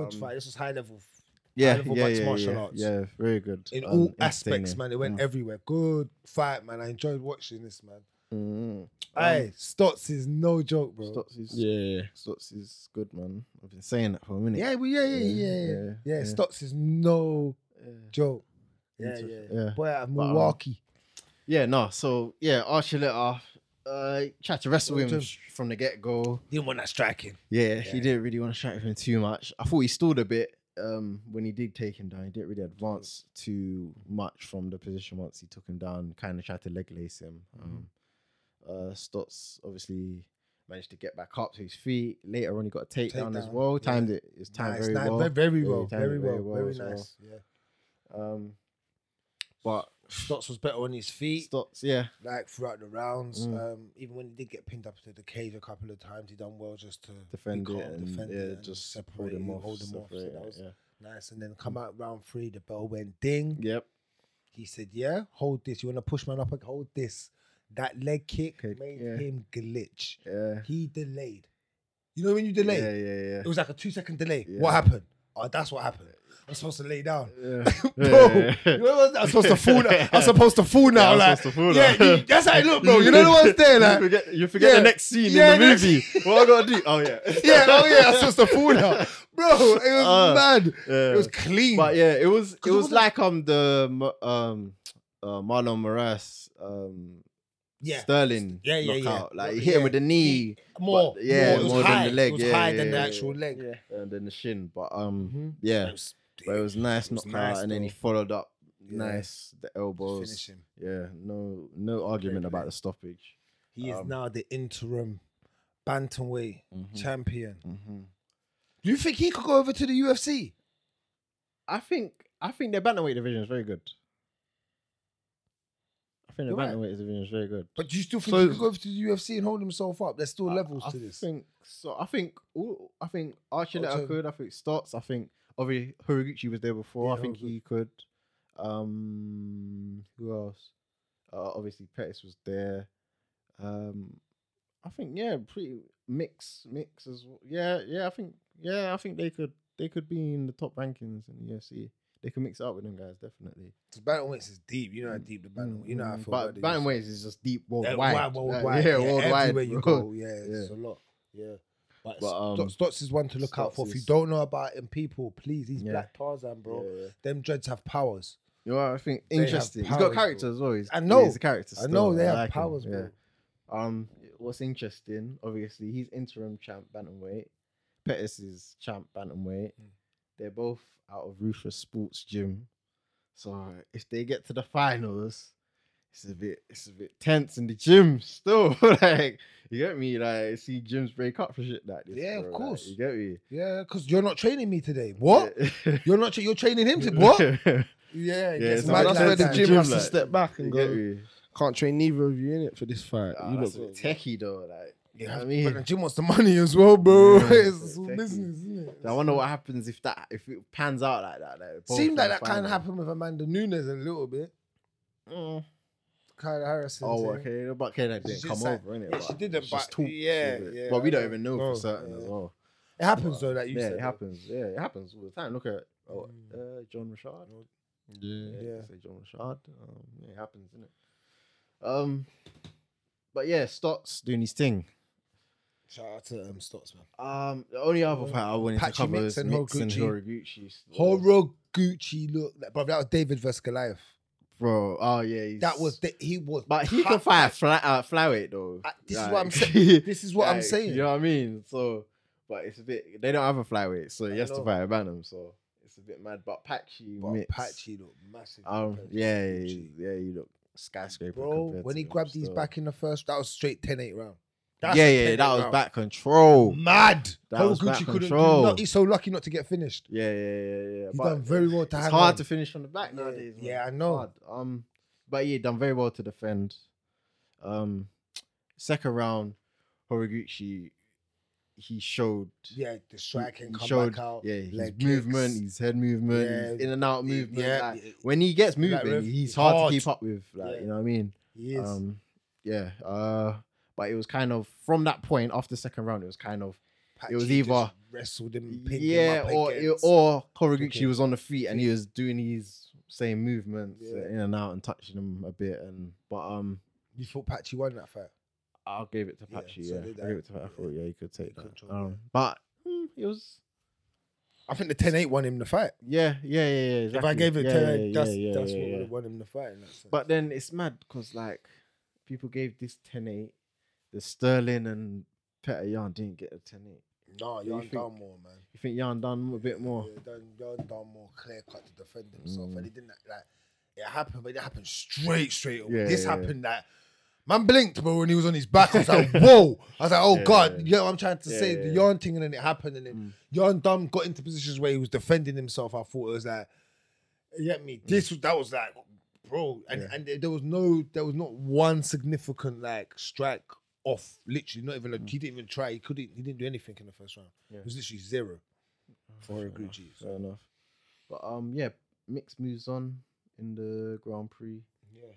S4: Good fight. This was high level.
S3: Yeah,
S4: level
S3: yeah,
S4: boxed
S3: yeah,
S4: martial
S3: yeah,
S4: arts.
S3: yeah, very good.
S4: in
S3: Um,
S4: all aspects,
S3: entertaining.
S4: man. It went everywhere. Good fight, man. I enjoyed watching this, man.
S3: Mm.
S4: Hey, Stotts is no joke, bro.
S3: Stotts is,
S5: Yeah.
S3: Stotts is good, man. I've been saying that for a minute.
S4: Yeah, well, yeah, yeah, yeah,
S3: Yeah,
S4: yeah. Yeah,
S3: yeah, yeah.
S4: Stotts is no
S3: yeah,
S4: joke. Yeah,
S3: Into-
S4: yeah,
S3: yeah.
S4: Boy out of
S3: But, um,
S4: Milwaukee.
S3: Yeah, no. So yeah, Archuleta uh, tried to wrestle him
S4: Just-
S3: from the get go.
S4: Didn't want that striking.
S3: Yeah, he didn't really want to strike with him too much. I thought he stalled a bit um, when he did take him down. He didn't really advance too much from the position once he took him down. Kind of tried to leg lace him.
S4: Mm-hmm.
S3: Um, uh, Stotts obviously managed to get back up to his feet. Later on, he got a takedown as
S4: Takedown,
S3: well.
S4: yeah.
S3: Timed it. It's timed
S4: Nice,
S3: very
S4: nice,
S3: well.
S4: ve- Very
S3: Yeah,
S4: well.
S3: he timed
S4: very
S3: it
S4: well. Very
S3: as well.
S4: nice. Yeah.
S3: Um, but
S4: Stotts was better on his feet,
S3: Stotts, yeah,
S4: like throughout the rounds.
S3: Mm.
S4: Um, even when he did get pinned up to the cage a couple of times, he done well just to be
S3: defend it
S4: calm,
S3: and
S4: defend
S3: yeah,
S4: it and
S3: just
S4: separate
S3: hold him
S4: it,
S3: off.
S4: Hold him off. So
S3: separate
S4: that
S3: it,
S4: was
S3: yeah.
S4: nice. And then come out round three, the bell went ding.
S3: Yep.
S4: He said, "Yeah, hold this. You want to push man up? Hold this." That leg kick
S3: Kick,
S4: made
S3: yeah.
S4: him glitch.
S3: Yeah.
S4: He delayed. You know when you delay,
S3: Yeah, yeah, yeah.
S4: it was like a two second delay.
S3: Yeah.
S4: What happened? Oh, that's what happened. I'm supposed to lay down.
S3: Yeah.
S5: Bro,
S3: Yeah.
S5: you know what? I'm supposed to fall now. I'm supposed to fall now.
S3: I'm
S5: like,
S3: supposed to fall
S5: yeah,
S3: now.
S5: you- that's how it look, bro. You know the one's there,
S3: you
S5: like,
S3: forget, you forget
S5: Yeah.
S3: the next scene
S5: Yeah,
S3: in the
S5: next-
S3: movie. what I gotta do? Oh yeah,
S5: yeah, oh yeah, I'm supposed to fall now, bro. It was
S3: Uh,
S5: mad.
S3: yeah.
S5: It was clean.
S3: but yeah, it was it
S5: it
S3: was
S5: wasn't-
S3: like um the Mo- um uh, Marlon Moraes um
S4: Yeah,
S3: Sterling
S4: Yeah, yeah, yeah.
S3: knockout. Like he
S4: Well,
S3: hit him
S4: yeah.
S3: with the knee,
S4: more.
S3: but- yeah,
S4: it was
S3: more
S4: high.
S3: than the leg,
S4: It was
S3: yeah,
S4: higher
S3: yeah,
S4: than the
S3: yeah,
S4: actual leg.
S3: and then the shin. But um
S4: Mhm.
S3: yeah,
S4: It was,
S3: but it was nice
S4: it was
S3: knockout,
S4: nice,
S3: and then he
S4: bro.
S3: followed up
S4: Yeah.
S3: nice the elbows.
S4: finish him.
S3: Yeah, no no argument about the stoppage.
S4: He is
S3: Um,
S4: now the interim bantamweight champion.
S3: Mm-hmm.
S4: Mhm. Do you think he could go over to the UFC?
S3: I think I think their bantamweight division is very good. I think the
S4: You're right.
S3: bantamweight division is very good.
S4: But do you still think
S3: So-
S4: he could go over to the UFC and hold himself up? There's still levels
S3: I
S4: to this.
S3: think so. I think all, I think Archuleta
S4: Archuleta.
S3: could. I think Stotts. I think obviously Horiguchi was there before.
S4: Yeah,
S3: I think
S4: Horiguchi.
S3: he could. Um, who else? Uh, obviously Pettis was there. Um, I think yeah, pretty mix mix as well. Yeah, yeah. I think yeah. I think they could they could be in the top rankings in the UFC. They could mix it up with them guys definitely.
S4: The bantamweights is deep. You know how deep the bantam. You know how I
S3: Mm,
S4: feel about
S3: But
S4: the
S3: Bantamweights is just deep
S4: Yeah,
S3: worldwide.
S4: wide, worldwide.
S3: Like, yeah, worldwide.
S4: Everywhere you
S3: bro.
S4: go, yeah, it's a
S3: Yeah.
S4: lot. Yeah. But,
S3: But, um,
S4: Stotts- Stotts is one to look out
S3: Stotts
S4: for. If you
S3: is-
S4: don't know about him, people, please, he's
S3: Yeah.
S4: Black Tarzan, bro.
S3: Yeah, yeah.
S4: Them dreads have powers.
S3: You know, I think
S4: have
S3: interesting. He's
S4: powers,
S3: got character
S4: bro.
S3: as well. He's,
S4: I
S3: yeah,
S4: know.
S3: he's a character.
S4: I know
S3: still.
S4: they have
S3: like him,
S4: powers,
S3: yeah.
S4: bro.
S3: Um, what's interesting, obviously, he's interim champ bantamweight. Pettis is champ bantamweight.
S4: Mm.
S3: They're both out of Ruthless Sports Gym. So if they get to the finals, it's a bit it's a bit tense in the gym still. like you get me? Like see gyms break up for shit like this.
S4: Yeah, of
S3: bro, like,
S4: course.
S3: you get me?
S4: Yeah, because you're not training me today. What?
S3: Yeah.
S4: You're not. Tra- you're training him to what? Yeah, it
S3: Yeah,
S4: gets
S3: it's like
S4: mad
S5: that's
S4: like
S5: where the
S4: that.
S5: gym
S3: Gym
S5: has to
S3: like-
S5: step back
S3: you
S5: and
S3: get
S5: go.
S3: me?
S5: Can't train neither of you in it for this fight.
S3: Ah,
S5: you
S3: that's
S5: look
S3: a bit techie though. Like you know what I mean?
S4: But the gym wants the money as well,
S3: Yeah,
S4: bro. it's all
S3: exactly.
S4: business, isn't it?
S3: I wonder what happens if that if it pans out like that. Like both
S4: Seemed like
S3: in the
S4: that kind
S3: final.
S4: of happened with Amanda Nunes a little bit.
S3: Mm.
S4: Kyla Harrison.
S3: Oh,
S4: thing.
S3: okay. But okay, that
S4: She
S3: didn't
S4: did
S3: come
S4: say-
S3: over, innit?
S4: yeah, she
S3: But
S4: didn't,
S3: it's just
S4: but
S3: talk,
S4: yeah,
S3: shit.
S4: yeah,
S3: But we
S4: I
S3: don't
S4: don't
S3: even know
S4: know,
S3: for certain as
S4: yeah.
S3: well.
S4: It happens though that you
S3: yeah,
S4: said.
S3: it happens. Yeah, it happens all the time. Look at oh, uh, John Richard. Yeah,
S4: Oh, Yeah.
S3: say John Richard. Um, yeah, it happens, isn't it? Um, but yeah, Stotts doing his thing.
S4: Shout out to um, Stotts, man.
S3: Um, the only
S4: Oh,
S3: other fight I wanted
S4: Patchy
S3: to cover
S4: Mix
S3: is
S4: and
S3: Mix and Horiguchi.
S4: Horiguchi.
S3: still.
S4: Horoguchi look, like, bro. That was David versus Goliath.
S3: bro. Oh yeah, he's-
S4: That was the, he was.
S3: But he can
S4: cut-
S3: fight fly, uh, flyweight though.
S4: Uh, this is what I'm
S3: saying.
S4: This is what I'm saying.
S3: You know what I mean? So, but it's a bit. They don't have a flyweight, so he has to
S4: know.
S3: fight a bantam. So it's a bit mad. But Patchy,
S4: But
S3: Mix,
S4: Patchy look massive.
S3: Um,
S4: compared to
S3: yeah,
S4: Horoguchi.
S3: he- yeah, you look skyscraper.
S4: bro.
S3: compared
S4: When
S3: to
S4: he
S3: him,
S4: grabbed his
S3: so-
S4: back in the first, that was straight 10-8 round.
S3: yeah,
S4: a
S3: yeah,
S4: 10-8
S3: that was
S4: round. Mm-hmm.
S3: back control.
S4: Mad.
S3: That was back
S4: Horoguchi couldn't. Do,
S3: control.
S4: no, he's so lucky not to get finished.
S3: Yeah, yeah, yeah, yeah.
S4: He's done very well to
S3: it's
S4: hang
S3: hard
S4: on.
S3: to finish from the back
S4: Yeah,
S3: nowadays. man.
S4: yeah, I know.
S3: Hard. Um, but yeah, done very well to defend. Um, second round, Horiguchi, he showed.
S4: Yeah, the strike
S3: he
S4: and come
S3: showed,
S4: back out.
S3: Yeah, his
S4: leg
S3: movement,
S4: kicks.
S3: his head movement,
S4: Yeah,
S3: his in and out movement.
S4: yeah,
S3: like,
S4: yeah.
S3: when he gets moving,
S4: ref-
S3: he's
S4: it's
S3: hard,
S4: hard.
S3: to keep up with. Like,
S4: Yeah.
S3: you know what I mean?
S4: He is.
S3: Um, yeah. Uh, but it was kind of from that point after second round, it was kind of
S4: Patchy
S3: was
S4: just
S3: either-
S4: wrestled him, pinned him
S3: yeah,
S4: up
S3: or
S4: against-
S3: or Horiguchi
S4: Okay.
S3: was on the feet and he was doing his same movements uh,
S4: Yeah.
S3: in and out and touching them a bit. And but um,
S4: you thought Patchy won that fight.
S3: I gave it to
S4: Yeah,
S3: Patchy.
S4: so
S3: Yeah,
S4: did
S3: I
S4: I.
S3: gave it to Patchy. I thought, yeah, he could take
S4: He
S3: that.
S4: controlled,
S3: um,
S4: yeah.
S3: But mm, it was
S4: I think the 10-8 won him the fight.
S3: yeah, yeah, yeah, yeah.
S4: If I
S3: exactly.
S4: gave it
S3: yeah,
S4: to
S3: yeah,
S4: that's,
S3: yeah,
S4: that's
S3: yeah,
S4: what
S3: yeah.
S4: would have won him the fight. in that sense.
S3: But then it's mad because like people gave this 10-8. The Sterling and Petr Jan didn't get a 10-8.
S4: no,
S3: you
S4: Jan
S3: think-
S4: done more, man.
S3: You think Jan done a bit more? Mm.
S4: Yeah, done, Jan done more clear cut to defend himself, and he didn't like. It happened, but it happened straight, straight away.
S3: Yeah,
S4: this
S3: yeah, yeah.
S4: happened like, man blinked, bro, when he was on his back. I was like, whoa! I was like, oh
S3: Yeah,
S4: god,
S3: yeah.
S4: you know what I'm trying to
S3: Yeah,
S4: say
S3: yeah, Mm.
S4: the
S3: yeah.
S4: yarn thing, and then it happened, and then yarn dumb got into positions where he was defending himself. I thought it was like, you get me?
S3: Mm.
S4: This was that was like, bro, and and there- there was no, there was not one significant like strike off. Literally, not even a, he didn't even try. He couldn't. He didn't do anything in the first round.
S3: Mm. Yeah.
S4: It was literally zero for Gucci.
S3: Fair enough. But um, yeah, Mix moves on in the Grand Prix.
S4: Yeah.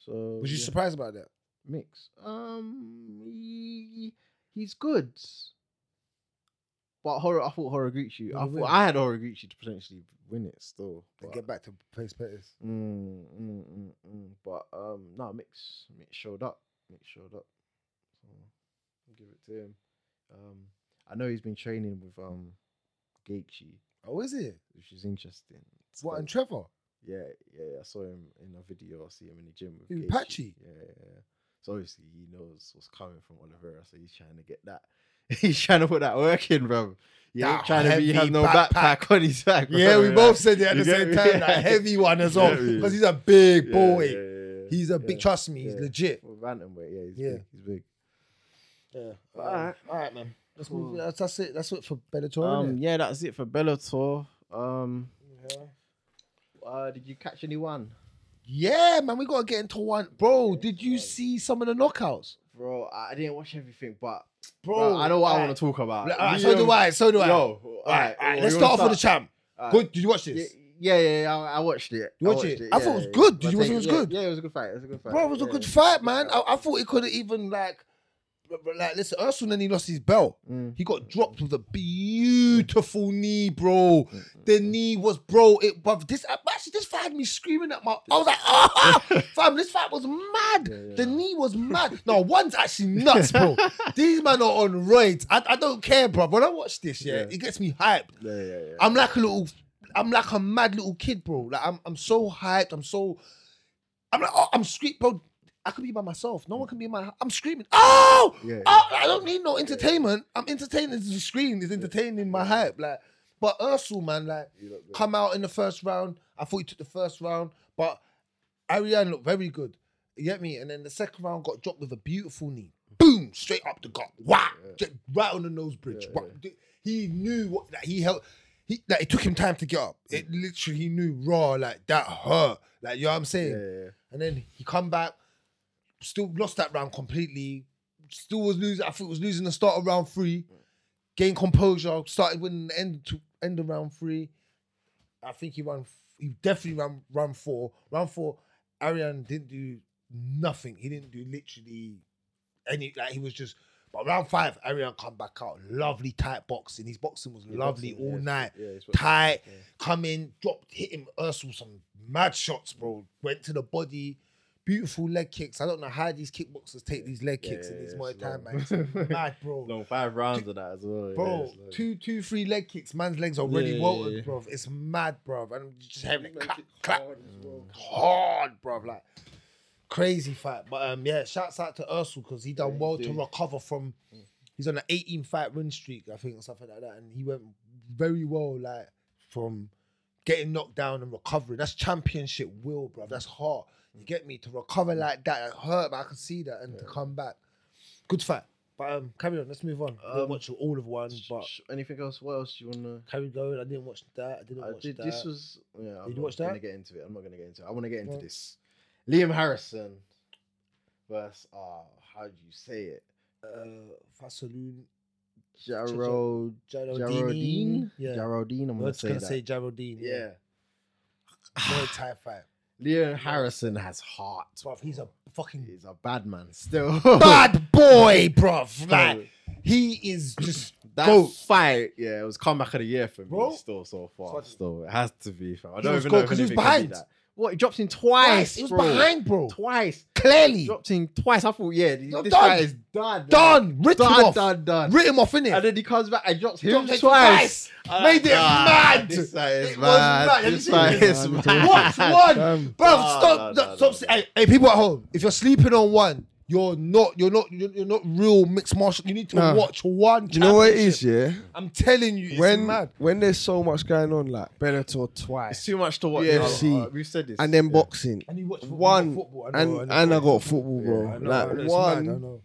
S3: So
S4: Was you
S3: yeah,
S4: surprised about that?
S3: Mix? Um, he, he's good. But Hor- I thought Horiguchi. I
S4: Gonna win.
S3: thought I had Horiguchi to potentially win it still.
S4: And
S3: But,
S4: get back to pace Pettis.
S3: Mm, mm, mm, mm. but um, no, Mix Mix showed up. Mix showed up. So I'll give it to him. Um, I know he's been training with um, Gaethje,
S4: Oh, is it?
S3: which is interesting.
S4: What
S3: So-
S4: and Trevor?
S3: Yeah, yeah, I saw him in a video. I see him in the gym with
S4: Who,
S3: Gaethje.
S4: Patchy?
S3: Yeah, yeah, yeah. So obviously he knows what's coming from Oliveira, so he's trying to get that. he's trying to put that work in, bro. He ain't
S4: That
S3: trying to be have
S4: heavy
S3: no backpack,
S4: backpack.
S3: on his back.
S4: Yeah,
S3: bro,
S4: we
S3: like,
S4: both said it at
S3: you
S4: the same
S3: get
S4: time.
S3: me?
S4: That heavy one as
S3: You
S4: well,
S3: get me?
S4: because he's a big
S3: Yeah,
S4: boy.
S3: yeah, yeah, yeah.
S4: He's a big.
S3: Yeah.
S4: Trust me, he's
S3: Yeah.
S4: legit.
S3: Well, Bantamweight, yeah, he's
S4: Yeah.
S3: big. He's big.
S4: Yeah.
S3: All right.
S4: all right, man. Let's
S3: Cool.
S4: move. That's, that's it. That's it for Bellator.
S3: Um,
S4: innit?
S3: yeah, that's it for Bellator. Um, uh, did you catch anyone,
S4: yeah, man. We gotta get into one, bro. Did you see some of the knockouts,
S3: bro? I I didn't watch everything, but
S4: bro?
S3: I know what I want to talk about.
S4: All right, so do I. So do I.
S3: Yo,
S4: all
S3: all
S4: right, all right.
S3: you
S4: Let's
S3: wanna
S4: start off with the champ.
S3: All right.
S4: Good. Did you watch this?
S3: Yeah, yeah, yeah, yeah, I, I watched it.
S4: You watch
S3: watched
S4: it? I thought it was good. Did
S3: But
S4: you watch it? It was
S3: yeah,
S4: good.
S3: Yeah, it was a good fight. It was a good fight.
S4: Bro, it was a
S3: yeah.
S4: good fight, man. I, I thought he could have even like, r- r- like listen, Ursul then he lost his belt.
S3: Mm.
S4: He got dropped with a beautiful knee, bro.
S3: Mm-hmm.
S4: The knee was, bro. It, bro. This uh, actually, this fight had me screaming at my. I was like, ah, fam, this fight was mad.
S3: Yeah, yeah.
S4: The knee was mad. No, one's actually nuts, bro. These men are on roids. I, I don't care, bro. When I watch this, yeah,
S3: Yeah.
S4: it gets me hyped.
S3: Yeah, yeah, yeah.
S4: I'm like a little, I'm like a mad little kid, bro. Like I'm, I'm so hyped. I'm so, I'm like, oh, I'm screaming, bro. I could be by myself. No one can be in my. I'm screaming. Oh,
S3: Yeah,
S4: oh I don't need no entertainment. I'm entertaining the screen. Is entertaining my hype. Like, but Ursul, man, like,
S3: You look good.
S4: come out in the first round. I thought he took the first round, but Ariane looked very good. You get me? And then the second round got dropped with a beautiful knee. Boom! Straight up the gut. Wow! Right on the nose bridge. Whack. He knew what that he held. He, like, it took him time to get up. It literally he knew raw, like that hurt. Like, you know what I'm saying? And then he come back, still lost that round completely. Still was losing. I think was losing the start of round three. Gained composure. Started winning the end to end of round three. I think he ran. f- He definitely ran round four. Round four, Arian didn't do nothing. He didn't do literally any. Like he was just. But round five, Arian come back out. Lovely tight boxing. His boxing was lovely
S3: boxing,
S4: all
S3: yeah.
S4: night.
S3: Yeah, it's what-
S4: tight. Come in, dropped, hit him. Ursel some mad shots, bro. Went to the body. Beautiful leg kicks. I don't know how these kickboxers take these leg kicks
S3: yeah,
S4: in these
S3: yeah,
S4: Muay
S3: it's
S4: Thai,
S3: long.
S4: man. It's mad, bro.
S3: long five rounds of that as well. yeah,
S4: Bro,
S3: it's long.
S4: two, two, three leg kicks. Man's legs already
S3: Yeah, yeah,
S4: welted,
S3: yeah.
S4: bro. It's mad, bro. And I'm just having it clap, clap,
S5: Hard as well.
S3: Mm.
S4: hard, bro. Like crazy fight. But um, yeah, shouts out to Ursul because he done well to recover from.
S3: Mm.
S4: He's on an 18 fight win streak, I think, or something like that, and he went very well, like from getting knocked down and recovering. That's championship will, bro. That's hard. You get me to recover like that. It hurt, but I can see that, and to come back, good fight. But um, carry on. Let's move on. I didn't
S3: Um,
S4: watch all of one, but
S3: Sh- Anything else? What else do you wanna?
S4: carry going. I didn't watch that. I didn't
S3: I
S4: watch
S3: did,
S4: that.
S3: this was yeah. I'm
S4: you
S3: not
S4: watch
S3: gonna
S4: that?
S3: get into it. I'm not gonna get into it. I want to get into
S4: Well-
S3: this. Liam Harrison versus uh how do you say it?
S4: uh, Fasaloon
S3: Jarrod
S4: Geraldine.
S3: Jarrodine.
S4: Yeah.
S3: Jarrodine. I'm
S4: I
S3: gonna
S4: was
S3: say
S4: gonna
S3: that.
S4: say Geraldine.
S3: yeah.
S4: Muay Thai fight.
S3: Liam Harrison has heart.
S4: Bruv, he's a fucking
S3: He's a bad man still.
S4: bad boy, bruv. Like he is just
S3: that
S4: goat.
S3: fight, yeah, it was comeback of the year for me.
S4: Bro.
S3: still so far,
S4: Fuck.
S3: still it has to be. Fam. I
S4: was
S3: don't even
S4: goat
S3: know if
S4: 'cause he was
S3: anything can
S4: behind.
S3: beat that. What he dropped in twice?
S4: He was
S3: bro.
S4: behind, bro.
S3: Twice.
S4: Clearly.
S3: dropped in twice. I thought, yeah, this
S4: You're
S3: this
S4: done.
S3: guy is done.
S4: Done. Ripped
S3: Done,
S4: him off.
S3: done, done.
S4: Writ him off, innit?
S3: And then he comes back and drops him
S4: Dropped
S3: twice.
S4: it twice. Made it
S3: Ah,
S4: mad.
S3: This guy is
S4: It was
S3: mad.
S4: mad. Have you
S3: This
S4: seen
S3: guy
S4: it?
S3: is
S5: Watch
S3: mad.
S4: Watch one.
S5: Damn.
S4: Bro,
S3: No, no,
S4: stop.
S3: no,
S4: stop.
S3: no,
S4: say-
S3: no.
S4: Hey, hey, people at home, if you're sleeping on one, you're not, you're not, you're, you're not real mixed martial. You need to
S5: Nah.
S4: watch one.
S5: Do you know what it
S4: championship.
S5: is, yeah?
S4: I'm telling you, it's
S5: when
S4: mad.
S5: when there's so much going on, like Bellator
S3: It's
S5: twice,
S3: too much to watch.
S5: Yeah,
S3: No,
S5: see.
S3: uh, we've said this.
S5: and then boxing,
S4: And you watch football,
S5: one,
S4: you got football, I
S5: and
S4: know, I know.
S5: and I got football, bro.
S4: I know, I know,
S5: like
S4: it's
S5: one,
S4: mad, I know.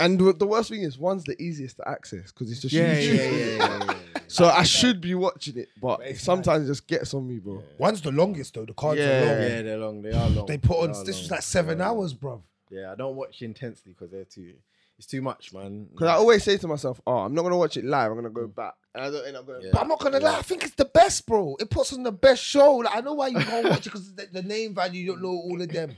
S5: and the, the worst thing is one's the easiest to access because it's just
S3: yeah, yeah,
S5: YouTube.
S3: yeah, yeah, yeah, yeah.
S5: So I should be watching it, but
S4: But it's
S5: sometimes it just gets on me, bro.
S4: One's the longest though. The cards
S3: yeah,
S4: are long.
S3: yeah, they're long. They are long.
S4: They put on.
S3: They are
S4: This was
S3: long.
S4: like seven
S3: They are long.
S4: hours, bruv.
S3: Yeah, I don't watch intensely because they're too. It's too much, man.
S5: Because I always say to myself, "Oh, I'm not gonna watch it live. I'm gonna
S4: Mm.
S5: go back," and I don't end up going.
S3: Yeah.
S5: back.
S4: But I'm not gonna lie. I think it's the best, bro. It puts on the best show. Like I know why you can't watch it because the, the name value. You don't know all of them.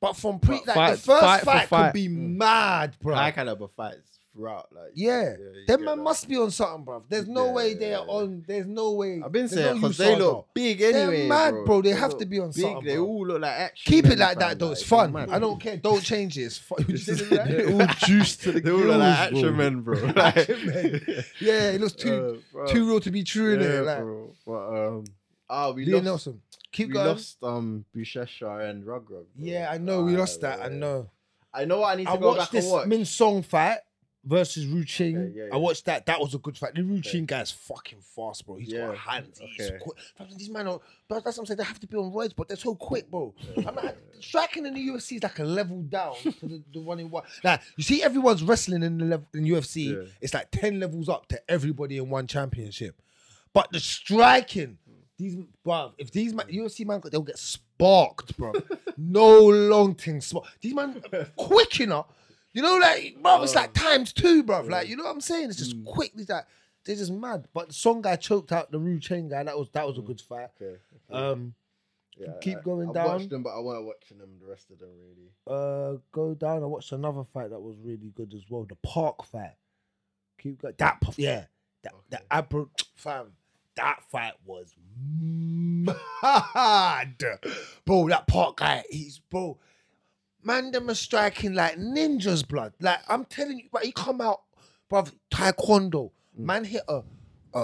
S4: But from pre,
S5: But
S4: like
S5: fight-
S4: the first
S5: fight
S4: fight,
S5: for
S4: could
S5: fight.
S4: be
S3: Mm.
S4: mad, bro.
S3: high caliber fights throughout. Like,
S4: yeah,
S3: you get
S4: them man
S3: that.
S4: must be on something, bruv. There's no
S3: Yeah,
S4: way
S3: yeah,
S4: they're
S3: yeah.
S4: on. There's no way.
S3: I've been
S4: There's
S3: saying
S4: no
S3: because
S4: USADA.
S3: they look big anyway.
S4: They're mad, bro. They have
S3: look
S4: to be on
S3: big.
S4: something,
S3: They
S4: bro.
S3: all look like action.
S4: Keep it
S3: men,
S4: like
S3: fam,
S4: that though. It's
S3: they're
S4: fun.
S3: mad.
S4: I don't care. Don't change it. It's fun.
S5: They're all juiced to the
S3: They all look like
S5: gills, bro.
S3: action men, bro. Like,
S4: yeah, it looks too
S3: uh, bro.
S4: too real to be true.
S3: Yeah,
S4: innit? Like,
S3: bro. But um, ah, we
S4: Liam
S3: lost.
S4: Nelson. Keep
S3: we
S4: going.
S3: lost um Bushesha and Rugrug. bro.
S4: Yeah, I know we
S3: Ah,
S4: lost that. I
S3: yeah.
S4: know.
S3: I know what I need to
S4: I
S3: go back
S4: watched
S3: and
S4: this
S3: watch.
S4: Min Song fight versus Ru Ching.
S3: Okay, yeah, yeah.
S4: I watched that. That was a good fight. The Ru Ching guy's fucking fast, bro. He's
S3: Yeah,
S4: got hands. He's
S3: okay.
S4: quick. Fam, These men are. But that's what I'm saying. They have to be on roids, but they're so quick, bro. I'm like, striking in the UFC is like a level down to the, the one in one. Like you see, everyone's wrestling in the level in UFC.
S3: Yeah.
S4: It's like ten levels up to everybody in one championship. But the striking, these bruv, if these man, UFC man, they'll get sparked, bro. no long thing spark. These man quick enough. You know, like bro, it's like times two, bro. Like you know what I'm saying? It's just quick. It's like they're just mad. But the song guy choked out the Rue Chain guy. That was that was a good fight.
S3: Okay.
S4: Um,
S3: Yeah,
S4: keep
S3: I-
S4: going
S3: I've
S4: down.
S3: watched them, but I weren't watching them. The rest of them really.
S4: uh, go down. I watched another fight that was really good as well. The Park fight. Keep going. That p- yeah, that that Abra fam. That fight was mad, bro. That Park guy, he's bro. Man, them are striking like ninjas, blood. Like I'm telling you, but he come out, bruv, taekwondo. Man hit a, a,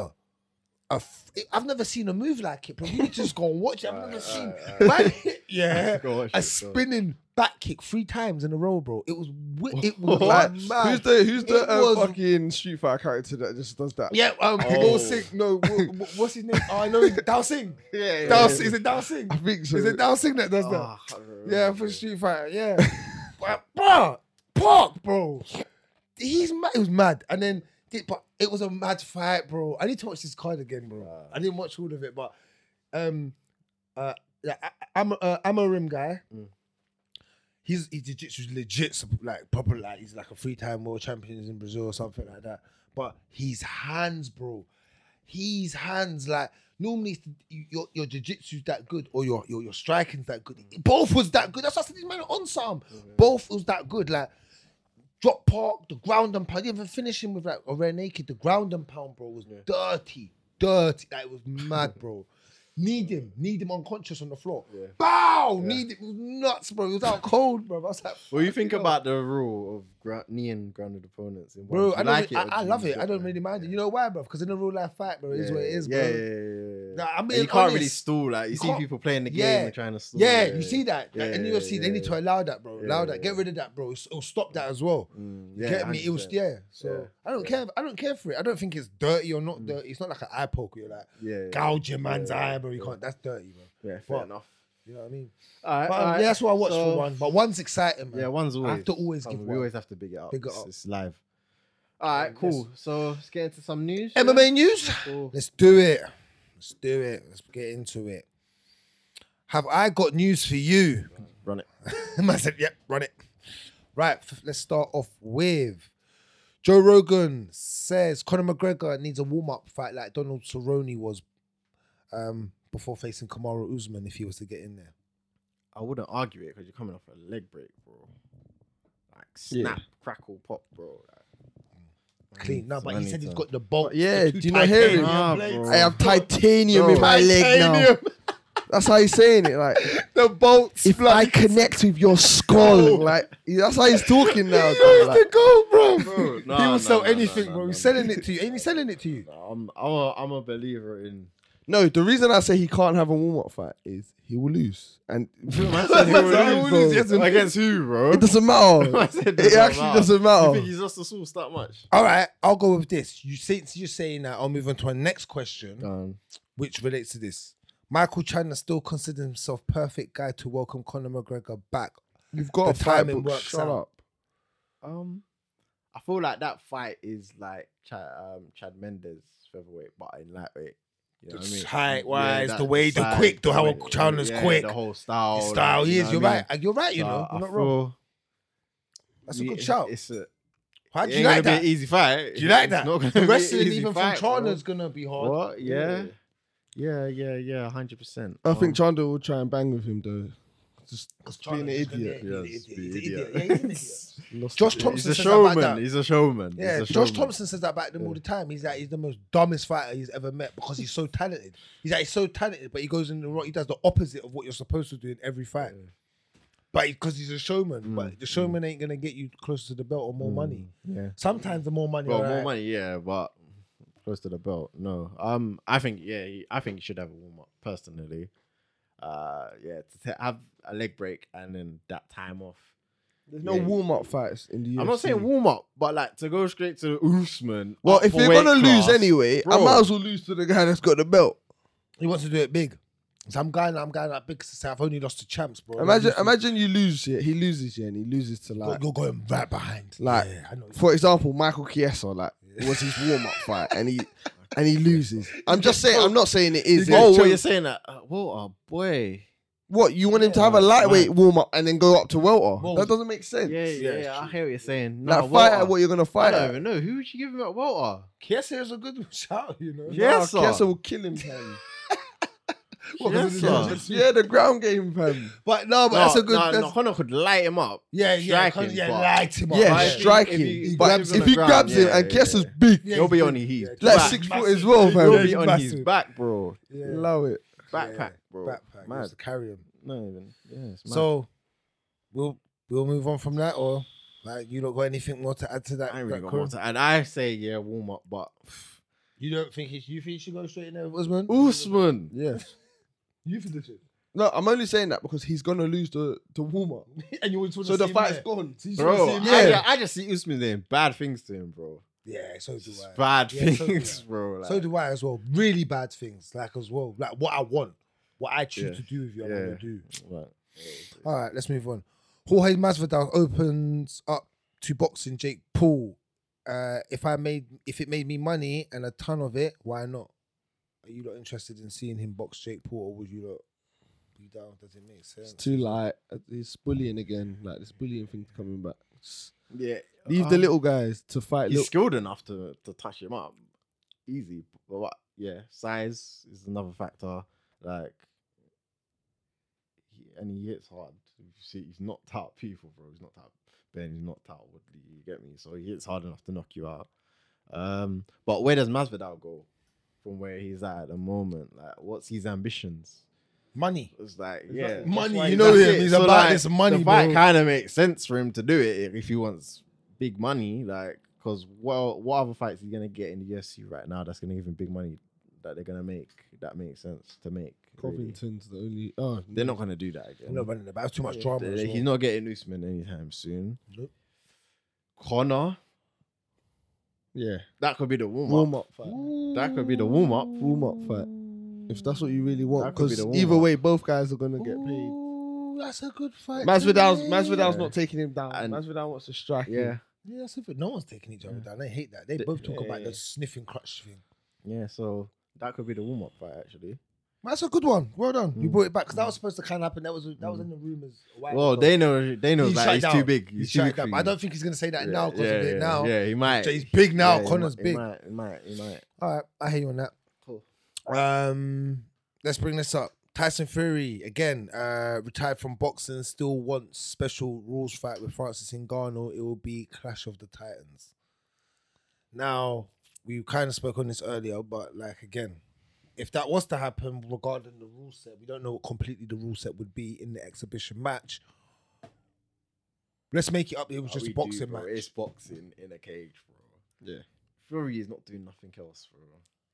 S4: a. F- I've never seen a move like it, bro. You just go and watch it. I've never seen. Man hit yeah,
S3: Go watch
S4: a
S3: it, so-
S4: spinning back kick three times in a row, bro. It was wi- it was
S5: Like,
S4: like
S5: who's
S4: mad.
S5: the who's the
S4: It was-
S5: uh, fucking Street Fighter character that just does that?
S4: Yeah, um,
S3: Oh.
S4: Will Singh. No, Will- wh- what's his name? Oh, I know. Dao Singh.
S5: yeah,
S4: Dao Singh. Is it Dao Singh?
S5: I think so.
S4: Is it Dao Singh that does that?
S3: Ah, I can't remember.
S4: Yeah, for Street Fighter. Yeah, But, bro, Park, bro. He's mad. It was mad, and then it, but it was a mad fight, bro. I need to watch this card again, bro. I didn't watch all of it, but um, uh, yeah, I, I'm uh, I'm a rim guy.
S3: Mm.
S4: He's he jiu-jitsu's legit, sup- like proper, like he's like a three-time world champion in Brazil or something like that. But his hands, bro, his hands, like normally it's- you- your your jiu-jitsu's that good or your your your striking's that good. Both was that good. That's why I said these men are on some. Both was that good. Like drop park, the ground and pound. You even finish him with like a rear naked. The ground and pound, bro, was dirty, dirty. That was mad, bro. Need him, need him unconscious on the floor. Bow, need him. It was nuts, bro. It was out cold, bro. I was like,
S3: What do you think about the rule of gra- kneeing grounded opponents? In one?
S4: bro,
S3: Do you
S4: I, don't
S3: like
S4: really-
S3: or
S4: I, I
S3: do you
S4: love it.
S3: not
S4: I don't
S3: like
S4: really
S3: it?
S4: mind it. You know why, bro? Because in a real life fight, bro, it is what it is, bro.
S3: yeah, yeah, yeah, yeah.
S4: Nah, I'm
S3: And
S4: being
S3: you can't really
S4: honest.
S3: stall. Like you see
S4: Can't-
S3: people playing the game
S4: Yeah.
S3: and trying to stall.
S4: Yeah, you see that like,
S3: Yeah,
S4: in the
S3: yeah,
S4: UFC. they
S3: yeah,
S4: need to allow that, bro. Allow
S3: Yeah,
S4: that. Get rid of that, bro. It's- It'll stop that as well.
S3: Mm,
S4: You
S3: yeah,
S4: Get me? It was
S3: 100%.
S4: yeah. So
S3: Yeah,
S4: I don't care. I don't care for it. I don't think it's dirty or not dirty. It's not like an eye poke. You're like
S3: Yeah, yeah,
S4: gouge your man's
S3: yeah,
S4: eye, bro. You can't. That's dirty, bro.
S3: yeah, fair
S4: But-
S3: enough.
S4: You know what I mean?
S3: All right,
S4: But um,
S3: all right.
S4: yeah, that's what I watched
S3: so-
S4: for one. But one's exciting, man.
S3: Yeah, one's always.
S4: I have to always give
S3: something.
S4: one.
S3: We always have to big it up.
S4: Big it
S3: It's-
S4: up.
S3: It's live. All right, cool. So let's get into some news. yeah?
S4: MMA news.
S3: Cool.
S4: Let's do it. Let's do it. Let's get into it. Have I got news for you?
S3: Run it.
S4: I said, yep, run it. Right, f- let's start off with Joe Rogan says Conor McGregor needs a warm up fight like Donald Cerrone was um, before facing Kamara Usman if he was to get in there.
S3: I wouldn't argue it because you're coming off a leg break, bro. Like
S5: Yeah.
S3: snap, crackle, pop, bro.
S4: Clean. No, but he
S3: Cerrone
S4: said he's
S3: time.
S4: got the bolt.
S5: Yeah,
S4: the two
S5: do you not hear
S4: titanium
S5: him?
S3: Nah,
S4: plates.
S3: bro.
S5: I have titanium in my leg now.
S4: Titanium.
S5: That's how he's saying it. Like,
S4: The bolts.
S5: if I connect with your skull, like that's how he's talking now.
S4: He's
S5: Like,
S4: the goat, bro.
S3: nah,
S4: he will
S3: nah,
S4: sell
S3: nah, nah,
S4: anything,
S3: nah,
S4: bro.
S3: nah,
S4: He's
S3: nah.
S4: selling it to you. Ain't he selling it to you?
S3: I'm, I'm, a, I'm a believer in.
S5: no, the reason I say he can't have a warm up fight is he will lose, and
S3: Against who, bro?
S5: it doesn't matter.
S3: I said
S5: it
S3: doesn't
S5: actually
S3: matter.
S5: doesn't
S3: You
S5: matter.
S3: think he's lost the source that much?
S4: All right, I'll go with this. You since you're saying that, I'll move on to our next question, which relates to this. Michael Chandler still considers himself perfect guy to welcome Conor McGregor back.
S5: You've got
S4: The
S5: a fight
S4: timing
S5: book.
S4: works
S5: Shut
S4: out.
S5: up.
S3: Um, I feel like that fight is like Chad, um, Chad Mendes featherweight, but in lightweight. You know what I mean?
S4: height
S3: Yeah,
S4: wise,
S3: that-
S4: the way, the
S3: size,
S4: quick, the how
S3: way-
S4: Chandler's
S3: yeah,
S4: quick,
S3: the whole style,
S4: his style.
S3: like,
S4: He
S3: you
S4: is.
S3: know
S4: You're
S3: what I
S4: right. Uh, You're right. You
S3: mean?
S4: know,
S3: So
S4: you're
S3: I
S4: not wrong.
S3: feel
S4: That's a
S3: it-
S4: good shout.
S3: It's a,
S4: How
S3: it
S4: do you
S3: ain't
S4: like
S3: gonna
S4: that?
S3: Be an easy fight.
S4: Do you like
S3: It's
S4: that?
S3: not gonna be
S4: The
S3: an
S4: wrestling,
S3: easy
S4: even from
S3: fight, bro.
S4: Chandler's, gonna be hard.
S3: What? Yeah. Yeah, yeah, yeah, hundred percent. Um,
S5: I think Chandler will try and bang with him though. Just
S4: Because
S5: Being an
S4: Chandler's gonna-
S5: idiot.
S4: yeah,
S3: Yes,
S4: He's an
S3: be
S4: idiot. He's an
S3: idiot.
S4: idiot. Yeah, he's an idiot.
S5: lost
S4: Josh
S5: it.
S4: Thompson
S3: he's a
S4: says about
S3: showman.
S4: that.
S3: He's a showman.
S4: Yeah,
S3: he's a
S4: Josh
S3: showman.
S4: Thompson says that about them all the time. He's like he's the most dumbest fighter he's ever met because he's so talented. He's like he's so talented, but he goes in the wrong. He does the opposite of what you're supposed to do in every fight. But because he's a showman, but the showman ain't gonna get you closer to the belt or more money.
S3: Mm, Yeah.
S4: Sometimes the more money,
S3: Well,
S4: alright.
S3: more money, yeah, but close to the belt. No, um, I think yeah, he- I think he should have a warm up personally. Uh, yeah, to t- have a leg break and then that time off.
S5: There's no
S3: Yeah.
S5: warm up fights in the UFC.
S3: I'm not saying warm up, but like to go straight to Usman.
S5: Well,
S3: up
S5: if
S3: for
S5: you're
S3: weight
S5: gonna lose
S3: class,
S5: anyway, I
S3: bro.
S5: might as well lose to the guy that's got the belt.
S4: He wants to do it big. So I'm going, I'm going that big to say I've only lost to champs, bro.
S5: Imagine,
S4: You're
S5: imagine you lose here. He loses here, and he loses to
S4: go-
S5: like,
S4: you're going right behind.
S5: Like-
S4: yeah, I know.
S5: for example, Michael Chiesa. Like, was his warm up fight, and he and he loses. I'm just saying. I'm not saying it
S3: Oh,
S5: is. It's
S3: well,
S5: true.
S3: you're saying that? Uh, well, oh boy.
S5: what you want him to have a lightweight warm up and then go up to welter?
S4: Well,
S5: that doesn't make sense.
S3: Yeah, yeah,
S4: it's
S3: yeah. I hear what you're saying.
S5: Like,
S3: Nah,
S5: fight
S3: Walter.
S5: at what you're gonna
S3: I
S5: fight
S3: don't
S5: at.
S3: even know who would you give him at Walter.
S4: Kiesa is a good shout, you know.
S3: Yeah,
S5: Nah,
S3: sir.
S5: Chiesa will kill him, fam.
S4: Well,
S3: Yes, sir.
S5: yeah, the ground game, fam.
S4: But no, but that's a good.
S3: No,
S4: that's,
S3: no, Conor could light him up.
S4: Yeah, yeah,
S3: Striking,
S4: yeah,
S3: but-
S4: light him up.
S5: Yeah,
S3: But if he-
S5: striking.
S3: if he
S5: but
S3: grabs
S5: if
S3: him on
S5: he
S3: the ground,
S5: grabs him
S3: yeah,
S5: and
S3: yeah,
S5: Chiessa's
S3: yeah.
S5: big,
S4: Yeah,
S3: He'll be
S4: he's
S3: on
S4: big.
S3: his
S4: Yeah,
S3: back.
S5: like
S4: he's
S5: six
S4: massive.
S5: foot as well,
S3: He'll
S5: fam.
S4: he's
S3: be on his
S4: massive.
S3: back, bro.
S4: Yeah.
S5: Love it.
S3: Backpack, bro.
S4: Backpack.
S3: Mad.
S4: Mad. To carry him.
S3: No, even. Yeah, it's mad.
S4: So we'll we'll move on from that, or like you don't got anything more to add to that?
S3: I ain't really
S4: that
S3: got
S4: Corin?
S3: more to add. I say yeah, warm up, but
S4: You don't think he? You think he should go straight in there, with Usman?
S3: Usman.
S4: Yes. You think this?
S5: No, I'm only saying that because he's gonna lose the the warm up.
S4: and you always want
S5: So the fight's
S4: there.
S5: gone. So you just wanna
S3: Bro,
S5: see
S3: I,
S5: him
S3: ju-
S5: there.
S3: I just see Usman doing bad things to him, bro.
S4: Yeah, so do
S3: Just
S4: I.
S3: bad
S4: Yeah, so do
S3: things,
S4: I.
S3: bro. Like,
S4: So do I as well. Really bad things, like as well, like what I want, what I choose
S3: Yeah.
S4: to do with you, I'm
S3: Yeah.
S4: gonna do.
S3: Right.
S4: All right, let's move on. Jorge Masvidal opens up to boxing Jake Paul. Uh, if I made, if it made me money and a ton of it, why not? Are you not interested in seeing him box Jake Paul, or would you not be down? Does it make sense?
S5: It's too light. He's bullying again. Like this bullying thing's coming back. Just
S3: Yeah.
S5: leave the
S3: Um,
S5: little guys to fight.
S3: He's
S5: Little,
S3: skilled enough to, to touch him up. Easy. But what, yeah, size is another factor. Like, he, and he hits hard. You see, he's knocked out people, bro. He's knocked out Ben. He's knocked out Woodley. You get me? So he hits hard enough to knock you out. Um, but where does Masvidal go from where he's at at the moment? Like, what's his ambitions?
S4: Money.
S3: It's like,
S5: It's
S3: yeah,
S5: like-
S4: Money,
S3: that's
S4: you
S3: why-
S4: know
S3: that's
S4: him,
S3: it.
S4: he's about this money,
S3: The fight
S4: bro.
S3: kind of makes sense for him to do it if he wants big money, like because well, what other fights is he gonna get in the UFC right now that's gonna give him big money that they're gonna make that makes sense to make? really?
S5: Covington's the only. Oh,
S3: They're not gonna do that again.
S4: I'm not running about. It's too much drama.
S3: They-
S4: as well.
S3: He's not getting Usman anytime soon.
S4: Nope.
S3: Connor,
S5: Yeah,
S3: that could be the warm up.
S5: warm up fight.
S3: That could be the warm up.
S5: Warm up fight. If that's what you really want,
S3: That could be
S5: because
S3: the
S5: either
S3: warm-up.
S5: way, both guys are gonna get paid.
S4: Ooh, that's a good fight.
S5: Masvidal's
S4: today.
S5: Masvidal's
S3: Yeah.
S5: not taking him down.
S3: And-
S5: Masvidal wants to strike. him.
S3: Yeah,
S4: Yeah, that's if no one's taking each other down. They hate that. They
S3: They-
S4: both talk
S3: yeah,
S4: about
S3: yeah.
S4: the sniffing crutch thing.
S3: yeah. So that could be the warm up fight actually.
S4: That's a good one. Well done. Mm. You
S3: Mm.
S4: brought it back because that was supposed to kind of happen. That was that was in the rumors. a while
S3: Well,
S4: ago.
S3: they know they know
S4: He's
S3: that
S4: shut
S3: he's
S4: down.
S3: too big.
S4: He's
S3: too
S4: shut
S3: big
S4: down.
S3: for
S4: But I
S3: you.
S4: don't think he's gonna say that now because of it. Now
S3: Yeah, he might.
S4: So he's big now.
S3: Yeah, he
S4: Connor's
S3: might-
S4: big.
S3: He might, he might, he might.
S4: All right, I hear you on that.
S3: Cool.
S4: Um, let's bring this up. Tyson Fury again, uh, retired from boxing, still wants special rules fight with Francis Ngannou. It will be Clash of the Titans. Now we kind of spoke on this earlier, but like again, if that was to happen, regarding the rule set, we don't know what completely the rule set would be in the exhibition match. Let's make it up. It was
S3: Oh,
S4: just
S3: we
S4: a
S3: do,
S4: boxing
S3: bro.
S4: match.
S3: It's boxing in a cage, bro.
S5: Yeah.
S3: Fury is not doing nothing else, bro.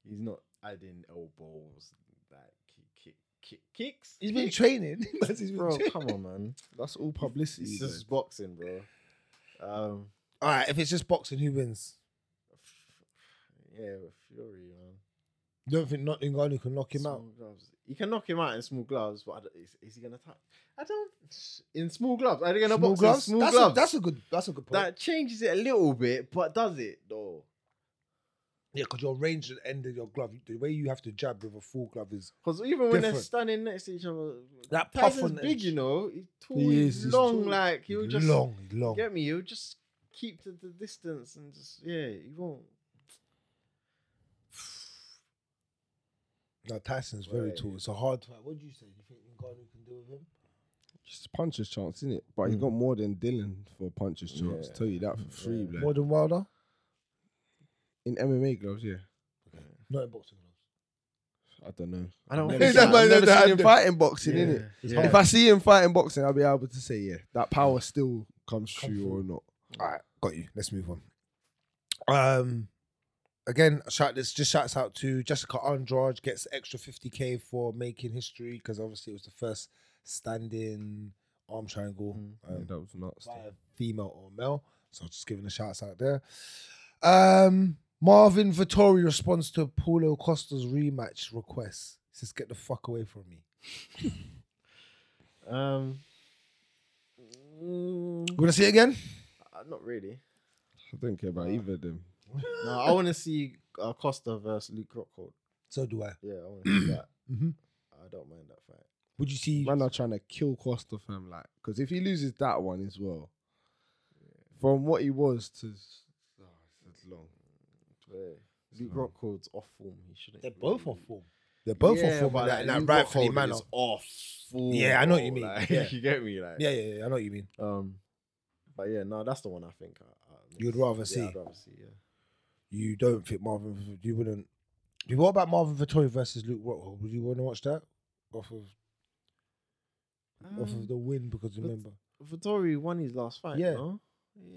S3: He's not adding elbows, like kick, kick, kick kicks.
S4: He's been training. He's been
S3: bro.
S4: training.
S3: Come on, man.
S5: that's all publicity.
S3: It's
S5: though.
S3: just boxing, bro. Um,
S4: All right, if it's just boxing, who wins?
S3: yeah, with Fury, man.
S4: You don't think not Ngannou can knock him
S3: small
S4: out?
S3: gloves. You can knock him out in small gloves, but I don't- is, is he gonna touch? I don't. In small gloves, are they gonna box gloves? In small
S4: that's,
S3: gloves.
S4: A, that's a good. That's a good point.
S3: that changes it a little bit, but does it though?
S4: yeah, because your range and end of your glove, the way you have to jab with a full glove is
S3: Because even when they're
S4: Different.
S3: standing next to each other,
S4: That puff on
S3: Tyson's
S4: the
S3: big,
S4: edge.
S3: you know. He's tall,
S5: He
S3: he's
S5: is, he's
S3: long,
S5: tall.
S3: like he'll just
S4: long, long.
S3: get me. He'll just keep to the distance and just yeah, he won't.
S4: No, Tyson's very
S3: Right.
S4: tall. It's a hard fight. What do you say? You think Ngannou can deal with him?
S5: Just puncher's chance, isn't it? But he's
S3: Mm.
S5: got more than Dylan for a puncher's chance.
S3: Yeah.
S5: Tell you that for free,
S3: Yeah.
S5: blood.
S4: More than Wilder?
S5: In MMA gloves, yeah.
S4: Not in boxing gloves.
S5: I don't know.
S3: I don't.
S5: I've
S3: want
S5: never
S3: to
S5: seen,
S3: sound-
S5: I've never
S7: that-
S5: seen him
S7: that-
S5: fighting boxing,
S3: yeah,
S5: innit?
S3: yeah.
S5: If I see him fighting boxing, I'll be able to say, yeah, that power still comes through or not.
S4: All right, got you. Let's move on. Um, again, shout this just shouts out to Jessica Andrade gets extra fifty k for making history because obviously it was the first standing arm triangle. Um,
S5: that was nuts.
S4: by a female or male. So just giving the shouts out there. Um, Marvin Vittori responds to Paulo Costa's rematch request. He says, "Get the fuck away from me."
S3: Um. mm,
S4: Wanna see it again?
S3: uh, not really.
S5: I don't care about either of them.
S3: No, I want to see uh, Costa versus Luke Rockhold.
S4: So do I.
S3: Yeah, I want to see that.
S4: Mhm.
S3: I don't mind that fight.
S4: Would you see?
S5: Man are trying to kill Costa fam, like, because if he loses that one as well, from what he was to. Oh, it's long.
S3: Yeah. Luke
S5: long.
S3: Rockhold's off form. He shouldn't.
S4: They're
S3: be-
S4: both on form. They're both
S3: Yeah,
S4: on form.
S3: but,
S4: Like,
S3: like,
S4: like,
S3: Luke
S4: rightfully,
S3: Rockhold
S4: man.
S3: is
S4: up.
S3: off form.
S4: Yeah, I know what you
S3: bro.
S4: mean.
S3: Like,
S4: Yeah.
S3: you get me, like.
S4: Yeah, yeah, yeah. I know what you mean.
S3: Um, but yeah, no, that's the one I think. I, I
S4: You'd rather
S3: yeah,
S4: see.
S3: I'd rather see. Yeah.
S4: You don't think Marvin? You wouldn't. You- What about Marvin Vittori versus Luke Rockhold? Would you want to watch that off of off of the win? Because
S3: Mm. but-
S4: remember,
S3: Um, Vittori won his last fight.
S4: Yeah.
S3: no?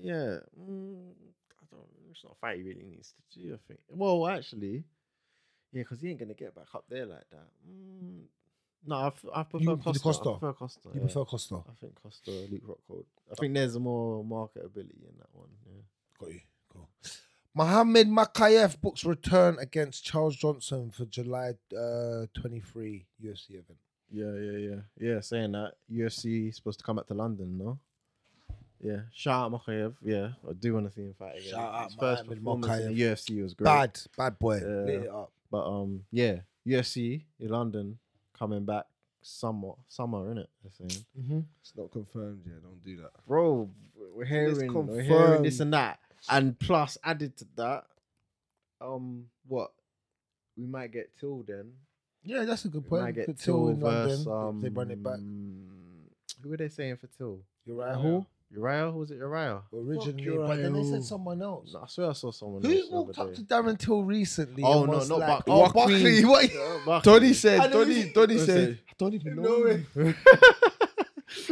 S3: Yeah. Mm, I don't. It's not a fight he really needs to do. I think. Well, actually, yeah, because he ain't gonna get back up there like that. Mm, No, I, f- I prefer
S4: You-
S3: Costa.
S4: Costa.
S3: I prefer Costa.
S4: You
S3: yeah.
S4: prefer Costa?
S3: I think Costa, Luke Rockhold. I think there's more marketability in that one. Yeah.
S4: Got you. Cool. Mohamed Makayev books return against Charles Johnson for July uh, 23 UFC event.
S3: Yeah, yeah, yeah. Yeah, saying that UFC is supposed to come back to London, no? Yeah. Shout out Makayev. Yeah. I do want to see him fight again.
S4: Shout out
S3: His first
S4: Mohamed
S3: performance in the UFC was great.
S4: Bad, bad boy.
S3: Yeah.
S4: Lit it up.
S3: But um yeah, UFC in London coming back somewhat summer, innit? They're saying.
S5: It's not confirmed yet. Don't do that.
S3: Bro, we're
S5: It's
S3: hearing we're hearing this
S5: confirmed.
S3: and that. And plus added to that, um what? We might get till then.
S4: Yeah, that's a good
S3: We
S4: point.
S3: might get
S4: Put Till
S3: till
S4: in
S3: versus,
S4: London,
S3: um,
S4: if they run it back.
S3: Who were they saying for till?
S4: Uriah Hall
S3: Uriah? Who Was it Uriah?
S4: originally,
S5: Uriah
S4: but then they
S5: Hall.
S4: said someone else.
S3: No, I swear I saw someone.
S4: Who
S3: else the
S4: walked
S3: other
S4: up to
S3: day.
S4: Darren Till recently?
S3: Oh,
S4: and
S3: no,
S4: was
S3: not
S4: like,
S3: Buckley.
S4: Oh,
S3: Buckley.
S4: Buckley. What?
S3: Yeah, Barkley.
S5: Donny said.
S4: And then
S5: Donny.
S4: we-
S5: Donny
S3: Who
S5: said.
S3: I don't even
S5: No
S3: know.
S5: way.
S3: him.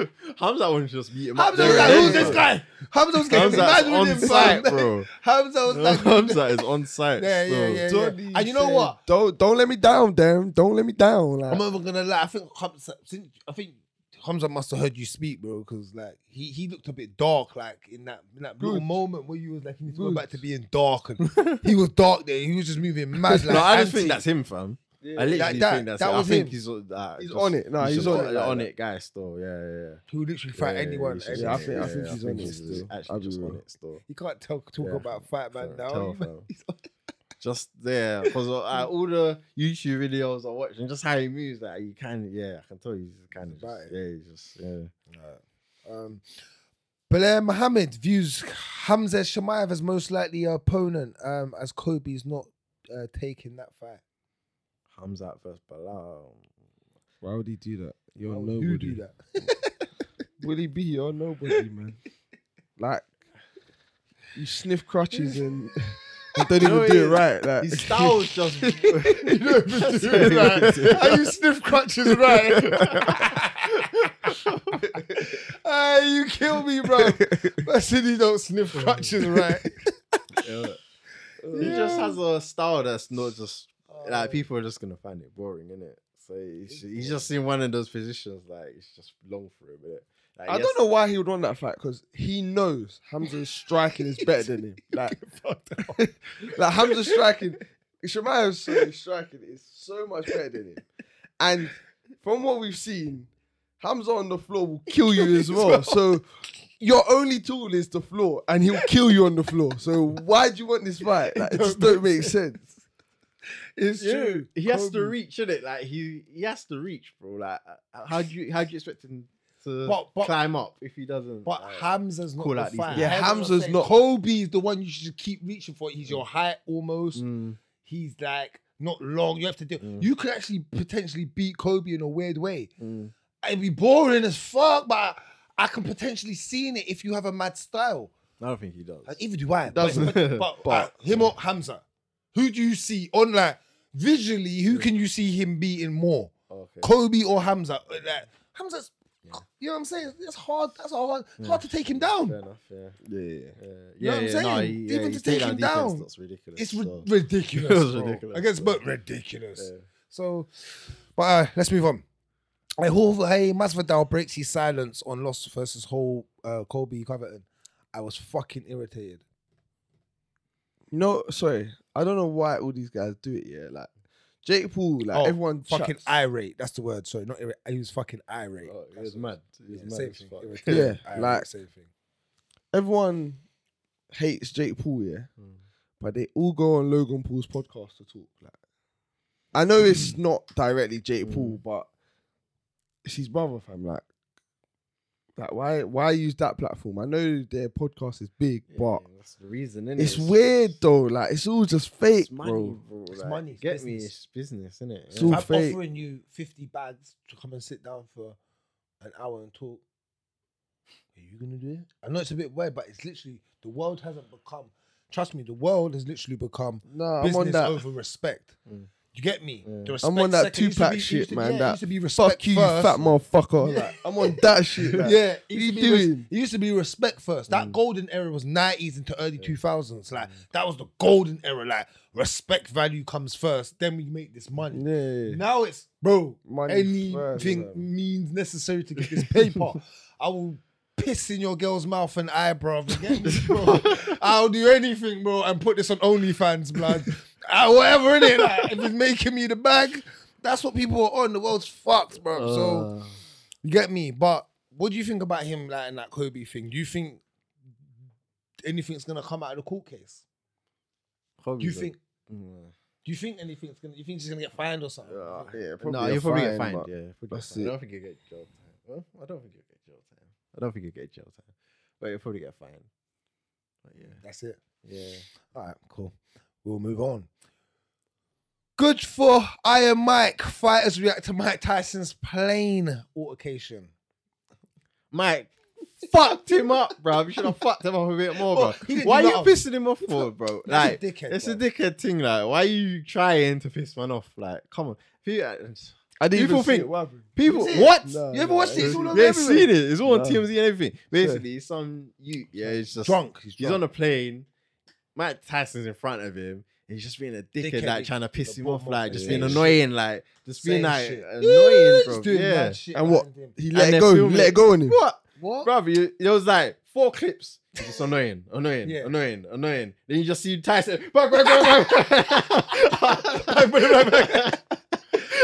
S3: Hamza wants to just meet him. up
S4: Hamza
S3: there
S4: was like,
S3: and
S4: who's
S3: then,
S4: this
S3: bro.
S4: guy? Hamza was getting mad
S3: Hamza's
S4: with
S3: on
S4: him,
S3: site,
S4: fam.
S3: bro.
S4: Hamza was like,
S3: Hamza is on site.
S4: yeah, yeah,
S3: still.
S4: yeah, yeah.
S5: Donny
S4: And you know
S5: said,
S4: what?
S5: Don't don't let me down, Darren. Don't let me down. Like,
S4: I'm not even gonna lie. I think Hamza, since, I think Hamza must have heard you speak, bro, because like he, he looked a bit dark, like in that in that little
S5: Good.
S4: moment where you was like he needs to go
S5: Good.
S4: back to being dark, and he was dark there. He was just moving mad. Like,
S3: no, I just think
S4: anti.
S3: that's him, fam. I
S5: Like
S3: literally
S4: that-
S3: think that's
S4: that
S3: it.
S4: was
S3: I think
S4: him.
S3: he's, uh,
S5: He's
S3: just-
S5: on it. Nah, he's
S3: just
S5: on it.
S3: like
S5: like
S3: on
S5: that.
S3: it, guy. Still, yeah, yeah, yeah.
S4: he would literally fight
S3: Yeah,
S4: anyone.
S3: he's just-
S5: Yeah, I think- I
S3: yeah,
S5: think
S3: yeah,
S5: he's
S3: I
S5: on
S3: think
S5: it
S3: he's
S5: still.
S3: Actually,
S5: I'll be
S3: just on
S5: real.
S3: it still.
S4: You can't tell, talk
S3: Yeah,
S4: about fight man
S3: Fam,
S4: now.
S3: tell, fam. Just there, because uh, all the YouTube videos I watch and just how he moves, like you can, yeah, I can tell he's kind of,
S4: About
S3: just, yeah, he's just, yeah.
S4: Um, Blair Mohammed views Hamza Shamayev as most likely opponent, um, as Kobe's not uh, taking that fight.
S3: Hamza first um, Bilal.
S5: Why would he do that? You're
S4: Why would
S5: nobody.
S4: you do that?
S5: Will he be your nobody, man? Like, you sniff crutches and, and don't
S3: know
S5: even do it
S3: it-
S5: right. Like,
S3: His style's just.
S4: Are you sniff crutches right? Ah, you kill me, bro. I said you don't sniff crutches right.
S3: He just has a style that's not just like people are just gonna find it boring, innit? So he's, he's just in one of those positions like it's just long for him, innit? Like,
S5: I
S3: yes-
S5: don't know why he would want that fight because he knows Hamza's striking is better than him. Like, like Hamza's striking, Shemayev's sorry, striking is so much better than him. And from what we've seen, Hamza on the floor will kill you as well. So your only tool is the floor, and he'll kill you on the floor. So why do you want this fight? Like, it just don't make sense.
S4: It's true.
S3: He has to
S5: Kobe.
S3: reach, innit? Like he he has to reach, bro. Like uh, how do you how do you expect him to
S4: But- but-
S3: climb up if he doesn't?
S4: But
S3: like-
S4: Hamza's not
S3: Call
S4: the
S3: out these
S4: fight.
S3: names.
S5: Yeah,
S4: Hamza's
S5: Hamza's
S4: saying
S5: not-
S4: Kobe's the one you should keep reaching for. He's your height almost.
S3: Mm,
S4: He's like not long. You have to do.
S3: Mm.
S4: You could actually potentially beat Kobe in a weird way.
S3: mm.
S4: It'd be boring as fuck, but I can potentially see in it if you have a mad style.
S3: I don't think he does.
S4: Like, even do I.
S3: Doesn't-
S4: But, but, but,
S3: but-
S4: uh, him or Hamza, who do you see on like visually? Who can you see him beating more,
S3: Okay.
S4: Kobe or Hamza? Uh, Like, Hamza's, you know what I'm saying? It's hard. That's hard. It's hard to take him
S3: Fair
S4: down.
S3: enough. Yeah.
S5: Yeah, yeah.
S3: Yeah.
S4: know what I'm
S3: yeah,
S4: saying?
S3: he-
S4: Even
S3: yeah,
S4: to
S3: his
S4: take
S3: takedown
S4: him
S3: defense,
S4: down,
S3: that's ridiculous.
S4: It's ri-
S3: so-
S4: ridiculous.
S3: It was
S4: bro.
S3: ridiculous,
S4: Against
S3: bro.
S4: but ridiculous.
S3: Yeah.
S4: So, but uh, let's move on. Hey, Jorge Masvidal breaks his silence on loss versus whole uh, Colby Covington. I was fucking irritated.
S5: You know, sorry, I don't know why all these guys do it. Yeah, like Jake Paul, like
S4: Oh,
S5: everyone
S4: Fucking
S5: chucks-
S4: irate. That's the word. Sorry, not irate. He was fucking irate.
S3: Oh, it was mad. It was
S4: Yeah,
S3: mad
S4: same
S3: as
S4: thing.
S3: fuck.
S4: Irritated,
S5: Yeah,
S4: irate,
S5: like-
S4: same thing.
S5: everyone hates Jake Paul, yeah,
S3: Mm.
S5: but they all go on Logan Paul's podcast to talk. Like, I know it's
S3: Hmm.
S5: not directly Jake Paul, but it's his brother, fam. Like, like why why use that platform? I know their podcast is big,
S3: Yeah,
S5: but
S3: that's the reason, innit?
S5: it's weird though. Like, it's all just fake,
S3: It's money,
S5: bro.
S3: bro.
S4: It's
S3: like,
S4: money, it's
S3: Get me,
S4: business.
S3: it's business, innit?
S5: It's all
S4: I'm
S5: fake.
S4: offering you 50 bags to come and sit down for an hour and talk. Are you going to do it? I know it's a bit weird, but it's literally the world hasn't become, trust me, the world has literally become
S5: Nah, I'm on
S4: business
S5: that.
S4: over respect. You get me?
S3: Mm. Yeah.
S4: The
S5: I'm
S4: respect
S5: on
S4: second
S5: that
S4: used to
S5: two
S4: be-
S5: pack
S4: used
S5: shit,
S4: to-
S5: man.
S4: yeah, it
S5: that
S4: used to be respect
S5: fuck you, you
S4: first.
S5: fat motherfucker. Like, I'm on that shit. Like,
S4: Yeah, it
S5: you
S4: used, to be res-
S5: doing? Mm.
S4: it used to be respect first. That golden era was 90s into early 2000s. Like, that was the golden era. Like, respect value comes first, then we make this money.
S5: yeah, yeah.
S4: Now it's, bro,
S5: Money first,
S4: anything
S5: bro.
S4: means necessary to get this paper. I will piss in your girl's mouth and eye, bro. You get me, bro? I'll do anything, bro, and put this on OnlyFans, blood. Ah, whatever it is, like, if it's making me the bag, that's what people are on. The world's fucked, bro. so.
S3: Uh,
S4: You get me? But what do you think about him like in that Kobe thing? Do you think anything's gonna come out of the court case? Do you
S3: Kobe's a-
S4: think
S3: Mm.
S4: do you think anything's gonna you think she's gonna get fined or something?
S5: Yeah, yeah,
S3: no,
S5: a
S3: you'll probably get
S5: fine,
S3: fined.
S5: but-
S3: Yeah, probably get
S5: that's
S3: fined.
S5: it.
S3: I don't think you get jail time. Well, I don't think you get jail time. I don't think you get jail time. But you'll probably get fined. But yeah,
S4: That's it.
S3: yeah.
S4: Alright, cool. We'll move on. Good for Iron Mike. Fighters react to Mike Tyson's plane altercation.
S3: Mike fucked him up, bro. You should have fucked him up a bit more,
S4: Well,
S3: bro.
S4: he didn't
S3: Why are
S4: do
S3: you
S4: that.
S3: pissing him off for, bro?
S4: That's
S3: Like,
S4: a dickhead.
S3: it's a
S4: bro.
S3: dickhead thing, like. Why are you trying to piss man off? Like, come on. He- uh,
S5: I didn't
S3: People
S5: even see
S3: think-
S5: it, what happened?
S3: People,
S4: Is it?
S3: what?
S5: No,
S3: you ever
S5: no,
S3: watched
S5: it
S3: it?
S5: was-
S3: It's all on
S5: Yeah,
S3: yeah, seen it. It's all on
S5: No.
S3: TMZ and everything. Basically, it's some you, yeah, it's just
S4: drunk. He's
S3: He's
S4: drunk.
S3: on a plane. Mike Tyson's in front of him. And he's just being a dickhead,
S4: Dickhead,
S3: like trying to piss
S4: the
S3: him off,
S4: bottom
S3: like
S4: of
S3: just
S4: it.
S3: being
S4: Saying
S3: annoying, like just being
S4: Saying
S3: like
S4: shit.
S3: annoying,
S4: He's
S3: bro.
S4: doing
S3: yeah.
S4: mad shit
S5: And what-
S4: behind him.
S5: He
S3: And
S5: let it
S3: they're
S5: go. He
S3: filming
S5: let
S3: it.
S5: it go on him.
S3: What?
S4: What?
S3: Bro, you, it was like four clips. It's just annoying, annoying,
S4: Yeah.
S3: annoying. Annoying. Then you just see Tyson. Back, back, back, back. back, back, back, back.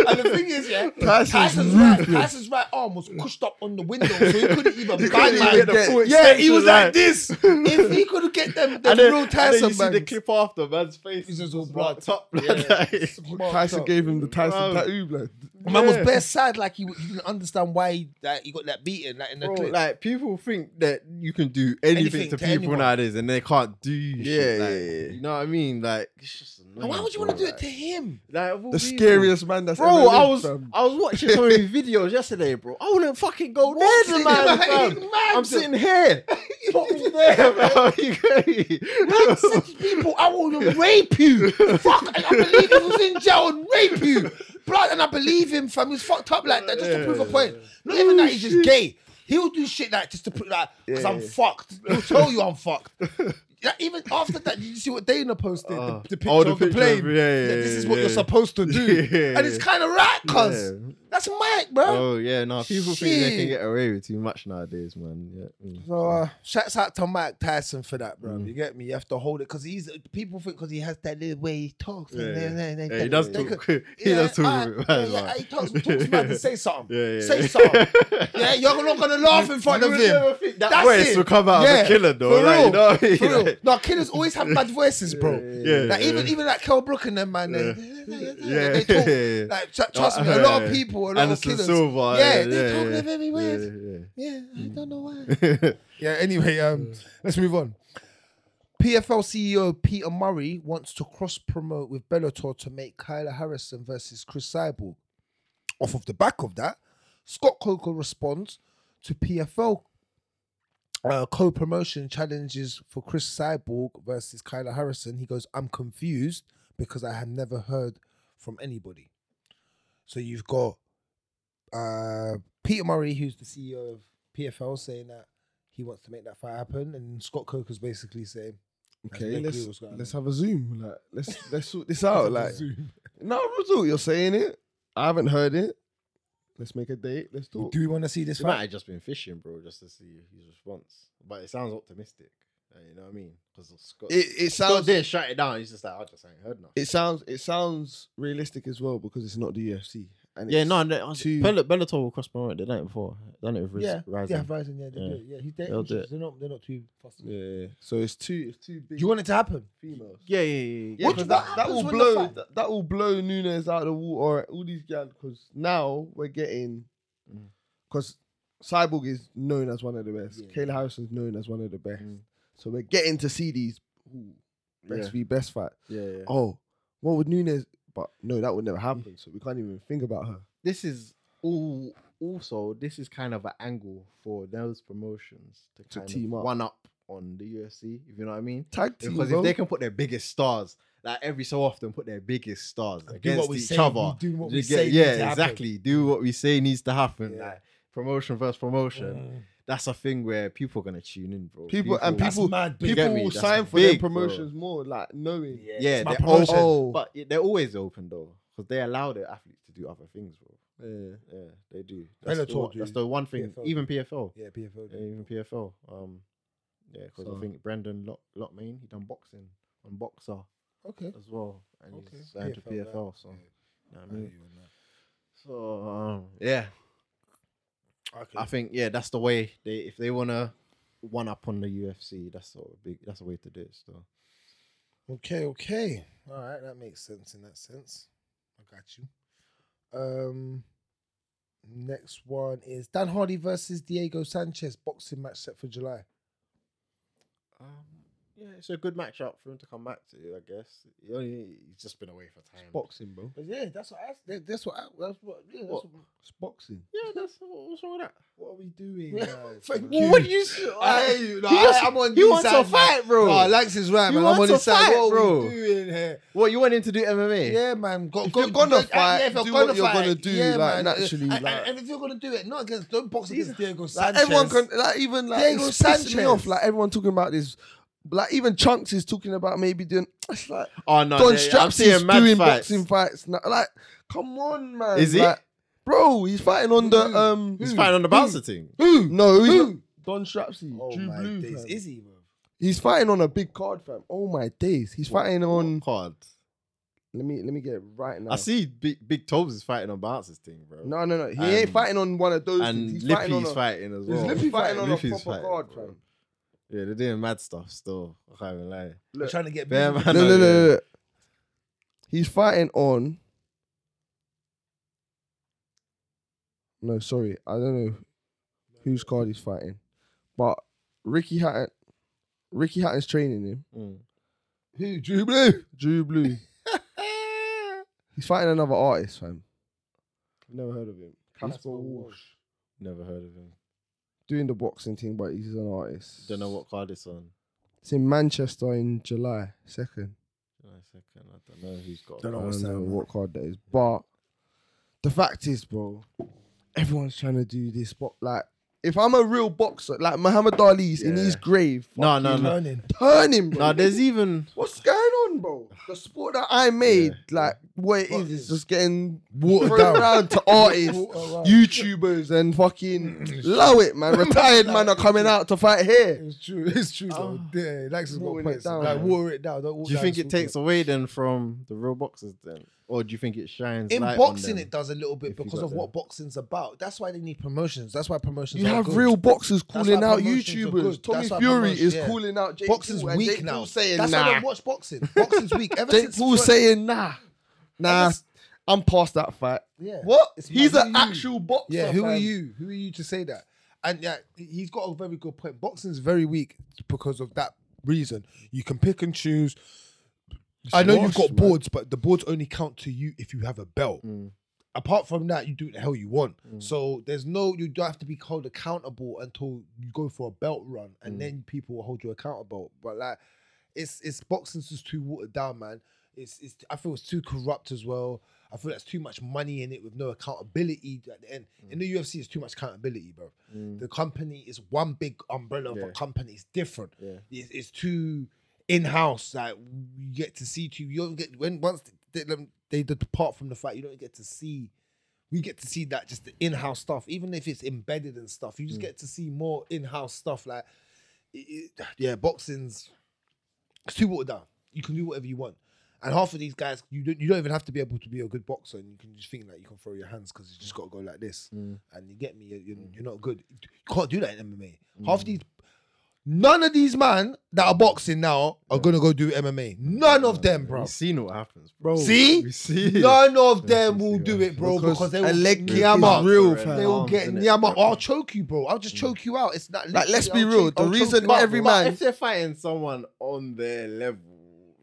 S4: And the thing is, yeah,
S5: Tyson's
S4: Tyson's, right, Tyson's right arm was cushed up on the window, so he couldn't even bang
S5: even
S4: like
S5: get the
S4: that.
S5: full
S4: Yeah, he was
S5: extension,
S4: like
S5: like-
S4: this. If he could get them, the
S3: And then,
S4: real
S3: and then you
S4: Tyson
S3: see the
S4: bangs.
S3: clip after man's face.
S4: He's just all
S3: blood
S4: blocked
S3: top.
S4: Yeah. Smart
S5: Tyson
S4: up.
S5: gave him the Tyson
S3: Bro.
S5: tattoo, blood.
S4: Man was
S3: Yeah.
S4: bare sad, like he, he didn't understand why he, like, he got that beaten, like in the
S3: Bro,
S4: clip.
S3: like people think that you can do anything,
S4: Anything
S3: to,
S4: to
S3: people
S4: anyone.
S3: nowadays, and they can't do. shit.
S5: yeah,
S3: like,
S5: yeah.
S3: You know what I mean? Like, it's just
S4: and why would you want to do it to him?
S3: Like,
S5: The scariest man that's ever
S3: Bro, I
S5: lived,
S3: was
S5: fam.
S3: I was watching some of his videos yesterday, bro. I wouldn't fucking go there,
S4: He's
S3: man.
S4: mad,
S3: fam.
S4: he's mad.
S3: I'm sitting here. Put me there, bro. Oh, You crazy?
S4: Man said to people, I will rape you. Fuck, and I believe he was in jail and rape you. Blood, and I believe him, fam. He's fucked up like that just to prove a point. Not even that he's
S3: Oh,
S4: just gay. He'll do shit like just to prove that, because I'm fucked. He'll tell you I'm fucked. Yeah, even after that, did you see what Dana posted?
S3: Oh.
S4: the, the picture
S3: Oh, the
S4: of the
S3: picture
S4: plane.
S3: of- yeah, yeah,
S4: That this is
S3: yeah,
S4: what you're
S3: yeah.
S4: supposed to do.
S3: Yeah.
S4: And it's kind of right, cuz.
S3: Yeah.
S4: That's Mike, bro.
S3: Oh yeah, no. People think they
S4: Shit.
S3: can get away with too much nowadays, man. Yeah. mm.
S5: So, uh,
S4: Shouts out to Mike Tyson for that, bro. You get me? You have to hold it because he's people think because he has that little way he talks. and
S3: Yeah, yeah.
S4: then- then- then-
S3: Yeah, he
S4: then-
S3: does
S4: they
S3: talk.
S4: could-
S3: He
S4: Yeah,
S3: does talk.
S4: ah,
S3: a bit,
S4: yeah,
S3: man,
S4: yeah,
S3: like-
S4: He talks, talks mad and say something.
S3: Yeah, yeah.
S4: Say something. yeah, you're not gonna laugh in front
S3: You
S4: of
S3: would
S4: him.
S3: never think that
S4: That's
S3: voice
S4: it.
S3: would come out of a killer, though,
S4: For
S3: like,
S4: real.
S3: you know what I mean?
S4: For real.
S3: Like-
S4: no, killers always have bad voices, bro.
S3: yeah,
S4: like,
S3: yeah.
S4: Even even like Kel Brook and them man, they,
S3: Yeah,
S4: they
S3: yeah,
S4: talk.
S3: yeah.
S4: Like, tr- trust me, a lot of people, a lot
S3: Anderson
S4: of killers.
S3: Silva,
S4: yeah,
S3: yeah,
S4: they
S3: yeah,
S4: talk
S3: yeah.
S4: their very words.
S3: yeah.
S4: Yeah, I don't know why. yeah, anyway, um, let's move on. PFL CEO E Peter Murray wants to cross promote with Bellator to make Kyla Harrison versus Chris Cyborg. Off of the back of that, Scott Coker responds to PFL uh, co promotion challenges for Chris Cyborg versus Kyla Harrison. He goes, I'm confused because I have never heard from anybody. So you've got uh, Peter Murray, who's the CEO of PFL, saying that he wants to make that fight happen, and Scott Coker's basically saying,
S5: okay,
S4: Like,
S5: let's
S4: Leo was going
S5: let's
S4: on.
S5: have a zoom. Like, let's let's sort
S3: Oh,
S5: this out. Like, no result. You're saying it. I haven't heard it. Let's make a date. Let's talk.
S4: "Do we want to see this
S3: He might
S4: fight?"
S3: have just been fishing, bro, just to see his response. But it sounds optimistic. like, you know what I mean? Because Scott,
S5: It it
S3: Scott
S5: sounds
S3: didn't shut it down. He's just like, I just ain't heard nothing.
S5: it sounds it sounds realistic as well because it's not the UFC. And
S3: yeah,
S5: it's-
S3: no, no I was-
S5: too-
S3: Bell- Bellator will cross promote. They done it before. They done it with
S4: Yeah,
S3: yeah, Rising.
S4: yeah, Verizon, yeah, they
S3: Yeah.
S4: do it. yeah. He's they,
S3: They'll do it.
S4: they're not, they're not too fussed.
S5: Yeah, yeah. So it's two it's two big
S4: You want it to happen?
S5: females.
S3: Yeah, yeah, yeah.
S5: Yeah,
S4: What-
S5: 'cause
S4: what
S5: that, that
S4: happens
S5: will
S4: when the
S5: blow
S4: fight-
S5: that, that will blow Nunes out of the water. All these guys, because now we're getting
S3: Mm.
S5: because Cyborg is known as one of the best.
S4: Yeah.
S5: Kayla Harrison's known as one of the best.
S3: Mm.
S5: So we're getting to see these ooh, best
S3: Yeah.
S5: v best fight.
S3: yeah, yeah.
S5: Oh, what would Nunes? But no, that would never happen. So we can't even think about her.
S3: This is all. Also, this is kind of an angle for those promotions to,
S5: To
S3: kind
S5: team
S3: of
S5: up.
S3: one up on the UFC, if you know what I mean.
S5: Tag team,
S3: Because
S5: bro.
S3: if they can put their biggest stars, like every so often, put their biggest stars against
S4: we
S3: each
S4: say,
S3: other.
S4: we do what
S3: You
S4: we
S3: get-
S4: say needs to
S3: yeah,
S4: happen.
S3: exactly. Do what we say needs to happen.
S4: Yeah. Mm.
S3: Like promotion versus promotion. That's a thing where people are gonna tune in, bro.
S5: people and
S3: That's-
S5: people,
S4: mad, big.
S3: You get
S5: people
S3: me?
S5: will
S3: That's
S5: sign for
S3: big,
S5: their
S3: bro.
S5: promotions more, like knowing.
S3: yeah,
S4: It's my
S3: they're
S4: promotion.
S3: open,
S5: Oh.
S3: but they're always open though, because they allow their athletes to do other things, bro. Yeah, yeah, they do. That's, the,
S4: Bellator
S3: one- that's
S4: do.
S3: the one thing.
S4: PFL.
S3: Even PFL,
S4: Yeah, PFL.
S3: Yeah, even PFL. Um, yeah, because
S5: So-
S3: I think Brandon Lock Lockmain he done boxing on Boxer
S4: Okay.
S3: as well, and
S4: Okay.
S3: he's signed
S4: PFL, yeah.
S3: to PFL. So, know what I mean,
S4: you on that.
S3: so um, yeah,
S4: Okay.
S3: I think yeah, that's the way they if they wanna one up on the UFC, that's sort of big. That's the way to do it. So
S4: Okay, okay. All right, that makes sense in that sense. I got you. Um next one is Dan Hardy versus Diego Sanchez boxing match set for July.
S3: um, yeah, it's a good matchup for him to come back to. I guess he only, he's just been away for time.
S5: Boxing, bro.
S4: But yeah, that's what I that- that's what I, that's what yeah, that's what,
S3: What?
S5: It's boxing.
S3: Yeah, that's what- what's wrong with that.
S5: What are we doing,
S4: Yeah,
S5: guys?
S4: thank
S5: man?
S4: you.
S3: What do you?
S5: I hear you. No,
S3: He
S5: I,
S3: wants-
S5: I'm on
S3: he
S5: this
S3: wants
S5: side,
S3: to
S5: man.
S3: fight, bro.
S5: No, Lex is right,
S3: He
S5: man. I'm on
S3: wants
S5: his
S3: to
S5: side.
S3: fight,
S5: What are
S3: bro.
S5: we doing here?
S3: What you want him to do MMA?
S4: Yeah, man. Go,
S5: If
S4: go,
S5: you're gonna
S4: yeah,
S5: fight,
S4: yeah, if
S5: do
S4: you're
S5: what
S4: gonna
S5: you're
S4: fight,
S5: gonna do,
S4: yeah,
S5: like,
S4: man.
S5: naturally,
S4: And- and,
S5: like-
S4: and if you're gonna do it, not against, don't box against Diego Sanchez.
S5: Like everyone can, like even like
S4: Diego
S5: it's pissing me
S4: Sanchez.
S5: off. Like everyone talking about this. Like even Chunks is talking about maybe doing. It's like
S3: Oh no,
S5: Don
S3: yeah, I'm
S5: Straps is
S3: seeing mad
S5: doing
S3: fights.
S5: boxing fights. Now. Like, come on, man.
S3: Is he?
S5: Like, bro, he's fighting on the um.
S3: He's fighting on the bouncer thing.
S5: Who? No, he's not. Don Strapsy,
S4: Oh
S5: Drew
S4: my
S5: Blue.
S4: days,
S5: fam.
S4: is he, bro?
S5: He's fighting on a big card, fam. Oh my days, he's fighting on.
S3: card.
S5: Let me let me get it right now.
S3: Oh, I see Big Big Tobes is fighting on bouncers thing, bro.
S5: No, no, no. He
S3: And-
S5: ain't fighting on one of those.
S3: and
S5: things. He's
S3: Lippy's fighting,
S5: fighting on a,
S3: as
S5: He's
S3: well.
S5: literally fighting on
S3: Lippy's
S5: a proper
S3: fighting,
S5: card,
S3: bro.
S5: fam.
S3: Yeah, they're doing mad stuff still. I can't even lie.
S4: They're trying to get
S3: Bear
S4: big.
S3: man,
S5: no,
S3: out
S5: no, no,
S3: here.
S5: no, no. He's fighting on. No, sorry, I don't know whose card he's fighting, but Ricky Hatton, Ricky Hatton's training him.
S3: Mm.
S5: Who? Drew Blue. Drew Blue. he's fighting another artist, fam. I've never heard of him. Casper Walsh.
S3: Never heard of him.
S5: Doing the boxing thing, but he's an artist.
S3: Don't know what card it's on.
S5: It's in Manchester in July second.
S3: Give me a second. I don't know who's got.
S5: I
S4: Don't know
S5: don't
S4: what's
S5: know
S4: that, man.
S5: what card that is. But the fact is, bro, everyone's trying to do this. But like, if I'm a real boxer, like Muhammad Ali's in
S3: Yeah.
S5: his grave,
S3: No, no, no.
S4: Turning.
S5: turn him, bro.
S3: No, there's even
S5: What's going on, bro? The sport that I made, like what it is, is just getting watered
S4: down.
S5: around to artists, YouTubers, and fucking low it, man. Retired man are coming out to fight here.
S4: It's true. It's true. though. yeah, Lex has got
S5: Watering it
S4: points.
S5: down,
S4: like
S5: man.
S4: water it down. Don't
S3: Do you think it takes away then from the real boxers then, or do you think it shines?
S4: in
S3: light on
S4: boxing?
S3: them?
S4: It does a little
S3: if
S4: bit
S3: you
S4: because
S3: got
S4: of what boxing's about. That's why they need promotions. That's why promotions.
S5: You
S4: are
S5: have
S4: good.
S5: real boxers
S4: That's
S5: calling
S4: why
S5: out
S4: promotions are
S5: YouTubers.
S4: good.
S5: Tommy
S4: That's why
S5: Fury
S4: promotions-
S5: is
S4: yeah.
S5: calling out Jake
S4: Boxing's
S5: Paul, and
S4: weak
S5: Jake
S4: now.
S5: Paul saying
S4: That's why I
S5: nah.
S4: don't watch boxing. Boxing's weak. Ever
S5: Jake
S4: since
S5: Paul
S4: Floyd-
S5: saying nah, nah.
S4: s-
S5: I'm past that fight.
S4: Yeah.
S5: What?
S4: It's
S5: He's
S4: mad.
S5: an
S4: Who are you?
S5: actual boxer.
S4: Yeah, who are
S5: fam.
S4: you? Who are you to say that? And yeah, he's got a very good point. Boxing's very weak because of that reason. You can pick and choose. I know you've got
S5: washed, man.
S4: boards, but the boards only count to you if you have a belt.
S3: Mm.
S4: Apart from that, you do what the hell you want. So there's no, you don't have to be held accountable until you go for a belt run,
S3: Mm.
S4: and then people will hold you accountable. But like, it's it's boxing's just too watered down, man. It's it's I feel it's too corrupt as well. I feel that's too much money in it with no accountability at the end.
S3: Mm.
S4: In the UFC, it's too much accountability, bro. The company is one big umbrella of
S3: Yeah.
S4: a company. It's different.
S3: Yeah.
S4: It's, it's too in house. Like you get to see too. You don't get when once they, them- they depart from the fight, you don't get to see. We get to see that just the in-house stuff, even if it's embedded and stuff. You just get to see more in-house stuff. Like, it, it- yeah, boxing's it's too watered down. You can do whatever you want. And half of these guys, you don't, you don't even have to be able to be a good boxer, and you can just think that you can throw your hands because you just got to go like this. And you get me, you're, you're, you're not good. You can't do that in MMA. Half these, none of these man that are boxing now are gonna go do MMA. None of them, bro.
S3: We've seen what happens,
S5: Bro.
S4: See,
S3: We see.
S4: none of them
S3: we
S4: will
S3: see
S4: do
S3: that.
S4: it, bro, because,
S5: Because
S4: they will
S5: a leg kick
S4: nyam
S5: is
S4: up.
S5: real, fam.
S4: They will get
S3: Arms, innit?
S4: nyam up. I'll choke you, bro. I'll just choke you out. It's not
S5: Like, let's be
S4: I'll
S5: real,
S4: choke-
S5: the
S4: I'll choke
S5: reason
S4: you
S5: not
S4: out,
S5: every
S4: bro.
S5: man-
S3: if they're fighting someone on their level,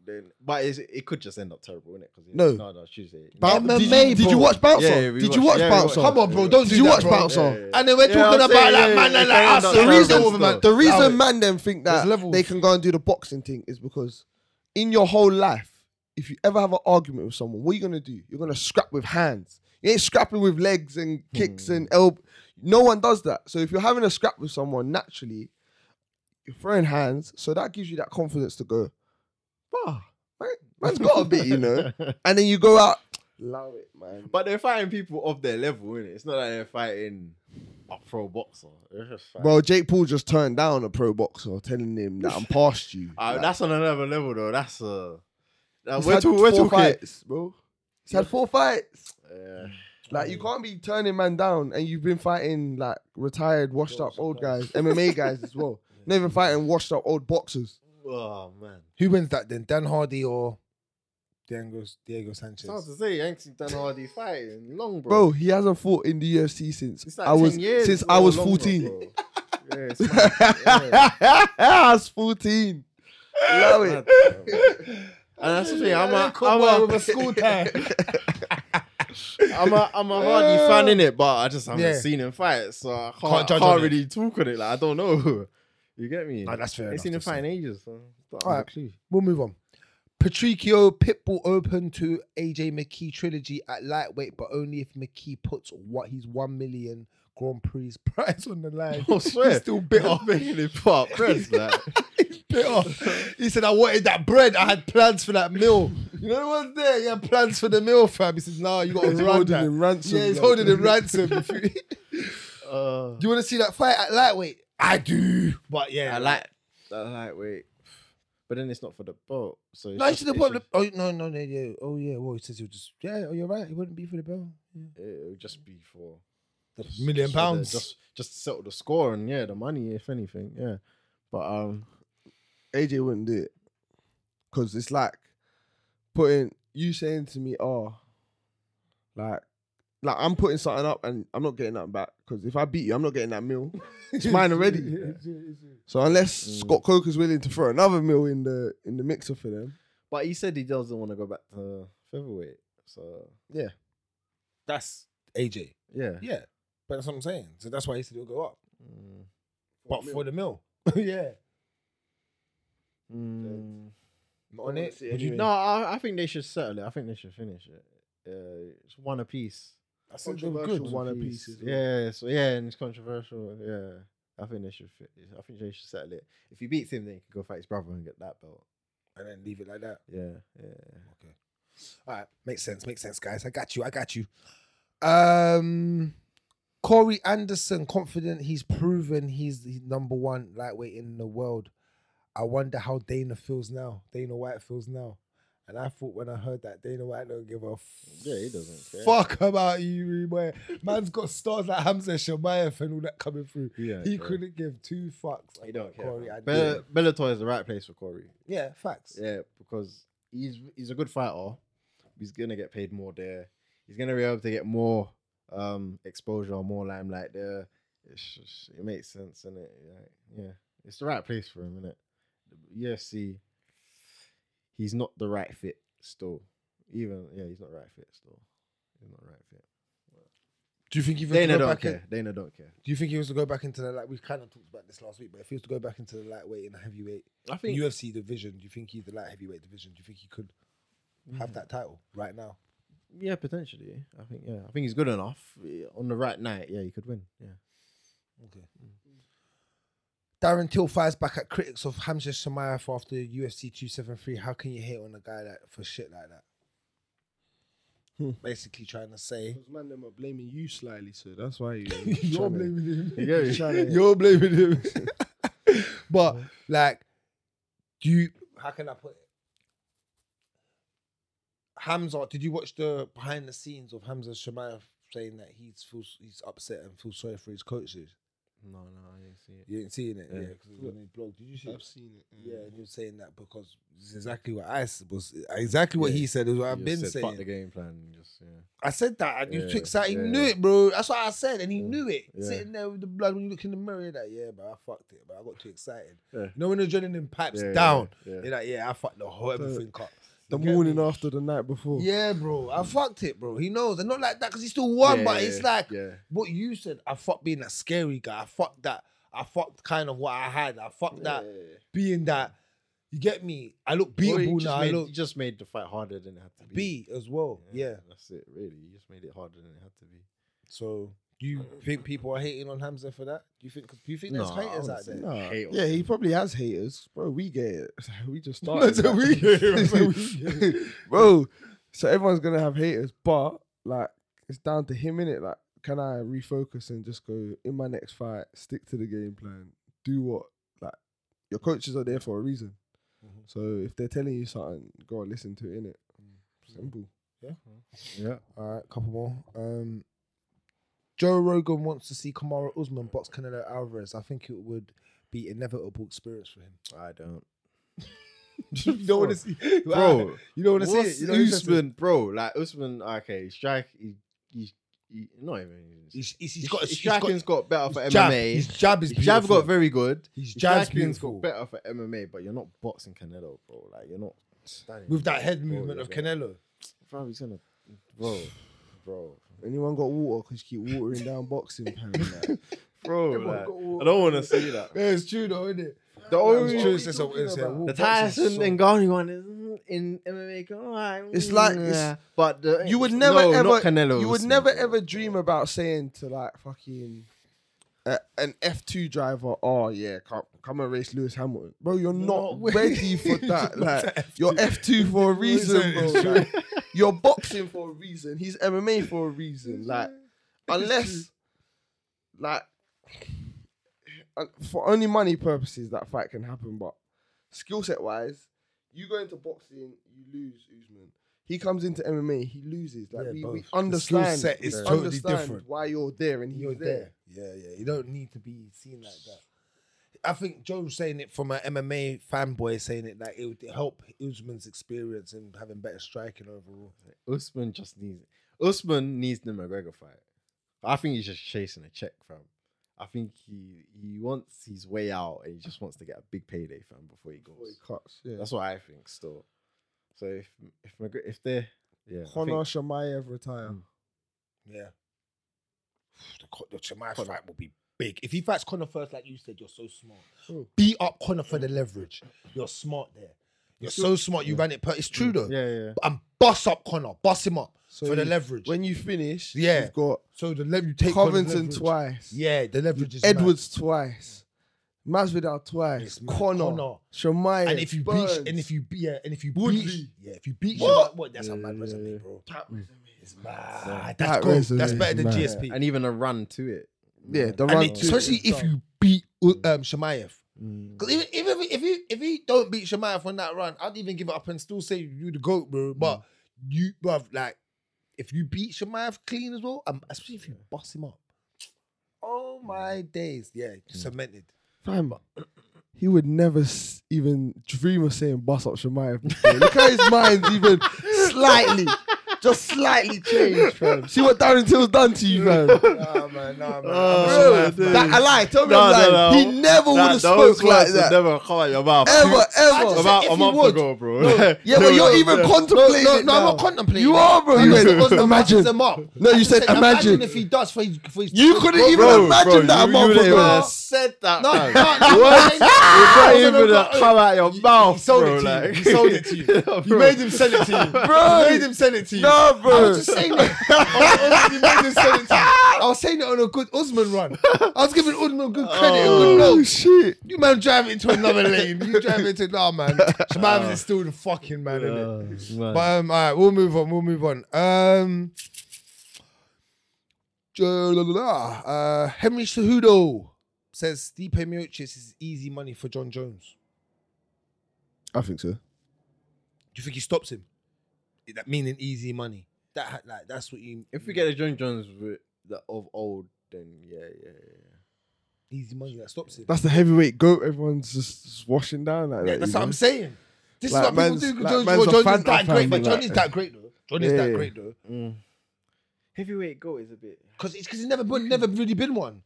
S3: Then, but it's, it could just end up terrible, innit? Because
S5: No.
S3: no, no, Tuesday.
S5: Boun-
S4: MMA,
S5: did, you, did you
S4: bro.
S5: watch Bouncer?
S3: Yeah, yeah, we
S5: did you watch
S3: watched- yeah, we
S5: Bouncer?
S3: watched- Come on, bro,
S4: don't
S5: Did
S4: do
S5: you
S4: that,
S5: watch
S4: bro.
S5: Bouncer?
S4: And then we're
S3: Yeah,
S4: talking
S3: I'm
S4: about
S3: saying,
S4: like
S3: yeah,
S4: man
S3: yeah,
S4: like
S3: yeah, that's
S4: us. The
S3: terrible
S4: reason,
S3: stuff.
S4: man,
S5: The reason
S4: Alright.
S5: man them think
S4: There's
S5: that
S4: levels.
S5: they can go and do the boxing thing is because in your whole life, if you ever have an argument with someone, what are you gonna do? You're gonna scrap with hands. You ain't scrapping with legs and kicks and
S4: Hmm.
S5: elbow. No one does that. So if you're having a scrap with someone, naturally, you're throwing hands. So that gives you that confidence to go, bah, right? man's got a bit, you know. And then you go out, love it, man.
S3: But they're fighting people of their level, innit? It's not like they're fighting a pro boxer. They're just fighting-
S5: Bro, Jake Paul just turned down a pro boxer, telling him that I'm past you.
S3: Uh,
S5: Like,
S3: that's on another level, though. That's uh, that-
S5: he's
S3: we're,
S5: had
S3: talk-
S5: four
S3: we're talking.
S5: fights, bro. He's had four fights.
S3: Yeah.
S5: Like you can't be turning man down, and you've been fighting like retired, washed up old guys, MMA guys as well. Never fighting washed up old boxers.
S3: Oh man,
S4: Who wins that then? Dan Hardy or Diego, Diego
S3: it's hard
S4: Sanchez?
S3: to say. I ain't seen Dan Hardy fighting long, bro.
S5: Bro, he hasn't fought in the UFC since
S3: it's like
S5: I was
S3: 10 years,
S5: since
S3: bro,
S5: I was
S3: long, bro,
S5: fourteen.
S3: bro. Yeah, it's mad, yeah.
S5: I was fourteen. Love it.
S3: And that's the thing. I'm
S4: Yeah,
S3: a,
S4: come
S3: I'm
S4: on,
S3: a,
S4: with a school tie.
S3: I'm a, I'm a Hardy fan in it, but I just haven't
S4: Yeah.
S3: seen him fight, so I can't,
S4: Can't judge
S3: can't
S4: on it.
S3: really talk on it. Like I don't know. You get me?
S4: No, that's fair
S3: I ain't
S4: enough
S3: seen
S4: to
S3: him fight in ages. So I
S4: Alright. We'll move on. Patricio Pitbull open to AJ McKee trilogy at lightweight, but only if McKee puts what he's one million Grand Prix prize on the line.
S3: I swear,
S4: He's still bit
S3: I'm making him put up press, like.
S4: bit off. He said, I wanted that bread. I had plans for that meal. You know what's there? He had plans for the meal, fam. He says, nah, you got to
S5: He's
S4: run
S5: holding
S4: that.
S5: him ransom.
S4: Yeah, he's
S5: bro.
S4: holding him ransom. If you- Do
S3: Uh,
S4: you want to see that fight at lightweight? I do. But yeah.
S3: I like that lightweight, but then it's not for the boat. So it's
S4: No, he
S3: just-
S4: should have
S3: it's
S4: put the.
S3: just-
S4: Oh, no, no, no, yeah. Oh, yeah. Well, he says he'll just. Yeah, oh, you're right. He wouldn't be for the bell. Yeah.
S3: It would just be for
S4: The
S3: just-
S4: million
S3: just for the-
S4: pounds.
S3: just just to settle the score and yeah, the money if anything, yeah. But um,
S5: AJ wouldn't do it because it's like putting you saying to me, "Oh, like, like I'm putting something up and I'm not getting that back because if I beat you, I'm not getting that meal. It's mine already. So unless Scott Coker's willing to throw another meal in the in the mixer for them,
S3: but he said he doesn't want to go back to featherweight, so
S4: That's AJ.
S3: yeah.
S4: Yeah. But that's what I'm saying. So that's why he said he'll go up.
S3: Mm.
S4: But for the meal. yeah.
S3: Mm.
S4: Not on it. Would you
S3: No, I, I think they should settle it. I think they should finish it. Uh, it's one apiece.
S4: I said they were good.
S5: one apiece as well.
S3: Yeah, so yeah, and it's controversial. Yeah, I think they should. Fit, I think they should settle it. If he beats him, then he can go fight his brother and get that belt.
S4: And then leave it like that.
S3: Yeah, yeah.
S4: All right, makes sense, makes sense, guys. I got you, I got you. Um, Corey Anderson, confident he's proven he's the number one lightweight in the world. I wonder how Dana feels now. Dana White feels now. And I thought when I heard that Dana White don't give a
S3: Yeah, he doesn't care.
S4: fuck about you, boy. Man's got stars like Hamza Shemaev and all that coming through.
S3: Yeah,
S4: he
S3: bro.
S4: couldn't give two fucks.
S3: He don't care.
S4: Corey
S3: man.
S4: Anderson.
S3: Bell- Bellator is the right place for Corey.
S4: Yeah, facts.
S3: Yeah, because he's he's a good fighter. He's gonna get paid more there. He's gonna be able to get more um exposure, more limelight there. It's just, it makes sense, and it yeah, it's the right place for him, isn't it? UFC, he's not the right fit still. Even yeah, he's not the right fit still. He's not the right fit.
S4: Do you think he
S3: Dana don't care. Dana don't care.
S4: Do you think he was to go back into the like we kind of talked about this last week, but if he was to go back into the lightweight and heavyweight
S3: I
S4: the UFC division, do you think he's the light heavyweight division? Do you think he could have that title right now?
S3: yeah, potentially. I think yeah, I think he's good enough Yeah, on the right night. Yeah, he could win. Yeah.
S4: Okay. Darren Till fires back at critics of Hamza Shamayev after UFC 273. How can you hate on a guy like for shit like that? Basically trying to say
S5: man, them are blaming you slightly, so that's why you.
S4: you're blaming him.
S3: You get me?
S4: You're blaming him. but like, do you? How can I put it? Hamza, did you watch the behind the scenes of Hamza Shemaev saying that he's feels he's upset and feels sorry for his coaches?
S3: No, no, I didn't see it.
S4: You ain't seeing it,
S3: Yeah.
S4: yeah? Because it was on his blog. Did you see? it?
S5: seen it.
S4: Yeah, and you're saying that because it's exactly what I s- was, exactly what he said is what I've
S3: You
S4: been
S3: said,
S4: saying.
S3: Fuck the game plan. and Just yeah.
S4: I said that, and you
S3: Yeah,
S4: took that. He
S3: yeah.
S4: knew it, bro. That's what I said, and he knew it.
S3: Yeah.
S4: Sitting there with the blood when you look in the mirror, you're like, yeah, but I fucked it, but I got too excited.
S3: Yeah.
S4: No, when adrenaline pipes
S3: Yeah,
S4: down,
S3: yeah, yeah.
S4: you're like, yeah, I fucked the whole everything up.
S5: The
S4: You get
S5: morning
S4: me?
S5: after the night before.
S4: Yeah, bro, I fucked it, bro. He knows, and not like that because he still won,
S3: Yeah,
S4: but
S3: yeah,
S4: it's like
S3: yeah.
S4: what you said. I fucked being that scary guy. I fucked that. I fucked kind of what I had. I fucked that being that. You get me? I look
S3: Well, you
S4: beatable
S3: just
S4: now.
S3: Made,
S4: I look
S3: you just made the fight harder than it had to be.
S4: beat as well. yeah.
S3: That's it, really. You just made it harder than it had to be.
S4: So do you think people are hating on Hamza for that? Do you think? Do you think there's
S3: No, I
S4: haters
S3: wouldn't
S4: out
S3: say
S4: there?
S3: that.
S5: Nah.
S3: Hate on
S5: Yeah, he probably has haters, bro. We get it. We just
S3: No,
S5: started.
S3: so
S5: like-
S3: we get it. So
S5: bro. So everyone's gonna have haters, but like it's down to him in it. Like, can I refocus and just go in my next fight? Stick to the game plan. Do what like your coaches are there for a reason. So if they're telling you something, go and listen to it. In it, simple.
S3: Yeah.
S4: All right, couple more. Um, Joe Rogan wants to see Kamara Usman box Canelo Alvarez. I think it would be inevitable experience for him.
S3: I don't.
S4: you don't want to see,
S3: Bro,
S4: You don't want to see it.
S3: What's
S4: You know what
S3: Usman, bro? Like Usman, okay, strike. He, he, he not even. His
S4: He's, he's, he's got. He's got.
S3: striking's got, better for
S4: his jab.
S3: MMA.
S4: His jab is
S3: His jab
S4: beautiful.
S3: got very good.
S4: His
S3: His
S4: jab's
S3: striking's
S4: beautiful.
S3: got better for MMA, but you're not boxing Canelo, bro. Like you're not standing
S4: with that head
S3: Bro,
S4: movement
S3: you're
S4: of
S3: gonna-
S4: Canelo.
S3: Bro, he's gonna, bro, bro,
S5: Anyone got water? Cause you keep watering down boxing. Pam, like.
S3: bro.
S5: Everyone
S3: like,
S5: got all-
S3: I don't want to see that.
S4: Yeah, it's true though, isn't it?
S3: The
S4: It's
S3: only
S4: true.
S5: we
S4: It's just a,
S5: talking
S4: it's a
S5: about?
S4: wall
S3: The
S4: box is
S3: Tyson
S4: so-
S3: and Garney one is mm, in MMA. go, alright,
S5: It's
S3: mm,
S5: like- it's-
S3: yeah. but the,
S5: You would never
S3: no,
S5: ever.
S3: not Canelo.
S5: you would
S3: Usman,
S5: never
S3: bro.
S5: ever dream about saying to like fucking uh, an F two driver, oh yeah, come come and race Lewis Hamilton, bro. You're not ready for that. like you're F two for a reason, bro. Like, you're boxing for a reason. He's MMA for a reason. Like unless like uh, for only money purposes that fight can happen, but skill set wise, you go into boxing, you lose Usman. He comes into MMA, he loses. Like
S4: Yeah,
S5: we,
S4: both. The
S5: we
S4: skill
S5: understand,
S4: set
S5: we
S4: is totally
S5: understand
S4: different.
S5: why you're there and he
S4: You're
S5: was there.
S4: there. Yeah, yeah. You don't need to be seen like that. I think Joe's saying it from an MMA fanboy saying it like it would help Usman's experience and having better striking overall.
S3: Usman just needs Usman needs the McGregor fight. I think he's just chasing a check, fam. I think he he wants his way out and he just wants to get a big payday, fam, before he goes.
S5: Before he cuts, yeah.
S3: That's what I think still. So if if McGregor if they yeah, I
S5: Conor
S3: think-
S5: Shamayev retire.
S4: Hmm. Yeah. The, Co- the Chimaev fight will be big. If he fights Connor first, like you said, you're so smart. Beat up Connor for the leverage. You're smart there. You're so smart. You ran it. Per- it's true though.
S3: yeah, yeah, yeah.
S4: And bust up Connor. Bust him up
S5: So
S4: for the
S5: you-
S4: leverage.
S5: When you finish,
S4: Yeah.
S5: you've got
S4: so the leverage you take Connor's
S5: Covington
S4: leverage.
S5: twice,
S4: Yeah, the leverage is mad.
S5: Edwards twice, Masvidal twice,
S4: It's mad.
S5: Conor,
S4: Conor.
S5: Shamayev,
S4: and if you
S5: Burns.
S4: beat, and if you beat, yeah, and if you beat,
S5: Woodley.
S4: yeah, if you beat,
S5: What? Mm.
S4: Shabbat, what? That's a mad resume, bro. That resume is mad.
S5: That
S4: That's gold.
S5: resume
S4: That's
S5: is
S4: better than
S5: mad.
S4: GSP.
S3: And even a run to it.
S5: yeah, the
S4: And
S5: run
S4: it-
S5: two. Mm.
S4: especially
S3: e-
S4: if you beat uh, um, Shemaev. Because even, even if, if you if he don't beat Shemaev on that run, I'd even give it up and still say you the goat, bro. But
S3: Mm.
S4: you, bruv, like if you beat Shemaev clean as well, um, especially if you bust him up. Oh my
S3: Mm.
S4: days, yeah, cemented.
S5: Fam, he would never s- even dream of saying boss up Shemaya. Look at his mind's even slightly, just slightly changed, fam. See what Darren Till's done to you, fam.
S4: Nah, man, nah, man.
S3: Oh, dude.
S5: that, I lie, tell me
S3: No,
S5: I'm
S3: no,
S5: lying.
S3: no.
S5: He never would have
S3: those
S5: spoke like
S3: words would
S5: that.
S3: Never come out your mouth.
S5: Ever,
S3: About
S5: ever.
S3: a
S4: if he
S3: month
S4: would.
S3: ago, bro.
S5: yeah, but you're even contemplating.
S4: No,
S5: it
S4: no, I'm not
S5: now.
S4: contemplating.
S5: You are, bro.
S4: I
S5: You
S4: said
S5: went,
S4: it was the
S5: imagine.
S4: matches him up.
S5: No, you
S4: I
S5: said imagine.
S4: if he does for his, for his
S5: You couldn't even imagine that a
S3: you,
S5: month
S3: you
S5: ago.
S3: would have said that.
S4: No,
S3: man.
S4: no, no,
S3: What?
S4: no, no, no.
S3: You're
S4: No,
S3: not
S4: no,
S3: even
S4: no,
S3: gonna
S4: no.
S3: come out your mouth,
S4: sold
S3: bro.
S4: it to you.
S3: like,
S4: He sold it to you.
S3: Yeah,
S4: You
S3: bro.
S4: made him sell it to you.
S5: Bro.
S4: You made him sell it to you.
S5: No, bro.
S4: I was just saying that. I was, you made him sell it to you. I was saying it on a good Usman run. I was giving Usman good credit, a good
S5: Oh,
S4: note.
S5: shit.
S4: You man drive into another lane. You drive into nah, man. Shmavs is still the fucking man, innit?
S3: man.
S4: But um, all right, we'll move on. We'll move on. Um, uh, Henry Cejudo says Stipe Miocic is easy money for John Jones.
S5: I think so.
S4: Do you think he stops him? That meaning easy money. That ha- like that's what you.
S3: If we get a John Jones with the, of old, then yeah, yeah, yeah.
S4: easy money that stops it.
S5: That's the heavyweight goat. Everyone's just, just washing down like
S4: Yeah,
S5: that.
S4: that's
S5: you
S4: what
S5: know?
S4: I'm saying. This
S5: Like,
S4: is what people
S5: man's-
S4: do.
S5: like,
S4: John,
S5: man's a
S4: John's
S5: fan-
S4: that
S5: a
S4: great, but
S5: family,
S4: Johnny's
S5: like-
S4: that great though. Johnny's
S5: Yeah.
S4: that great though,
S3: Heavyweight goat is a bit.
S4: because it's because he's never been, never really been one.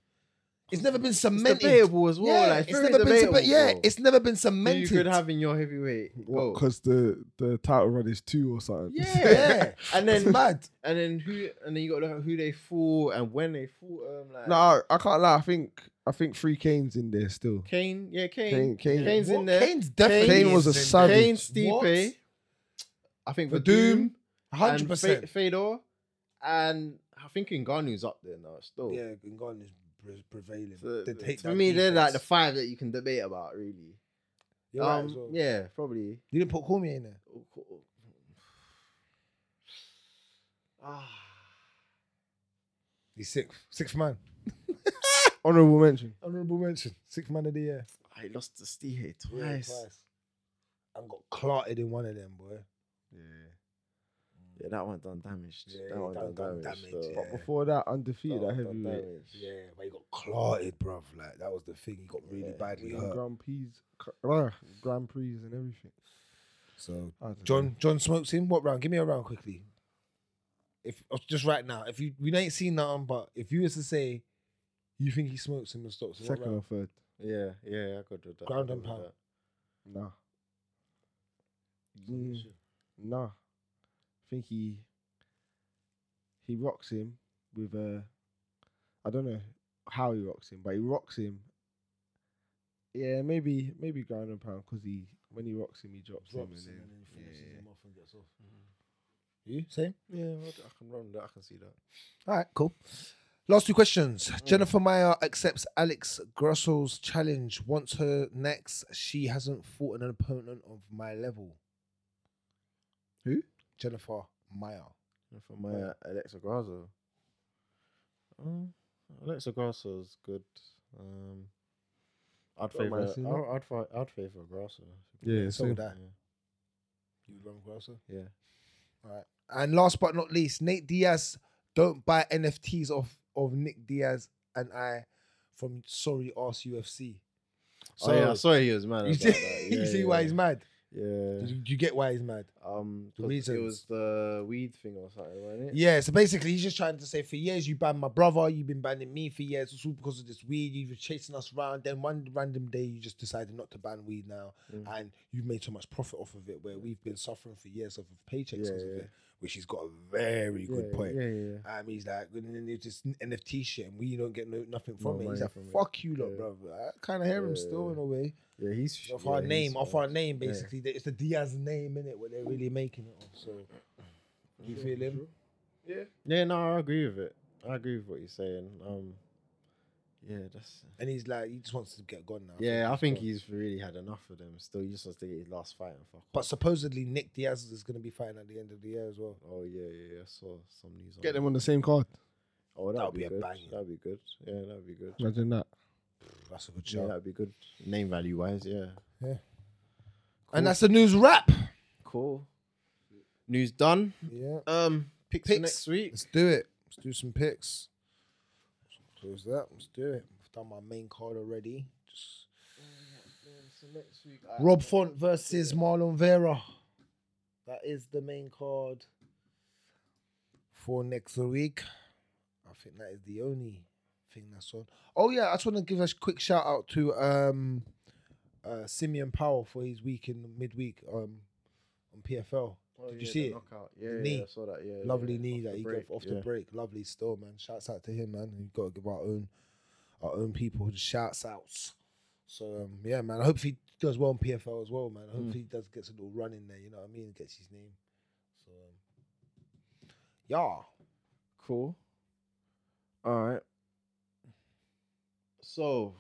S4: It's never been cemented.
S3: debatable as well,
S4: Yeah,
S3: like,
S4: it's
S3: very
S4: never been.
S3: debatable,
S4: But yeah,
S3: bro.
S4: it's never been
S3: Who
S4: cemented.
S3: you could have in your heavyweight goat.
S5: Because the the title run is two or something.
S4: yeah,
S3: and
S4: it's
S3: then
S4: mad.
S3: and then who and then you got to look at who they fought and when they fought. Um, like
S5: no, I, I can't lie. I think I think three Kane's in there still.
S3: Kane, yeah, Kane,
S5: Kane- Kane-
S3: Kane's in
S4: What?
S3: there.
S4: Kane's definitely
S5: Kane was a
S4: is in there.
S5: savage.
S3: Kane,
S4: What?
S3: Stipe, I think
S4: Vadum,
S3: Vadum, and
S4: hundred
S3: Fe-
S4: percent.
S3: Fedor, and I think Ngannou's up there now still.
S4: Yeah, Gungan is pre- prevailing.
S3: So,
S4: They take
S3: for
S4: that
S3: me, they're like the
S4: defense.
S3: five that you can debate about, really.
S4: You're right
S3: um,
S4: as well.
S3: Yeah, probably.
S4: You didn't put Cormier in there.
S3: Ah,
S4: He's sixth, sixth man.
S5: Honorable mention.
S4: Honorable mention, sixth man of the year.
S3: I lost to Stipe
S4: Yeah,
S3: twice.
S4: twice. I got clotted in one of them, boy.
S3: Yeah, that one done damage.
S4: Yeah,
S3: that one
S4: done-
S3: done,
S4: done
S3: damage.
S4: damage,
S3: so-
S4: yeah.
S5: But before that, undefeated
S3: that
S5: at
S3: one done
S5: heavyweight.
S3: damage.
S4: Yeah, but he got clotted, bruv. Like that was the thing. He got really badly
S5: Winning
S4: hurt.
S5: Grand Prix, uh, Grand Prix, and everything.
S3: mm.
S4: So
S5: I don't know.
S4: John John smokes him. What round? Give me a round quickly. If uh, just right now, if you we ain't seen nothing, but if you was to say you think he smokes him and stops him, what
S5: second or
S4: round?
S5: third.
S3: Yeah, yeah, I could do that. I
S4: Ground
S3: could
S4: and
S3: do
S4: pound.
S3: that.
S5: Nah. Mm, nah. I think he he rocks him with a I don't know how he rocks him, but he rocks him. Yeah, maybe maybe ground and pound because he when he rocks him he drops, him and
S4: drops
S5: then,
S4: him and then finishes
S5: yeah.
S4: him off and gets off. You same?
S3: Yeah, I c- I can run that. I can see that.
S4: All right, cool. Last two questions. Jennifer Meyer accepts Alex Grossel's challenge. Wants her next. She hasn't fought an opponent of my level.
S5: Who?
S4: Jennifer Meyer.
S3: And For my uh, Alexa Grasso. Um, Alexa Grasso's good. Um, I'd
S5: Don't
S3: favor.
S5: mind seeing that.
S3: I'd, I'd, fi- I'd favor Grasso.
S5: Yeah,
S4: So
S5: same.
S4: would I.
S3: Yeah.
S4: You would run Grosso?
S3: yeah.
S4: And last but not least, Nate Diaz. Don't buy NFTs of of Nick Diaz and I from sorry ass UFC.
S3: So Oh, yeah, I saw he was mad.
S4: you
S3: about
S4: see,
S3: that.
S4: you
S3: Yeah,
S4: see
S3: yeah,
S4: why
S3: yeah.
S4: he's mad.
S3: Yeah.
S4: Do you- do you get why he's mad?
S3: Um, 'cause
S4: The
S3: it
S4: reasons.
S3: was the weed thing or something, wasn't it?
S4: Yeah, so basically he's just trying to say for years you banned my brother, you've been banning me for years, it's all because of this weed, you were chasing us around, then one random day you just decided not to ban weed now
S3: Mm.
S4: and you've made so much profit off of it where we've been suffering for years off of paychecks
S3: Yeah,
S4: because of
S3: yeah.
S4: it, which he's got a very good
S3: yeah,
S4: point.
S3: Yeah, yeah, yeah.
S4: Um, he's like, and then there's this NFT shit, and we don't get no, nothing from
S3: No
S4: it.
S3: money
S4: He's like,
S3: from it.
S4: fuck you, lot,
S3: Yeah.
S4: bro. I kind of hear him still
S3: Yeah.
S4: in a way.
S3: Yeah, he's
S4: Off
S3: yeah,
S4: our
S3: he's
S4: name, off
S3: fine.
S4: our name,
S3: Yeah.
S4: basically. It's the Diaz name, innit? What they're really making it of. So, you feel him?
S3: Yeah, no, I agree with it. I agree with what you're saying. Um, yeah, that's.
S4: And he's like, he just wants to get gone now.
S3: Yeah, I
S4: he's
S3: think
S4: gone.
S3: he's really had enough of them. Still, he just wants to get his last fight and fuck.
S4: But supposedly Nick Diaz is going to be fighting at the end of the year as well.
S3: Oh yeah, yeah, yeah. I saw some news. on
S5: Get
S3: that.
S5: them on the same card.
S3: Oh, that'd,
S4: That'll
S3: be,
S4: be a
S3: good.
S4: banger.
S3: That'd be good. Yeah, that'd be good.
S5: Imagine that.
S4: That's a good
S3: Yeah,
S4: show.
S3: that'd be good. Name value wise, yeah.
S4: And that's the news wrap.
S3: Cool. News done.
S4: Yeah,
S3: Um, picks, for
S4: Picks.
S3: next week.
S4: let's do it. Let's do some picks. Close that. Let's do it. I've done my main card already. Just Rob Font versus Marlon Vera. That is the main card for next week. I think that is the only thing that's on. Oh yeah, I just want to give a sh- quick shout out to um uh Simeon Powell for his week in midweek um on PFL.
S3: Oh,
S4: Did
S3: yeah, the
S4: you see it?
S3: knockout. Yeah,
S4: The
S3: yeah,
S4: knee.
S3: I saw that. Yeah, yeah,
S4: Lovely
S3: yeah.
S4: knee
S3: Off
S4: that
S3: the
S4: he
S3: break,
S4: got off
S3: yeah.
S4: the break. Lovely still, man. Shouts out to him, man. We've got to give our own our own people the shouts outs. So um, yeah, man. I hope he does well in PFL as well, man. I hope
S3: Mm.
S4: he does gets a little run in there, you know what I mean? Gets his name. So um, Yeah.
S3: Cool. All right. So,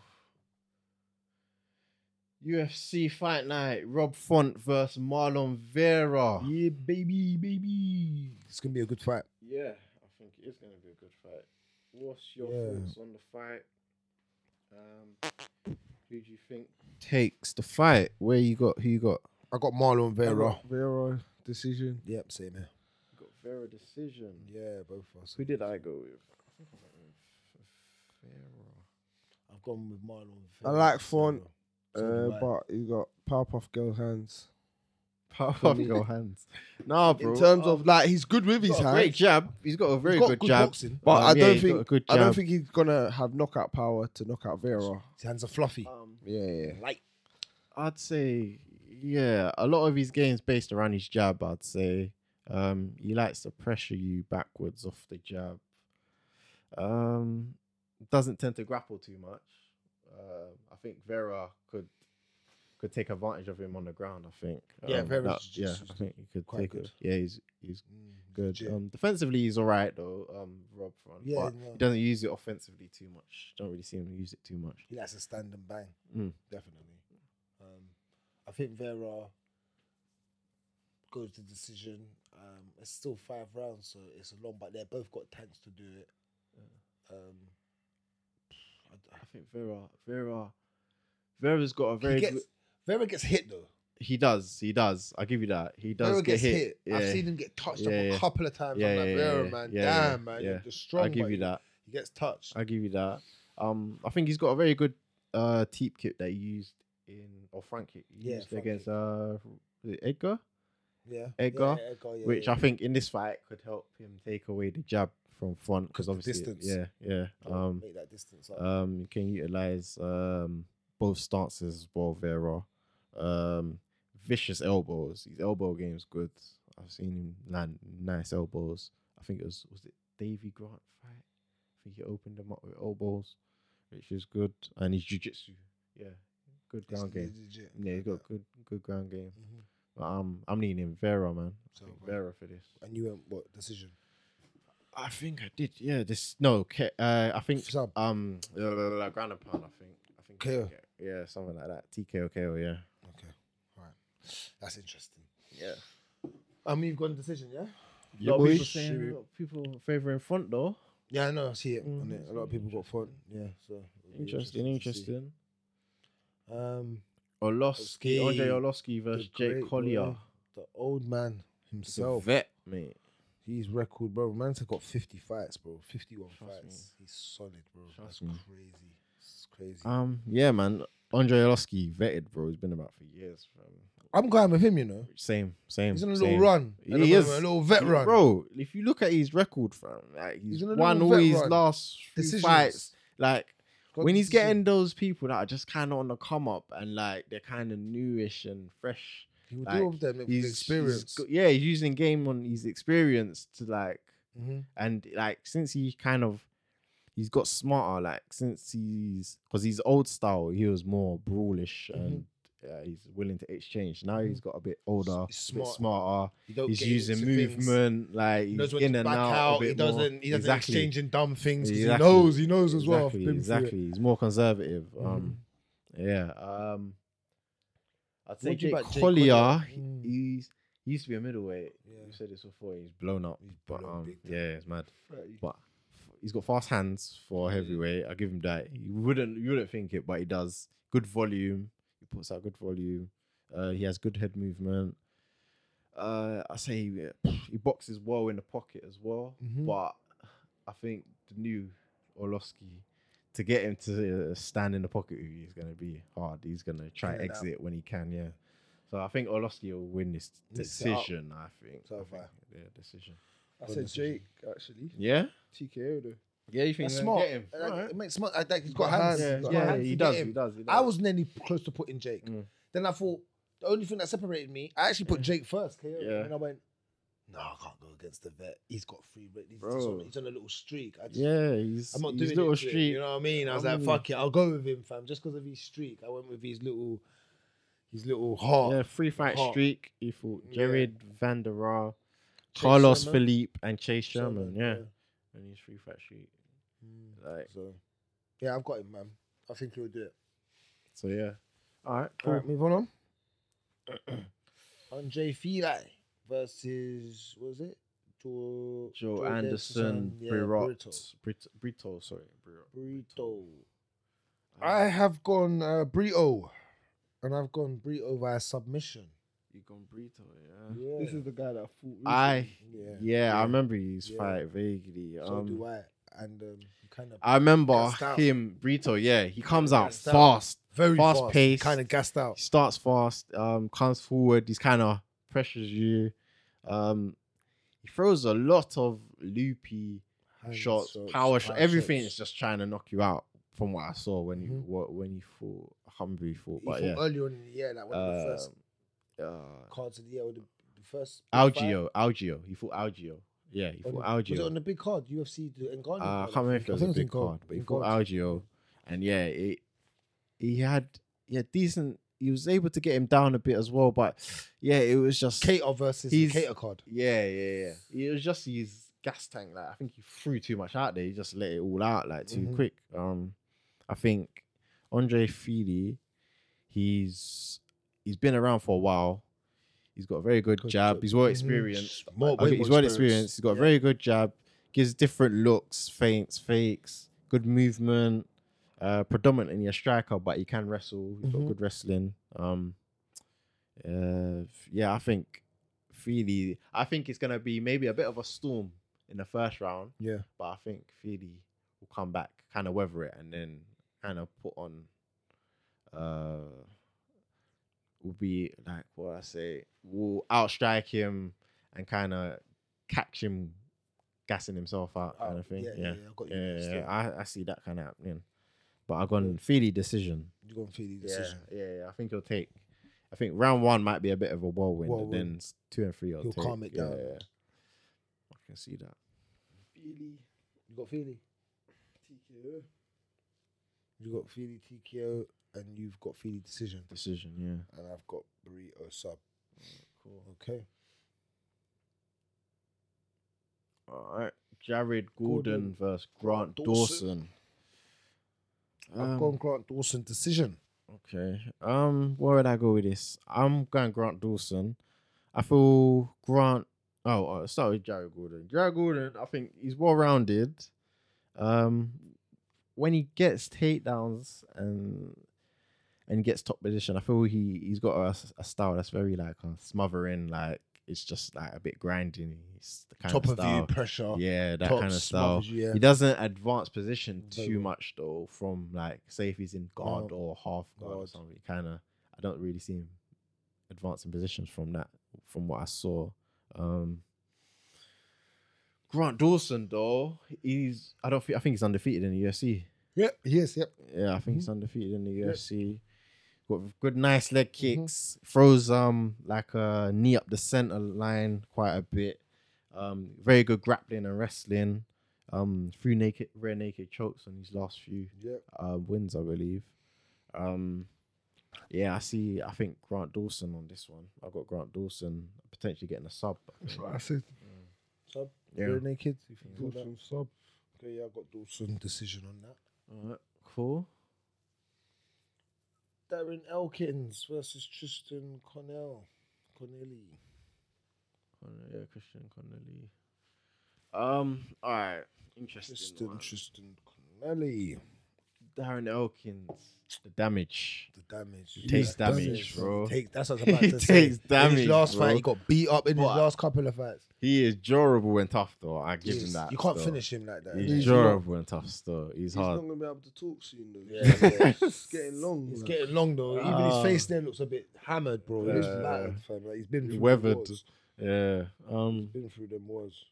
S3: UFC Fight Night: Rob Font versus Marlon Vera.
S4: Yeah, baby, baby. It's gonna be a good fight.
S3: Yeah, I think it is going to be a good fight. What's your
S4: Yeah.
S3: thoughts on the fight? Um, who do you think takes the fight? Where you got? Who you got?
S4: I got Marlon Vera.
S5: Vera decision.
S4: Yep, same here.
S3: You got Vera decision.
S4: Yeah, both of us.
S3: Who did I go with? I think I went with Vera.
S4: I I've gone with Marlon.
S5: I like Font,
S4: So do
S5: uh,
S4: I.
S5: but you got Powerpuff Girl hands.
S3: Power off your hands. Nah, bro.
S5: In terms of like, he's good with
S3: he's
S5: his
S3: got a great
S5: hands,
S3: jab. He's got a very
S4: He's got
S3: good,
S4: good
S3: jab.
S4: boxing.
S5: but
S3: Um,
S5: I
S3: yeah,
S5: don't
S3: he's got a
S5: think
S3: good
S5: I don't
S3: jab.
S5: think he's gonna have knockout power to knock out Vera.
S4: His hands are fluffy.
S5: Yeah, yeah.
S4: Light.
S3: I'd say, yeah, a lot of his games based around his jab. I'd say um, he likes to pressure you backwards off the jab. Um, doesn't tend to grapple too much. Uh, I think Vera could could take advantage of him on the ground. I think.
S4: Yeah,
S3: Um,
S4: Vera's
S3: that-
S4: just-
S3: yeah. I
S4: just
S3: think he could
S4: quite
S3: take
S4: good.
S3: it. Yeah, he's he's good.
S4: legit.
S3: Um, defensively, he's all right though. Um, Rob front,
S4: Yeah,
S3: but
S4: no.
S3: he doesn't use it offensively too much. Don't really see him use it too much.
S4: He likes to stand and bang.
S3: Mm.
S4: Definitely. Um, I think Vera goes to decision. Um, it's still five rounds, so it's long, but they both got tanks to do it. Um, I d-
S3: I think Vera, Vera, Vera's got a very.
S4: he
S3: good-
S4: gets, Vera gets hit though.
S3: He does. He does. I give you that. He does
S4: Vera
S3: get
S4: gets hit.
S3: hit. Yeah.
S4: I've seen him get touched
S3: Yeah,
S4: up a
S3: yeah.
S4: couple of times.
S3: Yeah,
S4: I'm like,
S3: yeah,
S4: Vera,
S3: yeah,
S4: man,
S3: yeah, yeah,
S4: damn, man,
S3: yeah.
S4: you're just strong.
S3: I give
S4: but
S3: you that.
S4: He gets touched.
S3: I give you that. Um, I think he's got a very good uh teep kick that he used in or front kick he
S4: Yeah,
S3: used
S4: front
S3: against
S4: kick.
S3: uh was it Edgar,
S4: yeah. Yeah,
S3: Edgar,
S4: yeah, Edgar, yeah,
S3: which
S4: yeah.
S3: I think in this fight could help him take away the jab from front because
S4: 'Cause the
S3: obviously
S4: distance.
S3: yeah yeah um
S4: make that distance up.
S3: um you can utilize um both stances as well Vera um vicious elbows his elbow game's good I've seen him land nice elbows I think it was was it Davy Grant fight I think he opened him up with elbows which is good and his jujitsu yeah good
S4: It's
S3: ground game
S4: legit.
S3: yeah he got good good ground game
S4: Mhm.
S3: but um I'm leaning Vera man I
S4: So,
S3: think
S4: right.
S3: Vera for this
S4: And you went what decision?
S3: I think I did yeah this no Ke- uh, I think
S4: Sub.
S3: um, la- la- la- la- grand and pound, I think. I think
S4: KO.
S3: TKO. Yeah, something like that. TKO, KO, yeah.
S4: Okay, all right. That's interesting.
S3: Yeah.
S4: And we've got a decision, yeah.
S3: A lot of
S5: boy.
S3: people saying, a lot of people favouring front though.
S4: Yeah, I know. I see it on
S3: Mhm.
S4: it. A lot of people got fun. Yeah, so it'll be
S3: Interesting,
S4: to see.
S3: interesting.
S4: Um,
S3: Orlovsky, Andre
S4: Orlovsky,
S3: Orlovsky
S4: the
S3: versus Jake
S4: great
S3: Collier.
S4: boy, the old man
S3: He's a
S4: himself.
S3: vet, mate.
S4: He's record, bro. Man's got fifty fights, bro. Fifty-one
S3: Trust
S4: fights. He's solid, bro.
S3: Trust
S4: That's
S3: me.
S4: crazy. It's crazy.
S3: Um, yeah, man. Andre Orlovsky vetted, bro. He's been about for years. Fam.
S4: I'm going with him, you know.
S3: Same, same.
S4: He's on a little
S3: same.
S4: run. at
S3: He
S4: the moment,
S3: is.
S4: a little vet run.
S3: Bro, if you look at his record, fam, like he's,
S4: He's on a
S3: won
S4: little
S3: all
S4: vet
S3: his
S4: run.
S3: last few
S4: Decisions.
S3: fights. Like
S4: Got
S3: when he's
S4: decision.
S3: getting those people that are just kind of on the come up and like they're kind of newish and fresh.
S4: he will
S3: like,
S4: do with them with
S3: He's,
S4: his experience.
S3: he's go- yeah, he's using game on his experience to like
S4: Mhm.
S3: and like since he kind of he's got smarter. Like since he's because he's old style, he was more brawlish
S4: Mm-hmm.
S3: and. Uh, he's willing to exchange. Now he's got a bit older,
S4: He's
S3: a bit
S4: Mm-hmm. smart.
S3: smarter.
S4: You don't
S3: He's
S4: get
S3: using
S4: into things.
S3: movement, like
S4: He
S3: he's
S4: knows when
S3: in
S4: to
S3: and
S4: back
S3: out. a
S4: out.
S3: bit
S4: He doesn't.
S3: more.
S4: He doesn't
S3: Exactly.
S4: exchange in dumb things. 'cause
S3: Exactly.
S4: He knows. He knows as well. I've
S3: Exactly,
S4: been through it. Mm.
S3: exactly. He's more conservative. Um, yeah. Um, I'd say
S4: What do you
S3: Jake
S4: about Jake
S3: Collier.
S4: Collier?
S3: he-
S4: Mm.
S3: He's he used to be a middleweight.
S4: Yeah.
S3: We said this before. He's blown up.
S4: He's
S3: but
S4: blown
S3: um,
S4: big time.
S3: yeah, it's mad. But f- he's got fast hands for a heavyweight. I give him that. You wouldn't you wouldn't think it, but he does. Good volume. He puts out good volume. Uh, he has good head movement. Uh, I say he, he boxes well in the pocket as well.
S4: Mhm.
S3: But I think the new Orlovsky to get him to uh, stand in the pocket with you is going to be hard. He's going to try
S4: In and out.
S3: exit when he can. Yeah. So I think Orlovsky will win this
S4: Mix it up.
S3: decision. I think.
S4: So
S3: I
S4: far.
S3: think, yeah, decision.
S5: I said Jake actually.
S3: Yeah.
S5: TKO though.
S3: Yeah, you think
S4: That's
S3: they'll
S4: smart.
S3: get him?
S4: And I-
S3: Alright.
S4: It makes smart. I, like, he's got hands.
S5: hands.
S3: Yeah,
S4: He's got
S3: yeah,
S4: hands
S3: he,
S4: to get
S3: does, he
S4: him.
S3: does. He does.
S4: I was nearly close to putting Jake.
S3: Mm.
S4: Then I thought the only thing that separated me, I actually put Jake first. KO,
S3: Yeah.
S4: And I went, no, I can't go against the vet. He's got free. re- He's, just
S3: Bro.
S4: on, he's on a little streak. I just,
S3: Yeah, he's.
S4: I'm not
S3: he's
S4: doing
S3: little
S4: it to him,
S3: street.
S4: you know what I mean? I was
S3: Mm.
S4: like, fuck it, I'll go with him, fam, just because of his streak. I went with his little, his little heart.
S3: Yeah, three fight
S4: Hot.
S3: streak. He fought
S4: Yeah.
S3: Jared Van Der Vander
S4: Chase
S3: Carlos
S4: Sherman.
S3: Felipe, and Chase Sherman.
S4: Sherman,
S3: yeah.
S4: yeah.
S3: and he's three fight streak.
S4: Mm.
S3: Like
S4: So, yeah, I've got him, man. I think he'll do it.
S3: so, yeah. All right,
S4: All
S3: cool.
S4: right, move on. on. Andre Fili versus what was it? Joe,
S3: Joe Anderson,
S4: yeah,
S3: Brito. Brito, Brito, sorry, Brito.
S4: Brito. I
S3: Um,
S4: have gone uh, Brito, and I've gone Brito via submission.
S3: you gone Brito, yeah.
S5: This is the guy that fought.
S3: I
S4: yeah,
S3: yeah, I remember his
S4: Yeah.
S3: fight vaguely.
S4: So
S3: um,
S4: do I. and um, he kind of
S3: I remember
S4: Gassed out.
S3: him, Brito. Yeah, he comes out
S4: Gassed out.
S3: fast,
S4: very
S3: fast
S4: fast,
S3: paced.
S4: kind of gassed out.
S3: He starts fast, um, comes forward. He's kind of pressures you. Um, he throws a lot of loopy
S4: Hand
S3: shots,
S4: strokes,
S3: power shot.
S4: hand
S3: Everything
S4: strokes.
S3: is just trying to knock you out. From what I saw when he
S4: Mhm.
S3: what, when he fought, I can't remember who he fought,
S4: He
S3: but
S4: fought
S3: yeah.
S4: earlier on in the year, like one of the first
S3: Um, uh,
S4: cards of the year, or the, the first big fight.
S3: Algio, Algio. He fought Algio. Yeah, he
S4: On
S3: fought
S4: the- Was it
S3: Algio.
S4: on the big card, UFC, the Ngannou?
S3: Uh, I
S4: card,
S3: can't remember if it
S4: think. I
S3: was
S4: think
S3: a big
S4: Ngannou,
S3: card, but he
S4: Ngannou.
S3: fought Algio, and yeah, it, he had yeah decent. He was able to get him down a bit as well, but yeah, it was just
S4: Cater versus the
S3: He's-
S4: Cater card.
S3: yeah, yeah, yeah. It was just his gas tank. Like I think he threw too much out there. He just let it all out like too
S4: Mhm.
S3: quick. Um, I think Andre Feely, he's he's been around for a while. He's got a very good,
S4: Good
S3: jab.
S4: jab.
S3: He's well
S4: Mhm.
S3: experienced.
S4: More-
S3: I
S4: way
S3: think
S4: more
S3: he's well
S4: experience.
S3: experienced. He's got a
S4: Yeah.
S3: very good jab. Gives different looks, feints, fakes, good movement. Uh, predominantly a striker, but he can wrestle. He's got
S4: Mhm.
S3: good wrestling. Um, uh, yeah, I think Feely. I think it's gonna be maybe a bit of a storm in the first round,
S4: Yeah.
S3: but I think Feely will come back, kind of weather it, and then kind of put on. Uh, will be like what I say. Will outstrike him and kind of catch him, gassing himself out, kind of thing.
S4: Uh, Oh, Yeah,
S3: Yeah, yeah,
S4: I got you.
S3: yeah.
S4: Still,
S3: I, I see that kind of happening, but I've gone Feely decision.
S4: You gonna feel the decision?
S3: Yeah, yeah, yeah. I think he'll take. I think round one might be a bit of a whirlwind, and
S4: Whirlwind.
S3: then s- two and three. I'll
S4: He'll
S3: take.
S4: calm it
S3: yeah,
S4: down.
S3: Yeah, yeah. I can see that.
S5: Feely,
S4: You got Feely.
S5: TKO.
S4: You got Feely TKO, and you've got Feely decision,
S3: Decision, yeah.
S4: and I've got burrito sub. Cool. Okay.
S3: All right. Jared Gordon,
S4: Gordon
S3: versus Grant Dawson.
S4: Dawson.
S3: Um,
S4: I've gone Grant Dawson decision.
S3: Okay. Um, where would I go with this? I'm going Grant Dawson. I feel Grant. Oh, uh, start with Jared Gordon. Jared Gordon, I think he's well rounded. Um, when he gets takedowns and and gets top position, I feel he he's got a, a style that's very like uh, smothering, like it's just like a bit grinding. It's the kind
S4: Top
S3: of
S4: of
S3: style.
S4: you, pressure.
S3: Yeah, that
S4: uh, top
S3: kind of style.
S4: smothers you, yeah.
S3: He doesn't advance position
S4: Very
S3: too
S4: well.
S3: much though. From like, say if he's in guard
S4: No.
S3: or half guard or
S4: Guard.
S3: something, kind of. I don't really see him advancing positions from that. From what I saw, um, Grant Dawson though, he's I don't think I think he's undefeated in the UFC.
S4: Yep. Yes. Yep.
S3: Yeah, I think he's undefeated in the UFC. Got good, nice leg kicks. Throws um like a knee up the center line quite a bit. Um, very good grappling and wrestling. Um, through naked, rear naked chokes on his last few
S4: Yep.
S3: uh, wins, I believe. Um, yeah, I see. I think Grant Dawson on this one. I got Grant Dawson potentially getting a sub. I think.
S5: I said.
S4: Sub.
S3: Yeah.
S4: Rear naked. If you feel that.
S5: Dawson sub.
S4: Okay. Yeah, I got Dawson decision on that.
S3: Alright, cool.
S4: Darren Elkins versus Tristan Cornell. Cornelli.
S3: Conor- Yeah, Christian Connolly. Um, all right, interesting.
S4: Tristan,
S3: one.
S4: Tristan Connelly.
S3: Darren Elkins, the damage.
S4: The damage.
S3: He takes damage, bro.
S4: Take, that's what I was about
S3: He
S4: to say.
S3: takes
S4: In
S3: damage,
S4: his last
S3: bro.
S4: fight, he got beat up in
S3: But-
S4: his last couple of fights.
S3: He is durable and tough, though. I give him
S4: Jeez,
S3: that.
S4: you can't
S3: though.
S4: finish him like that.
S3: He's,
S5: He's
S3: durable and tough, though. He's,
S5: He's not
S3: hard.
S5: gonna be able to talk soon though.
S4: Yeah, yeah.
S5: it's getting long.
S4: It's
S5: man.
S4: getting long though. Even
S3: Ah.
S4: his face there looks a bit hammered, bro. He looks
S3: Yeah.
S4: battered, fam. Like, he's been
S3: He's
S4: through them
S3: weathered.
S4: wars.
S3: Yeah. Um.
S4: Been through them wars.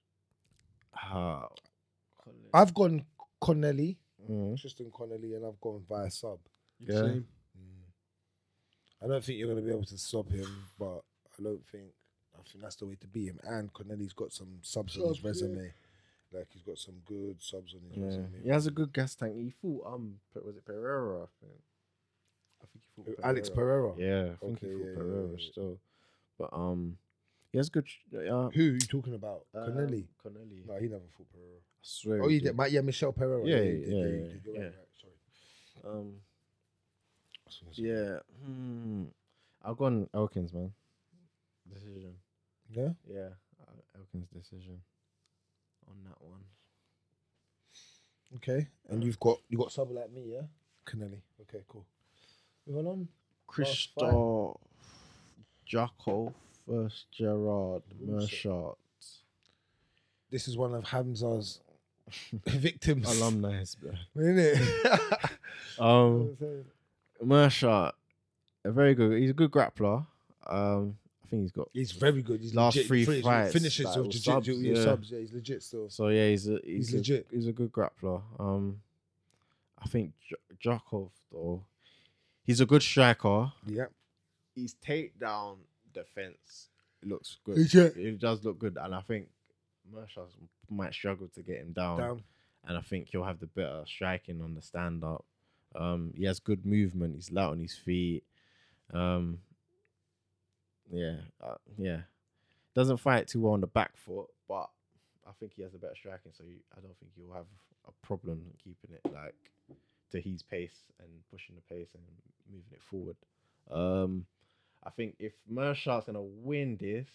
S3: ah,
S4: I've gone Connelly,
S3: mm,
S4: Tristan Connelly, and I've gone via sub.
S3: yeah.
S5: Same.
S4: I don't think you're gonna be able to stop him, but I don't think I think that's the way to beat him. And Corneli's got some subs on his
S5: Subs, yeah.
S4: resume. Like he's got some good subs on his
S3: Yeah.
S4: resume.
S3: He has a good gas tank. He fought um. Pe- Was it Pereira? I think. I think he fought
S4: Who, Uh, Alex Pereira.
S3: Yeah, I think he
S4: Okay,
S3: fought
S4: yeah, yeah,
S3: Pereira
S4: yeah.
S3: still. But um, he has good. sh- Uh,
S4: Who are you talking about?
S3: um,
S4: Cornelli.
S3: Connelly.
S4: No, he never fought Pereira.
S3: I swear.
S4: Oh,
S3: he
S4: he did. My, yeah, Michelle Pereira.
S3: Yeah, yeah,
S4: he did,
S3: yeah,
S4: he
S3: yeah,
S4: did. You're
S3: yeah.
S4: Right, right. Sorry.
S3: Um.
S4: I was gonna say-
S3: Yeah. Hmm. I've gone Elkins, man. Decision.
S4: Yeah.
S3: Yeah. uh, Elkins decision on that
S4: Oh,
S3: one.
S4: Okay. And you've got you got sub like me, yeah. Cornelli. Okay, cool. Moving on. fight.
S3: Christoph Jocko first Gerard
S4: Bullshit.
S3: Mershot.
S4: This is one of Hamza's victims.
S3: Alumni, bro.
S4: Innit?
S3: Um, Mersha, a very good. He's a good grappler. Um, I think he's got.
S4: he's very good. He's
S3: Last
S4: legit.
S3: three
S4: Finish-
S3: fights,
S4: Finishes
S3: like,
S4: with
S3: with
S4: jiu-jitsu,
S3: subs,
S4: yeah,
S3: yeah.
S4: subs. Yeah, he's legit still.
S3: So yeah, he's a, he's,
S4: He's
S3: a,
S4: legit.
S3: He's a good grappler. Um, I think J- Jakov though, he's a good striker.
S4: Yeah.
S3: His takedown defense looks good.
S4: Legit.
S3: It does look good, and I think Mersha might struggle to get him
S4: Down.
S3: and I think he'll have the better striking on the stand up. Um, he has good movement. He's light on his feet. Um, yeah, uh, yeah. Doesn't fight too well on the back foot, but I think he has a better striking. So you, I don't think you'll have a problem keeping it like to his pace and pushing the pace and moving it forward. Um, I think if Mershaw's gonna win this,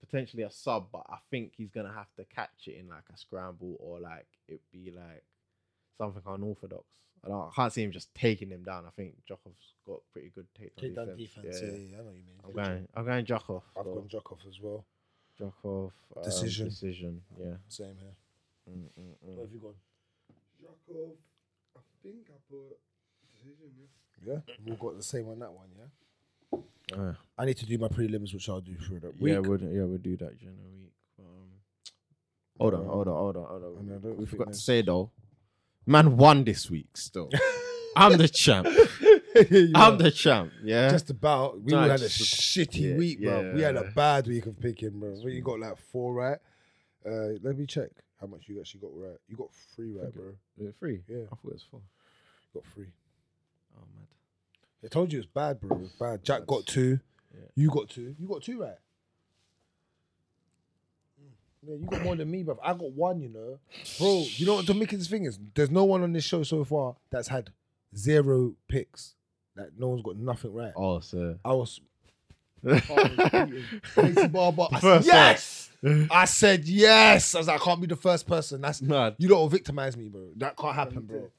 S3: potentially a sub, but I think he's gonna have to catch it in like a scramble or like it be like something unorthodox. I don't I can't see him just taking him down. I think Jokov's got pretty good take on
S4: Takedown
S3: defense.
S4: defense. Yeah, yeah, I know what you mean.
S3: I'm going I'm going Jokov.
S4: I've
S3: though.
S4: gone Jokov as well.
S3: Jokov um,
S4: Decision.
S3: Decision. Yeah.
S4: Same here.
S3: Mm, mm, mm.
S4: Where have you gone?
S5: Jakov, I think I put decision.
S4: Yeah, we've got the same on that one. Yeah.
S3: Ah,
S4: I need to do my prelims, which I'll do through that week.
S3: yeah, we'll yeah we'll do that during the week. but, Um, hold on, hold on, hold on, hold
S5: And I
S3: on.
S5: don't
S3: We
S5: think
S3: forgot to
S5: there's-
S3: say though, man won this week still. I'm the champ.
S4: You
S3: I'm
S4: are
S3: the champ. Yeah.
S4: just about. We
S3: No,
S4: had a
S3: just-
S4: shitty
S3: yeah,
S4: week, bro. We had a
S3: yeah.
S4: bad week of picking, bro. You got like four right. Uh, let me check how much you actually got right. You got three right,
S3: Okay.
S4: bro. You
S3: Is it three?
S4: Yeah.
S3: uh, I thought it was four.
S4: got three.
S3: Oh mad.
S4: I told you it was bad, bro. It was bad. Jack got two.
S3: Yeah.
S4: You got two. You got two right. Yeah, you got more than me, bro. I got one, you know. Bro, you know what the Mickey's thing is? There's no one on this show so far that's had zero picks. Like no one's got nothing right.
S3: Oh sir.
S4: I was. Tracy Barber. I said,
S3: First
S4: yes. I said yes. I was like, I can't be the first person. That's
S3: Mad.
S4: you don't victimize me, bro. That can't happen, bro. If-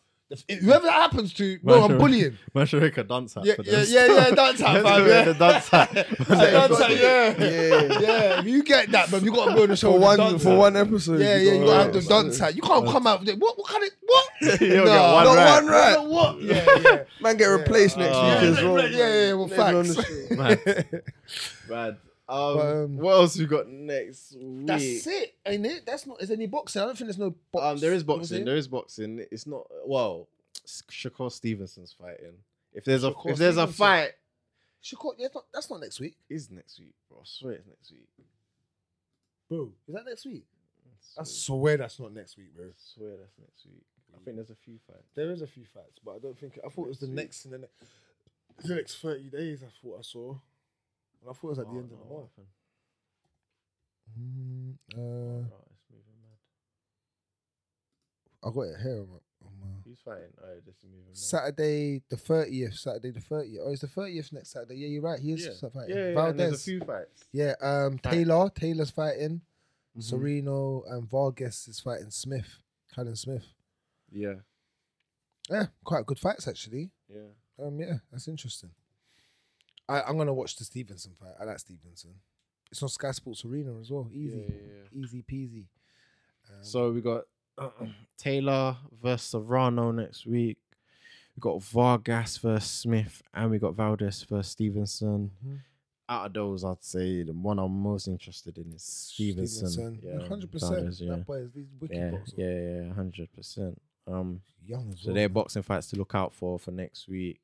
S4: Whoever that happens to, bro,
S3: Marshall-
S4: I'm bullying.
S3: Marshall Ricker dance hat
S4: Yeah,
S3: for
S4: yeah,
S3: this.
S4: yeah, yeah. That's how, fam. Yeah,
S3: the dance hat.
S4: yeah, dance hat, yeah.
S5: Yeah. yeah.
S4: yeah. If you get that, bro, you gotta be on the show.
S5: For
S4: with
S5: one,
S4: the dance
S5: for
S4: hat.
S5: one episode.
S4: Yeah, yeah. You gotta have the
S5: right.
S4: dance hat. You can't come out with it. What? What kind of what?
S3: You don't get
S4: Nah.
S3: one
S5: Not
S3: right.
S5: one right.
S4: What? Yeah, yeah. Uh,
S5: Man, get replaced next
S3: Yeah,
S5: week as
S4: yeah,
S5: well.
S4: yeah, yeah, well,
S5: Never on the
S4: facts.
S3: Mad.
S5: show.
S3: Mad. Um,
S4: But, um,
S3: what else we got next week?
S4: That's it, ain't it? That's not. Is there any boxing? I don't think there's no boxing.
S3: Um, there is boxing. There is boxing. It's not well. Shakur Stevenson's fighting. If there's a
S4: Shakur
S3: if there's a
S4: Stevenson.
S3: fight,
S4: Shakur, yeah, that's not- that's not next week,
S3: is next week, bro. I swear it's next week.
S4: bro. Is that next week?
S3: I
S4: I
S3: swear,
S4: swear that's not next week, bro.
S3: I swear that's next week. I think there's a few fights.
S4: There is a few fights, but I don't think I thought it was the next in the next the next thirty days. I thought I saw. And I thought it was at the end
S3: Oh,
S4: of the month. Mm,
S3: Right, it's moving mad.
S4: uh, I got it here. On my, on my-
S3: Who's fighting? Oh, yeah, this is moving mad.
S4: Saturday the thirtieth. Saturday the thirtieth. Oh, it's the thirtieth next Saturday. Yeah, you're right. He is
S3: yeah.
S4: fighting.
S3: Yeah, yeah, yeah, and there's a
S4: Valdez.
S3: few fights.
S4: yeah, um,
S3: Fight.
S4: Taylor. Taylor's fighting. Mm-hmm. Sereno and Vargas is fighting Smith. Callum Smith.
S3: Yeah,
S4: Yeah, quite good fights actually.
S3: yeah.
S4: Um, yeah, that's interesting. I, I'm gonna watch the Stevenson fight. I like Stevenson. It's on Sky Sports Arena as well. Easy,
S3: Yeah, yeah, yeah.
S4: easy peasy. Um,
S3: So we got Taylor versus Serrano next week. We got Vargas versus Smith, and we got Valdez versus Stevenson.
S4: Mhm.
S3: Out of those, I'd say the one I'm most interested in is Stevenson. Yeah,
S4: hundred percent.
S3: Valdez, yeah.
S4: That boy is he's wicked
S3: Yeah,
S4: boxer.
S3: yeah, yeah, hundred percent. Um,
S4: Young as
S3: so
S4: well.
S3: they're boxing fights to look out for for next week.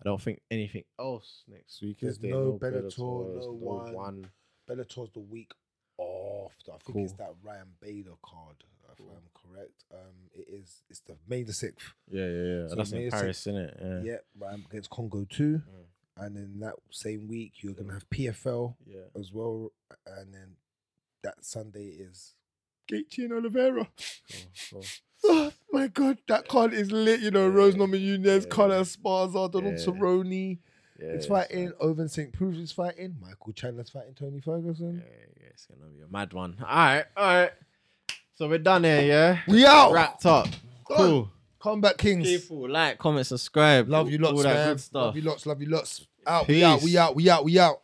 S3: I don't think anything else next week is
S4: There's
S3: there.
S4: no Bellator,
S3: Bellators,
S4: no one. Bellator's the week after. I think it's that Ryan Bader card, if I'm correct. Um, it is. It's the May the sixth.
S3: Yeah, yeah, yeah.
S4: So
S3: That's
S4: May
S3: in
S4: the
S3: Paris, isn't it? Yeah.
S4: Yeah, Ryan against Congo too.
S3: Mm.
S4: And then that same week you're gonna have PFL
S3: Yeah.
S4: as well. And then that Sunday is Gaethje and Oliveira.
S3: Cool, cool.
S4: Oh my god, that card is lit. You know, Rose
S3: Yeah.
S4: Namajunas,
S3: Yeah.
S4: Carla Sparza, Donald
S3: Yeah.
S4: Cerrone.
S3: Yeah,
S4: It's
S3: yeah,
S4: fighting. Oven St. Proves is fighting. Michael Chandler's fighting Tony
S3: Yeah,
S4: Ferguson.
S3: yeah, it's gonna be a mad one. All right, all right. So we're done here, yeah.
S4: We out.
S3: Wrapped up.
S4: Go on.
S3: Cool.
S4: Combat Kings.
S3: People like, comment, subscribe.
S4: Love you
S3: all
S4: lots,
S3: that
S4: man.
S3: good stuff.
S4: Love you lots. Love you lots. Out. We out.
S3: Peace.
S4: We out. We out. We out.